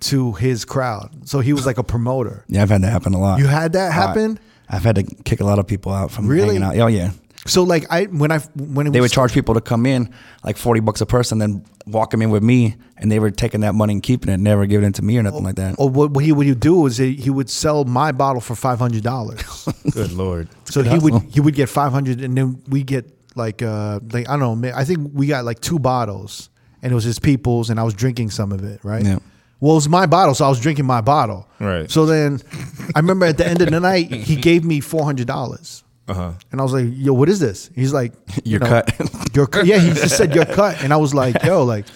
A: to his crowd. So he was like a promoter.
C: Yeah, I've had that happen a lot.
A: You had that
C: A lot.
A: happen?
C: I've had to kick a lot of people out from
A: Really?
C: hanging out. Oh yeah.
A: So like I when I when it
C: They would
A: was,
C: charge people to come in like forty bucks a person, then walk them in with me, and they were taking that money and keeping it, never giving it to me or nothing like that.
A: or Oh, what, what he would do is he he would sell my bottle for five hundred dollars.
E: Good lord.
A: so he would he would get five hundred, and then we get like uh like I don't know. man, I think we got like two bottles, and it was his people's, and I was drinking some of it, right?
C: Yeah.
A: Well, it was my bottle, so I was drinking my bottle.
E: Right.
A: So then, I remember at the end of the night, he gave me four hundred dollars.
E: Uh-huh.
A: And I was like, "Yo, what is this?" He's like, you
C: Your
A: know,
C: cut.
A: your cut." Yeah, he just said your cut, and I was like, "Yo, like,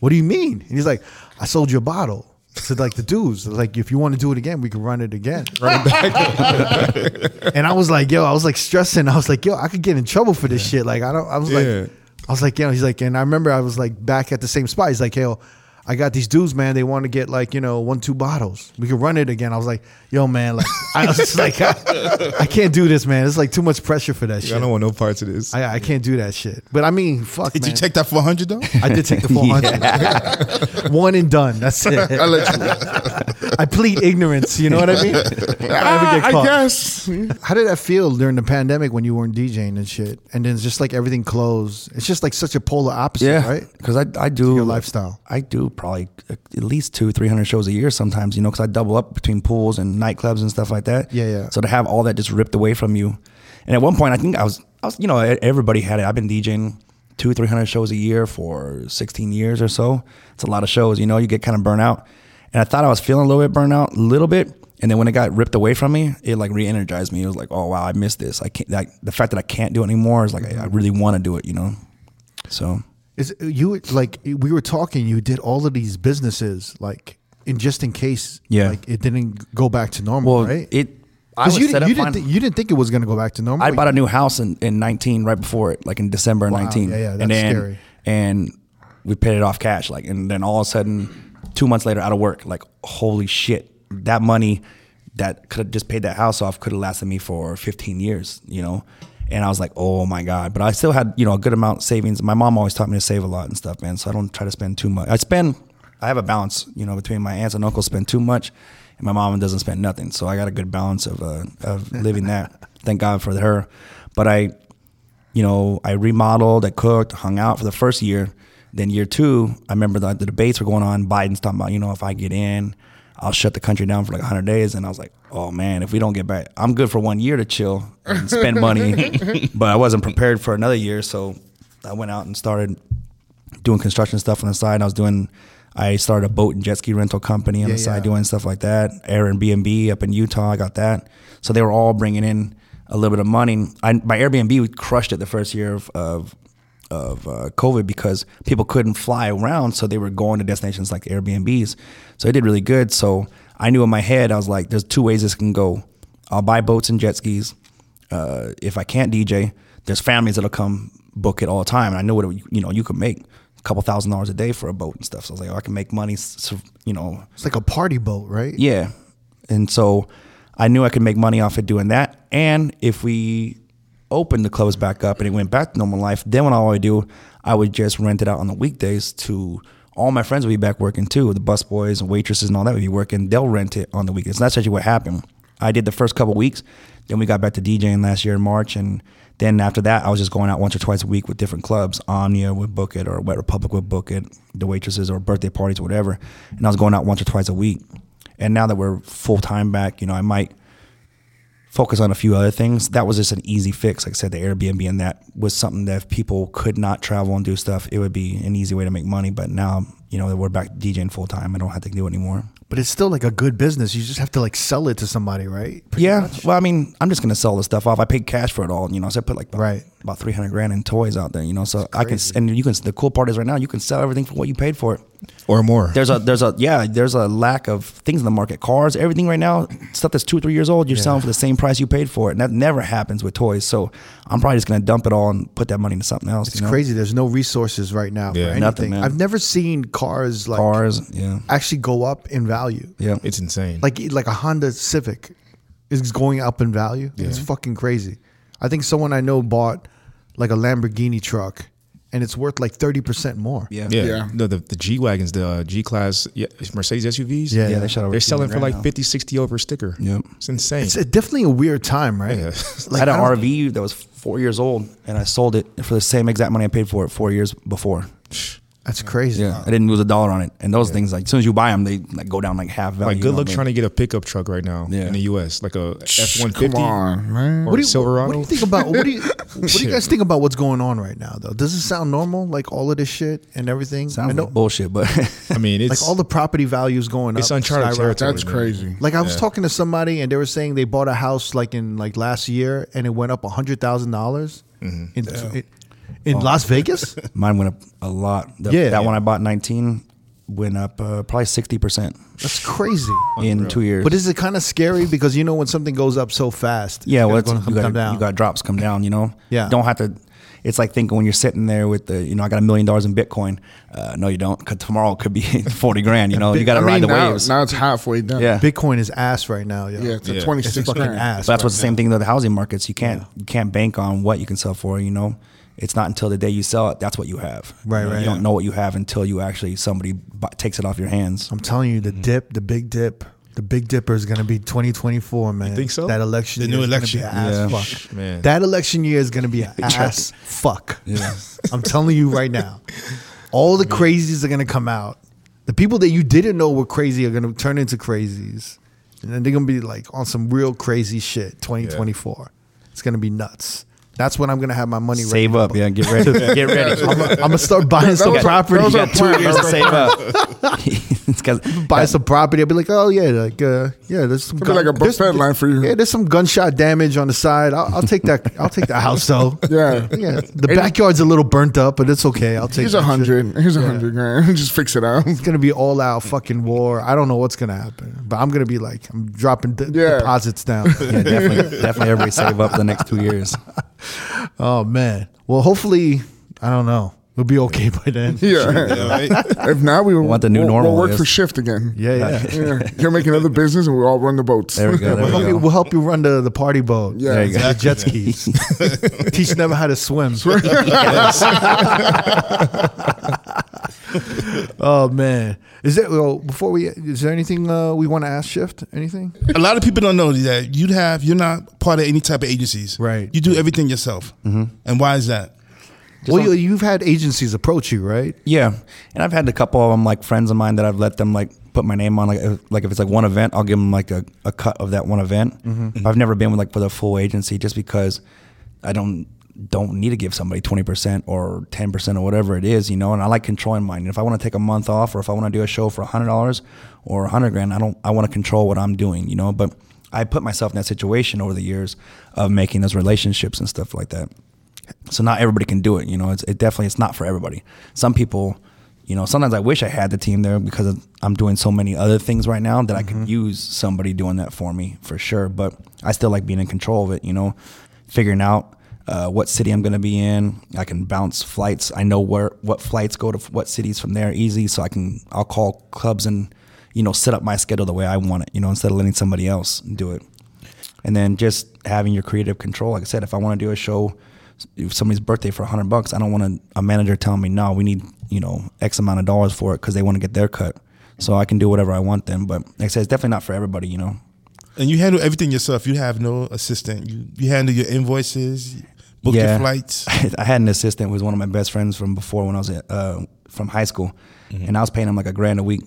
A: what do you mean?" And he's like, "I sold your bottle to like the dudes. Like, if you want to do it again, we can run it again." and I was like, "Yo," I was like stressing. I was like, "Yo, I could get in trouble for this shit." Like, I don't. I was
E: Yeah.
A: like, I was like, "Yo," he's like, and I remember I was like back at the same spot. He's like, "Yo." I got these dudes, man. They want to get like you know one, two bottles. We could run it again. I was like, "Yo, man, like I was just like, I, I can't do this, man. It's like too much pressure for that shit.
E: I don't want no parts of this.
A: I, I can't do that shit. But I mean, fuck.
B: Did
A: man.
B: you take that four hundred though?
A: I did take the 400. One and done. That's it.
D: I let you.
A: I plead ignorance. You know what I mean? I never get
D: Ah, I
A: caught.
D: guess.
A: How did that feel during the pandemic when you weren't DJing and shit? And then it's just like everything closed. It's just like such a polar opposite,
C: yeah,
A: right?
C: Because I I do
A: your lifestyle.
C: I do probably at least two three hundred shows a year sometimes. You know, because I double up between pools and nightclubs and stuff like that.
A: Yeah, yeah.
C: So to have all that just ripped away from you, and at one point I think I was I was you know e- everybody had it. I've been DJing two three hundred shows a year for sixteen years or so. It's a lot of shows. You know, you get kind of burnt out. And I thought I was feeling a little bit burnt out, a little bit. And then when it got ripped away from me, it like re-energized me. It was like, oh wow, I missed this. I can't. Like the fact that I can't do it anymore is like I, I really want to do it. You know, so.
A: Is you like we were talking? You did all of these businesses, like in just in case,
C: Yeah.
A: like it didn't go back to normal,
C: Well,
A: right?
C: it. I
A: 'Cause
C: was
A: you,
C: set
A: didn't-
C: up
A: you,
C: fine.
A: didn't, thi- you didn't think it was going to go back to normal.
C: I bought a new house in, in 19 right before it, like in December of 19.
A: Yeah, yeah,
C: and
A: that's
C: then,
A: scary.
C: And we paid it off cash, like, and then all of a sudden, two months later, out of work, like, holy shit, that money that could have just paid that house off could have lasted me for 15 years, you know. And I was like, oh my god! But I still had, you know, a good amount savings. My mom always taught me to save a lot and stuff, man. So I don't try to spend too much. I spend, I have a balance, you know, between my aunts and uncles spend too much, and my mom doesn't spend nothing. So I got a good balance of uh, of living that. Thank God for her. But I, you know, I remodeled, I cooked, hung out for the first year. Then year two, I remember that the debates were going on. Biden's talking about, you know, if I get in, I'll shut the country down for like 100 days. And I was like, oh man, if we don't get back, I'm good for one year to chill and spend money. but I wasn't prepared for another year. So I went out and started doing construction stuff on the side. I was doing, I started a boat and jet ski rental company on
A: Yeah,
C: the side
A: yeah.
C: doing stuff like that. Airbnb up in Utah, I got that. So they were all bringing in a little bit of money. I, my Airbnb crushed it the first year of of, of uh, COVID because people couldn't fly around, so they were going to destinations like Airbnbs. So it did really good. So I knew in my head, I was like, "There's two ways this can go. I'll buy boats and jet skis." uh, if I can't DJ, there's families that'll come book it all the time. And I know what it, you know you could make a couple thousand dollars a day for a boat and stuff. So I was like, oh, I can make money, s- s- you know,
A: It's like a party boat, right?
C: yeah. And so I knew I could make money off of doing that. And if we opened the clubs back up and it went back to normal life, then what I would do, I would just rent it out on the weekdays to all my friends would be back working too. The busboys and waitresses and all that would be working. They'll rent it on the weekends. And that's actually what happened. I did the first couple weeks. Then we got back to DJing last year in March. And then after that, I was just going out once or twice a week with different clubs. Omnia would book it, or Wet Republic would book it, the waitresses, or birthday parties, or whatever. And I was going out once or twice a week. And now that we're full time back, you know, I might focus on a few other things. That was just an easy fix. Like I said, the Airbnb and that was something that if people could not travel and do stuff, it would be an easy way to make money. But now, you know, that we're back DJing full time. I don't have to do it anymore.
A: But it's still like a good business. You just have to like sell it to somebody, right? Pretty
C: yeah.
A: much.
C: Well, I mean, I'm just gonna sell the stuff off. I paid cash for it all, you know. So I put like about,
A: Right.
C: about 300 grand in toys out there, you know. So I can, and you can. The cool part is right now you can sell everything for what you paid for it.
E: or more.
C: There's a there's a yeah there's a lack of things in the market. Cars, everything right now, stuff that's two three years old, you're selling for the same price you paid for it, and that never happens with toys. So I'm probably just gonna dump it all and put that money into something else.
A: It's
C: you know?
A: crazy. There's no resources right now for
E: Yeah.
A: anything.
C: Nothing, man.
A: I've never seen cars like
C: Cars, yeah,
A: actually go up in value.
C: yeah.
E: It's insane.
A: Like e, like a Honda Civic is going up in value. It's
E: Yeah.
A: fucking crazy. I think someone I know bought like a Lamborghini truck and it's worth like 30% more.
C: yeah,
E: yeah.
D: Yeah.
E: No, the, the G wagons, the uh, G class, yeah, Mercedes SUVs.
A: Yeah, Yeah,
C: they shot over
E: They're selling
C: 200
E: for like
C: grand now.
E: 50, 60 over sticker.
C: Yep.
E: It's insane.
A: It's a- definitely a weird time, right?
E: Yeah.
A: Like,
C: I had an
A: I don't-
C: RV that was four years old, and I sold it for the same exact money I paid for it four years before.
A: That's crazy.
C: Yeah, I didn't lose a dollar on it. And those things, like as soon as you buy them, they like go down like half value.
E: like good
C: you know
E: luck
C: what I mean?
E: trying to get a pickup truck right now
C: Yeah.
E: in the U.S. Like a F one
D: Come
E: fifty or
D: on, man.
A: What do,
E: a
A: you,
E: Silverado.
A: what do you think about what do you what do you guys think about what's going on right now though? Does it sound normal like all of this shit and everything? I
C: Sounds
A: know
C: like bullshit, but
E: I mean, it's
A: like all the property values going up.
E: it's uncharted
A: skyrocket.
E: territory.
D: That's
E: man.
D: crazy.
A: Like I was talking to somebody and they were saying they bought a house like in like last year and it went up hundred thousand dollars in in, in Las Vegas.
C: mine went up a lot. The-
A: Yeah.
C: that one I bought nineteen went up uh, probably sixty percent
A: That's crazy.
C: in two years.
A: But is it kind of scary because you know when something goes up so fast?
C: yeah, well,
A: it's
C: it's,
A: going to come,
C: you, got,
A: come down.
C: you got drops come down. You know,
A: Yeah.
C: don't have to. It's like thinking when you're sitting there with the, you know, I got a million dollars in Bitcoin. Uh, no, you don't. 'cause tomorrow could be forty grand. You know, you got to
D: I
C: ride
D: mean,
C: the
D: now,
C: waves.
D: now it's halfway down.
C: yeah,
A: Bitcoin is ass right now. Yo.
D: Yeah, it's a
E: Yeah.
D: 26
A: it's fucking
D: grand.
A: ass.
C: But that's what's the same thing though. The housing markets, you can't you can't bank on what you can sell for. You know, it's not until the day you sell it that's what you have.
A: Right,
C: you know,
A: right.
C: You don't know what you have until you actually somebody bu- takes it off your hands.
A: I'm telling you, the dip, the big dip, the big dipper is going to be 2024, man.
E: think so?
A: That election,
B: The
A: year
B: new
A: is gonna
B: election.
A: be an ass
C: Yeah.
A: fuck.
E: Man.
A: That election year is going to be an ass fuck. I'm telling you right now, all the crazies are going to come out. The people that you didn't know were crazy are going to turn into crazies, and then they're going to be like on some real crazy shit. 2024, it's going to be nuts. That's when I'm going to have my money.
C: Save up, yeah. Get ready. get ready.
A: I'm gonna start buying some
D: was-
A: property.
D: that was
C: You
D: our
C: got two
D: plan.
C: years to save up. It's 'cause-
A: buy some property. I'd be like, oh yeah, like uh, yeah, there's some
D: It'd be like a
A: there's-
D: buffet line for you.
A: Yeah, there's some gunshot damage on the side. I'll, I'll take that. I'll take the house though.
D: Yeah.
A: yeah. The backyard's a little burnt up, but it's okay. I'll take.
D: Here's
A: that
D: a
A: shit.
D: hundred. Here's a hundred grand. Just fix it up.
A: It's gonna be all out fucking war. I don't know what's gonna happen, but I'm gonna be like, I'm dropping de-
D: Yeah.
A: deposits down.
C: yeah, definitely, definitely. Everybody save up the next two years.
A: oh man. Well, hopefully, I don't know. We'll be okay by then.
D: Yeah. if not, we will
C: Want the new
D: we'll,
C: normal,
D: We'll work
C: yes.
D: for shift again.
A: Yeah, yeah.
D: Yeah. He'll make another business, and we all run the boats.
C: There we go.
A: We'll
C: There we
A: help,
C: go.
A: you, we'll help you run the, the party boat.
D: Yeah,
C: There you go.
A: The jet skis. Teach them how to swim. oh man, is that well? Before we, is there anything uh, we want to ask Shift? Anything?
B: A lot of people don't know that you'd have you're not part of any type of agencies.
A: Right.
B: You do everything yourself. And why is that?
A: well, you, you've had agencies approach you, right?
C: Yeah, and I've had a couple of them, like friends of mine, that I've let them like put my name on. Like, if, like if it's like one event, I'll give them like a, a cut of that one event. I've never been with like with a full agency just because I don't don't need to give somebody twenty percent or ten percent or whatever it is, you know. And I like controlling mine. If I want to take a month off, or if I want to do a show for hundred dollars or a hundred grand, I don't. I want to control what I'm doing, you know. But I put myself in that situation over the years of making those relationships and stuff like that so not everybody can do it you know it's it definitely it's not for everybody some people you know sometimes i wish i had the team there because i'm doing so many other things right now that i could use somebody doing that for me for sure but i still like being in control of it you know figuring out uh, what city i'm going to be in i can bounce flights i know where what flights go to f- what cities from there easy so i can i'll call clubs and you know set up my schedule the way i want it you know instead of letting somebody else do it and then just having your creative control. Like I said, if I want to do a show, if somebody's birthday for hundred bucks, I don't want a, a manager telling me no, we need you know X amount of dollars for it because they want to get their cut. So I can do whatever I want then. But like I said, it's definitely not for everybody, you know.
B: And you handle everything yourself. You have no assistant. You you handle your invoices, book your flights.
C: I had an assistant who was one of my best friends from before when I was at, uh, from high school,
B: Mm-hmm.
C: and I was paying him like a grand a week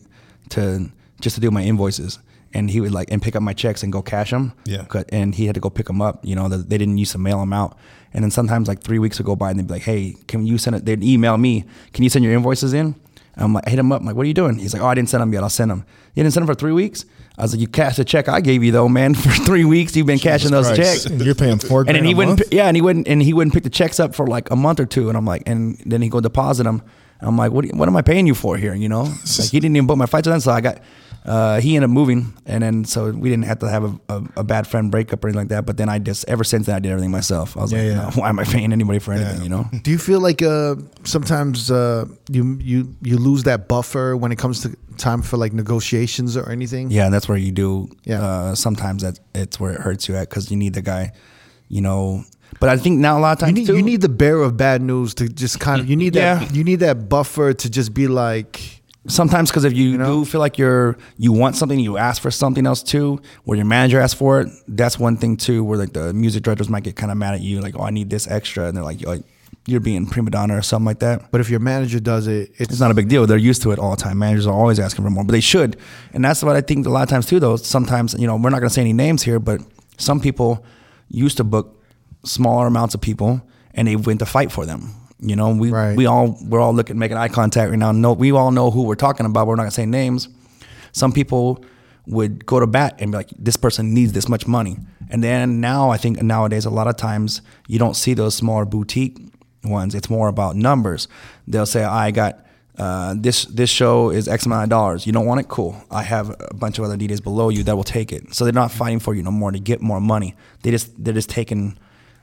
C: to just to do my invoices. And he would like and pick up my checks and go cash them.
B: Yeah.
C: Cut- And he had to go pick them up. You know, that they didn't used to mail them out. And then sometimes like three weeks would go by and they'd be like, "Hey, can you send it?" They'd email me, "Can you send your invoices in?" I'm like, I hit him up. I'm like, "What are you doing?" He's like, "Oh, I didn't send them yet. I'll send them." You didn't send them for three weeks. I was like, "You cashed a check I gave you though, man. For three weeks, you've been cashing those checks."
E: You're paying four
C: and
E: grand
C: then he
E: a
C: wouldn't
E: month?
C: pi- yeah and he wouldn't and he wouldn't pick the checks up for like a month or two and i'm like and then he go deposit them and i'm like what, do you- what am i paying you for here you know like he didn't even book my flights then so i got uh, he ended up moving and then so we didn't have to have a, a, a bad friend breakup or anything like that but then i just ever since then i did everything myself i was like
E: yeah.
C: "No, why am i paying anybody for anything you know
A: Do you feel like uh, sometimes uh, you you you lose that buffer when it comes to time for like negotiations or anything?
C: Yeah, and that's where you do.
A: Yeah.
C: Uh, sometimes that it's where it hurts you at because you need the guy, you know. But I think now a lot of times
A: You need,
C: too,
A: you need the bearer of bad news to just kind of you need
C: Yeah.
A: that you need that buffer to just be like
C: sometimes because if you,
A: know?
C: do feel like you're you want something you ask for something else too where your manager asks for it that's one thing too where like the music directors might get kind of mad at you like oh i need this extra and they're like you're, like, you're being prima donna or something like that
A: but if your manager does it it's,
C: it's not a big deal. They're used to it all the time. Managers are always asking for more, but they should. And that's what I think a lot of times too. Though sometimes you know we're not going to say any names here, but some people used to book smaller amounts of people, and they went to fight for them. You know, we
A: Right.
C: we all we're all looking making eye contact right now. No, we all know who we're talking about. But we're not going to say names. Some people would go to bat and be like, this person needs this much money. And then now I think nowadays a lot of times you don't see those smaller boutique ones. It's more about numbers. They'll say, I got uh, this this show is X amount of dollars. You don't want it? Cool. I have a bunch of other DJs below you that will take it. So they're not fighting for you no more to get more money. They just they're just taking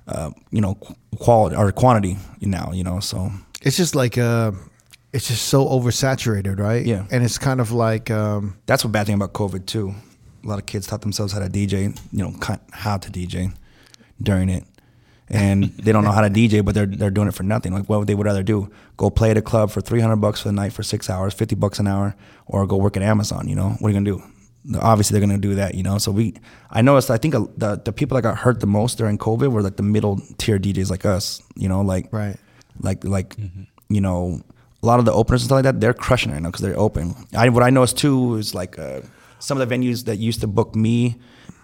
C: uh, you know qu- quality or quantity now. You know so
A: it's just like uh it's just so oversaturated, right?
C: Yeah.
A: and it's kind of like um,
C: that's what bad thing about COVID too. A lot of kids taught themselves how to DJ, you know, ki- how to DJ during it, and they don't know how to DJ, but they're they're doing it for nothing. Like what would they would rather do? Go play at a club for three hundred bucks for the night for six hours, fifty bucks an hour, or go work at Amazon. You know, what are you gonna do? Obviously, they're gonna do that. You know, so we I noticed. I think uh, the the people that got hurt the most during COVID were like the middle tier DJs like us. You know, like
A: Right.
C: like like you know a lot of the openers and stuff like that they're crushing right now because they're open I, what i noticed too is like uh, some of the venues that used to book me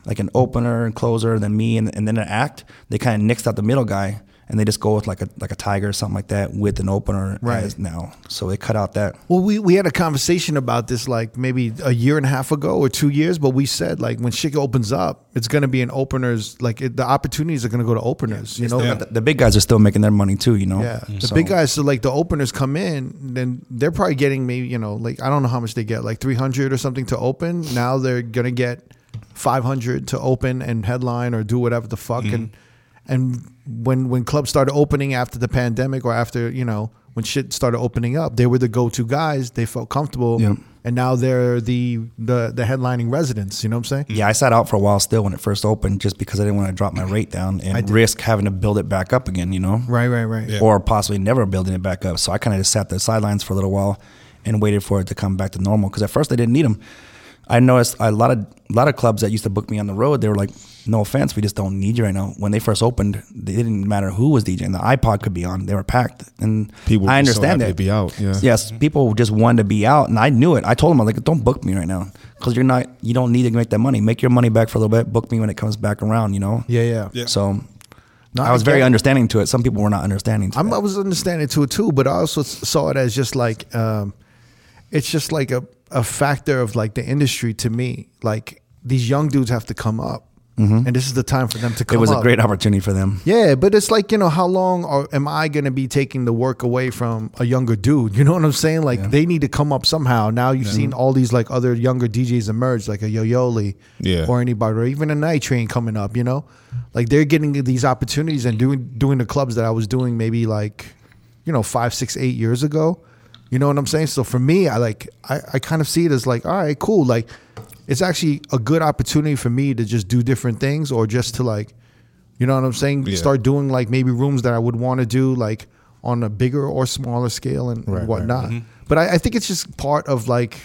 C: like an opener and closer then me and, and then an act they kind of nixed out the middle guy and they just go with like a like a tiger or something like that with an opener
A: Right.
C: as now so they cut out that
A: Well, we, we had a conversation about this like maybe a year and a half ago or two years, but we said like when shit opens up, it's gonna be an openers like it, the opportunities are gonna go to openers. you know,
C: But the, the big guys are still making their money too you know
A: yeah, the
C: So-
A: big guys. So like the openers come in, then they're probably getting maybe you know like I don't know how much they get like three hundred or something to open. Now they're gonna get five hundred to open and headline or do whatever the fuck and and when when clubs started opening after the pandemic or after you know when shit started opening up, they were the go to guys. They felt comfortable.
C: Yep.
A: And now they're the, the the headlining residents. You know what I'm saying?
C: Yeah, I sat out for a while still when it first opened just because I didn't want to drop my rate down and risk having to build it back up again, you know?
A: Right, right, right. Yeah.
C: Or possibly never building it back up. So I kind of just sat the sidelines for a little while and waited for it to come back to normal because at first I didn't need them. I noticed a lot of a lot of clubs that used to book me on the road. They were like, "No offense, we just don't need you right now." When they first opened, they it didn't matter who was DJing. The iPod could be on; they were packed, and
E: People
C: I
E: were so
C: understand
E: happy
C: that.
E: to be out, yeah.
C: Yes, people just wanted to be out, and I knew it. I told them, "I'm like, don't book me right now because you're not. You don't need to make that money. Make your money back for a little bit. Book me when it comes back around. You know."
A: Yeah, yeah.
C: So,
A: No,
C: I was
A: I
C: very
A: get it.
C: understanding to it. Some people were not understanding. To
A: I'm, I
C: that.
A: was understanding to it too, but I also s- saw it as just like um, it's just like a, a factor of like the industry to me. Like these young dudes have to come up, and this is the time for them to
C: Mm-hmm. It
A: come.
C: was a
A: up.
C: great opportunity for them.
A: Yeah, but it's like you know, how long are, am I going to be taking the work away from a younger dude? You know what I'm saying? Like they need to come up somehow. Now you've seen all these like other younger DJs emerge, like a Yoyoli,
E: Yeah.
A: or anybody, or even a Night Train coming up. You know, like they're getting these opportunities and doing doing the clubs that I was doing maybe like, you know, five, six, eight years ago. You know what I'm saying? So for me, I like I, I kind of see it as like, all right, cool. Like it's actually a good opportunity for me to just do different things or just to like, you know what I'm saying?
E: Yeah.
A: Start doing like maybe rooms that I would want to do like on a bigger or smaller scale and
E: Right, Mm-hmm. right.
A: whatnot. But I, I think it's just part of like,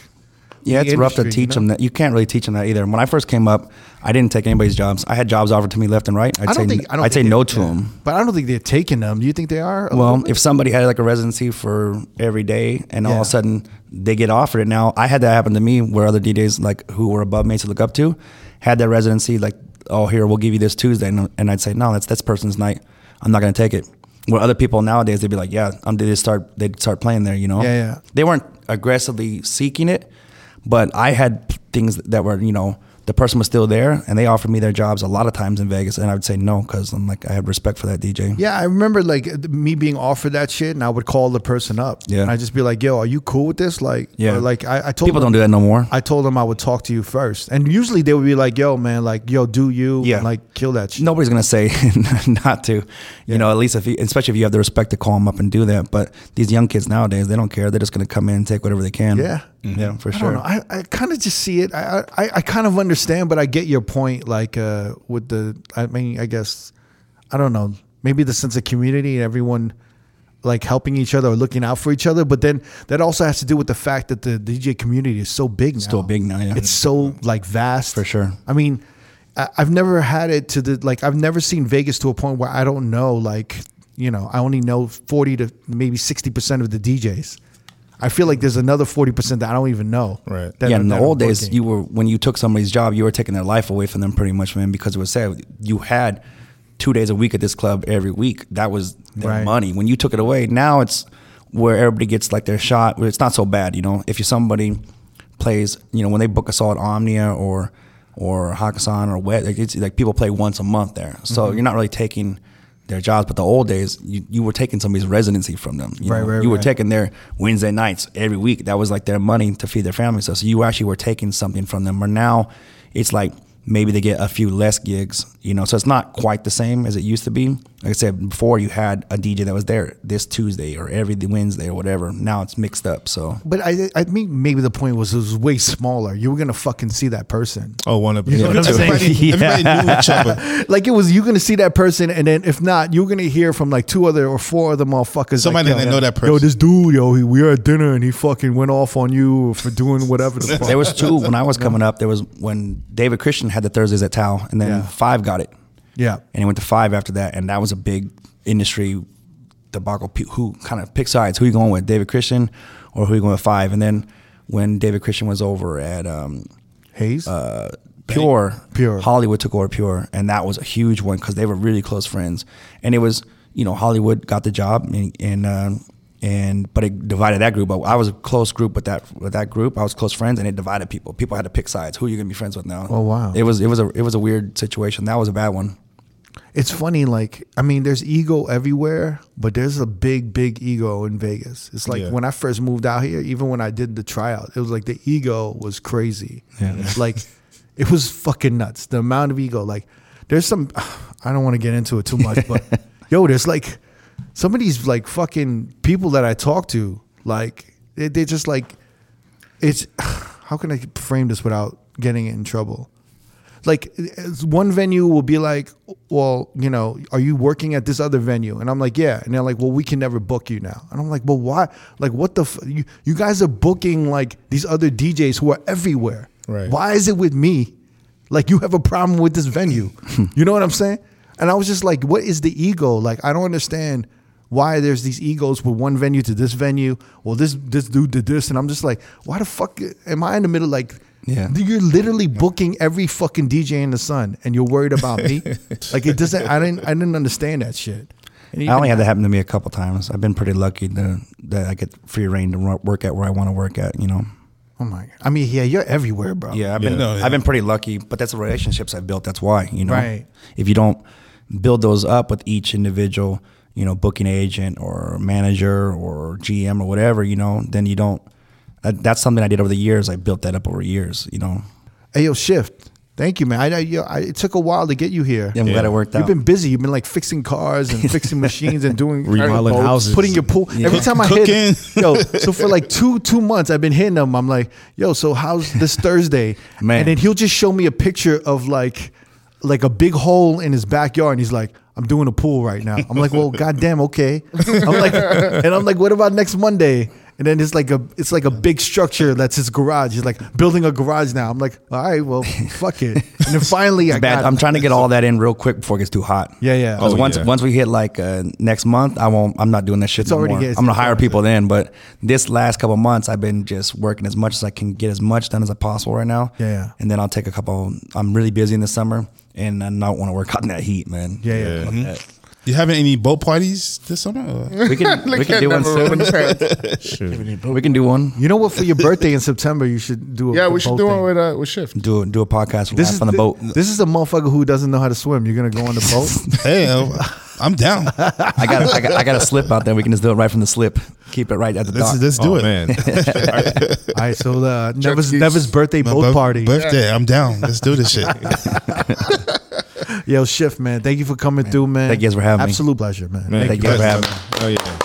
C: Yeah,
A: the
C: it's rough to
A: industry, you
C: teach
A: know?
C: them that. You can't really teach them that either. And When I first came up, I didn't take anybody's jobs. I had jobs offered to me left and right. I'd
A: I don't
C: say,
A: think I don't
C: would say
A: think
C: no
A: they-
C: to
A: yeah.
C: them.
A: But I don't think they're taking them. Do you think they are?
C: Well, if somebody had like a residency for every day and all
A: Yeah.
C: of a sudden they get offered it now, I had that happen to me where other DJs like who were above me to look up to had that residency like, oh, here, we'll give you this Tuesday. And, and I'd say, no, that's this person's night. I'm not going to take it. Where other people nowadays, they'd be like, yeah, um, they just start, they'd start playing there, you know?
A: Yeah, yeah.
C: They weren't aggressively seeking it, but I had things that were, you know, the person was still there and they offered me their jobs a lot of times in Vegas. And I would say no because I'm like, I have respect for that DJ.
A: Yeah, I remember like me being offered that shit, and I would call the person up.
C: Yeah.
A: and I would just be like, "Yo, are you cool with this?" Like,
C: Yeah.
A: or, like I, I told
C: People
A: them-
C: don't do that no more.
A: I told them I would talk to you first, and usually they would be like, "Yo, man, like, yo, do you?
C: Yeah.
A: and, like kill that shit."
C: nobody's gonna say not to, you know. At least if, you, especially if you have the respect to call them up and do that. But these young kids nowadays, they don't care. They're just gonna come in and take whatever they can. Mm-hmm.
A: Yeah.
C: yeah, for
A: I
C: sure.
A: don't know. I, I kind of just see it. I, I I kind of understand, but I get your point. Like uh, with the, I mean, I guess, I don't know. Maybe the sense of community and everyone like helping each other or looking out for each other. But then that also has to do with the fact that the DJ community is so big now.
C: Still big now, yeah.
A: It's so like vast
C: For sure.
A: I mean, I, I've never had it to the like. I've never seen Vegas to a point where I don't know. Like, you know, I only know forty to maybe sixty percent of the DJs. I feel like there's another forty percent that I don't even know.
E: Right.
A: that
C: yeah,
A: are-
C: in the
A: that are
C: old days,
A: working.
C: you were when you took somebody's job, you were taking their life away from them, pretty much, man. Because it was sad. You had two days a week at this club every week. That was their
A: Right.
C: money. When you took it away, now it's where everybody gets like their shot. where It's not so bad, you know. If you somebody plays, you know, when they book us all at Omnia or or Hakkasan or Wet, like, it's like people play once a month there. So
A: Mm-hmm.
C: you're not really taking their jobs. But the old days, you, you were taking somebody's residency from them. You
A: Right,
C: know?
A: right,
C: You were
A: right.
C: taking taking their Wednesday nights every week. That was like their money to feed their families. So, so you actually were taking something from them. Or now it's like maybe they get a few less gigs, you know. So it's not quite the same as it used to be. Like I said before, you had a DJ that was there this Tuesday or every Wednesday or whatever. Now it's mixed up. So
A: but I I mean maybe the point was it was way smaller. You were gonna fucking see that person.
E: Oh, one of
A: know what I'm saying?
B: Everybody, everybody knew each other.
A: Like it was you gonna see that person, and then if not, you're gonna hear from like two other or four other motherfuckers.
B: Somebody
A: like, yo,
B: that know that
A: Yo,
B: person.
A: this dude, yo, he, we were at dinner and he fucking went off on you for doing whatever. The fuck.
C: there was two when I was coming up. There was when David Christian had the Thursdays at Tao, and then
A: Yeah.
C: Five got it.
A: yeah.
C: and he went to five after that, and that was a big industry debacle. Pe- Who kind of pick sides? Who you going with, David Christian, or who you going with five? And then when David Christian was over at um,
A: Hayes.
C: uh, Pure,
A: Pure.
C: Hollywood took over Pure, and that was a huge one because they were really close friends, and it was you know Hollywood got the job and and. Uh, and but it divided that group. I was a close group with that with that group. I was close friends, and it divided people. People had to pick sides. Who are you gonna be friends with now?
A: Oh, wow.
C: It was it was a it was a weird situation. That was a bad one.
A: it's funny like i mean there's ego everywhere but there's a big big ego in vegas it's like
E: Yeah.
A: when i first moved out here even when i did the tryout it was like the ego was crazy yeah. like it was fucking nuts the amount of ego like there's some i don't want to get into it too much but yo there's like some of these like fucking people that i talk to like they, they're just like it's how can I frame this without getting in trouble? Like it's- one venue will be like, "Well, you know, are you working at this other venue?" And I'm like, "Yeah." And they're like, "Well, we can never book you now." And I'm like, "Well, why? Like, what the? F- you you guys are booking like these other DJs who are everywhere.
E: Right.
A: Why is it with me? Like, you have a problem with this venue? you know what I'm saying?" And I was just like, "What is the ego? Like, I don't understand." why there's these egos with one venue to this venue. Well, this this dude did this, and I'm just like, why the fuck am I in the middle? Like,
C: Yeah.
A: you're literally booking every fucking DJ in the sun, and you're worried about me. like it doesn't. I didn't. I didn't understand that shit. And
C: I
A: even-
C: only had that happen to me a couple times. I've been pretty lucky to, that I get free reign to wor- work at where I want to work at. You know.
A: oh my. God. I mean, yeah, you're everywhere, bro.
C: Yeah, I've been
B: No, yeah.
C: I've been pretty lucky, but that's the relationships I've built. That's why you know.
A: Right.
C: If you don't build those up with each individual, you know, booking agent or manager or GM or whatever, you know, then you don't. That, that's something I did over the years. I built that up over years. You know.
A: Hey, yo, shift. Thank you, man. I, I, yo, I it took a while to get you here.
C: Yeah, I'm glad it worked
A: You've
C: out.
A: been busy. You've been like fixing cars and fixing machines and doing
E: Remodeling
A: boats,
E: houses.
A: putting your pool.
C: Yeah.
A: Every time I
B: Cooking.
A: hit, yo, so for like two two months, I've been hitting him. I'm like, yo, so how's this Thursday?
C: Man.
A: And then he'll just show me a picture of like like a big hole in his backyard, and he's like. I'm doing a pool right now. I'm like, well, goddamn, okay. I'm like, and I'm like, what about next Monday? And then it's like a, it's like a big structure that's his garage. He's like building a garage now. I'm like, all right, well, fuck it. And then finally, I
C: Bad.
A: got
C: I'm trying to get all that in real quick before it gets too hot.
A: Yeah, yeah.
C: 'Cause
E: Oh,
C: once
E: yeah.
C: once we hit like uh, next month, I won't. I'm not doing that shit.
A: It's
C: no
A: already
C: more.
A: getting-
C: I'm gonna
A: it's
C: hire people then. But this last couple months, I've been just working as much as I can get as much done as I possible right now.
A: Yeah, yeah.
C: And then I'll take a couple. I'm really busy in the summer, and I don't want to work out in that heat, man.
A: Yeah, yeah.
C: Fuck that.
B: Mm-hmm. You having any boat parties this summer? or-
C: We can we can do one soon. We can do one.
A: You know what? For your birthday in September, you should do. A,
D: Yeah,
A: a
D: we should
A: boat
D: do
A: thing.
D: one with uh, with shift.
C: Do a, do a podcast.
A: This
C: laugh
A: is
C: on the
A: thi-
C: boat.
A: This is a motherfucker who doesn't know how to swim. You're gonna go on the boat.
B: hey, I- I'm down.
C: I got, I got I got a slip out there. We can just do it right from the slip. Keep it right at the
B: Let's,
C: dock.
B: let's do
E: oh,
B: it.
E: man.
A: All right, so uh, Neva's
D: skis.
A: Neva's birthday
B: My
A: boat
B: bir-
A: party.
B: Birthday. I'm down. Let's do this shit.
A: Yo, shift man. Thank you for coming through, man.
C: Thank you guys for having me.
A: Absolute pleasure, man.
E: man.
C: Thank you for having me.
E: Oh, yeah.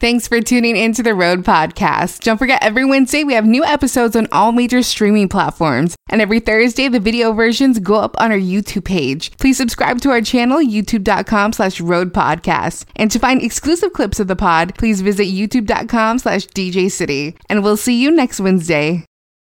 F: Thanks for tuning into the Road Podcast. Don't forget, every Wednesday we have new episodes on all major streaming platforms. And every Thursday, the video versions go up on our YouTube page. Please subscribe to our channel, youtube.com slash road podcast. And to find exclusive clips of the pod, please visit youtube.com slash DJ City. And we'll see you next Wednesday.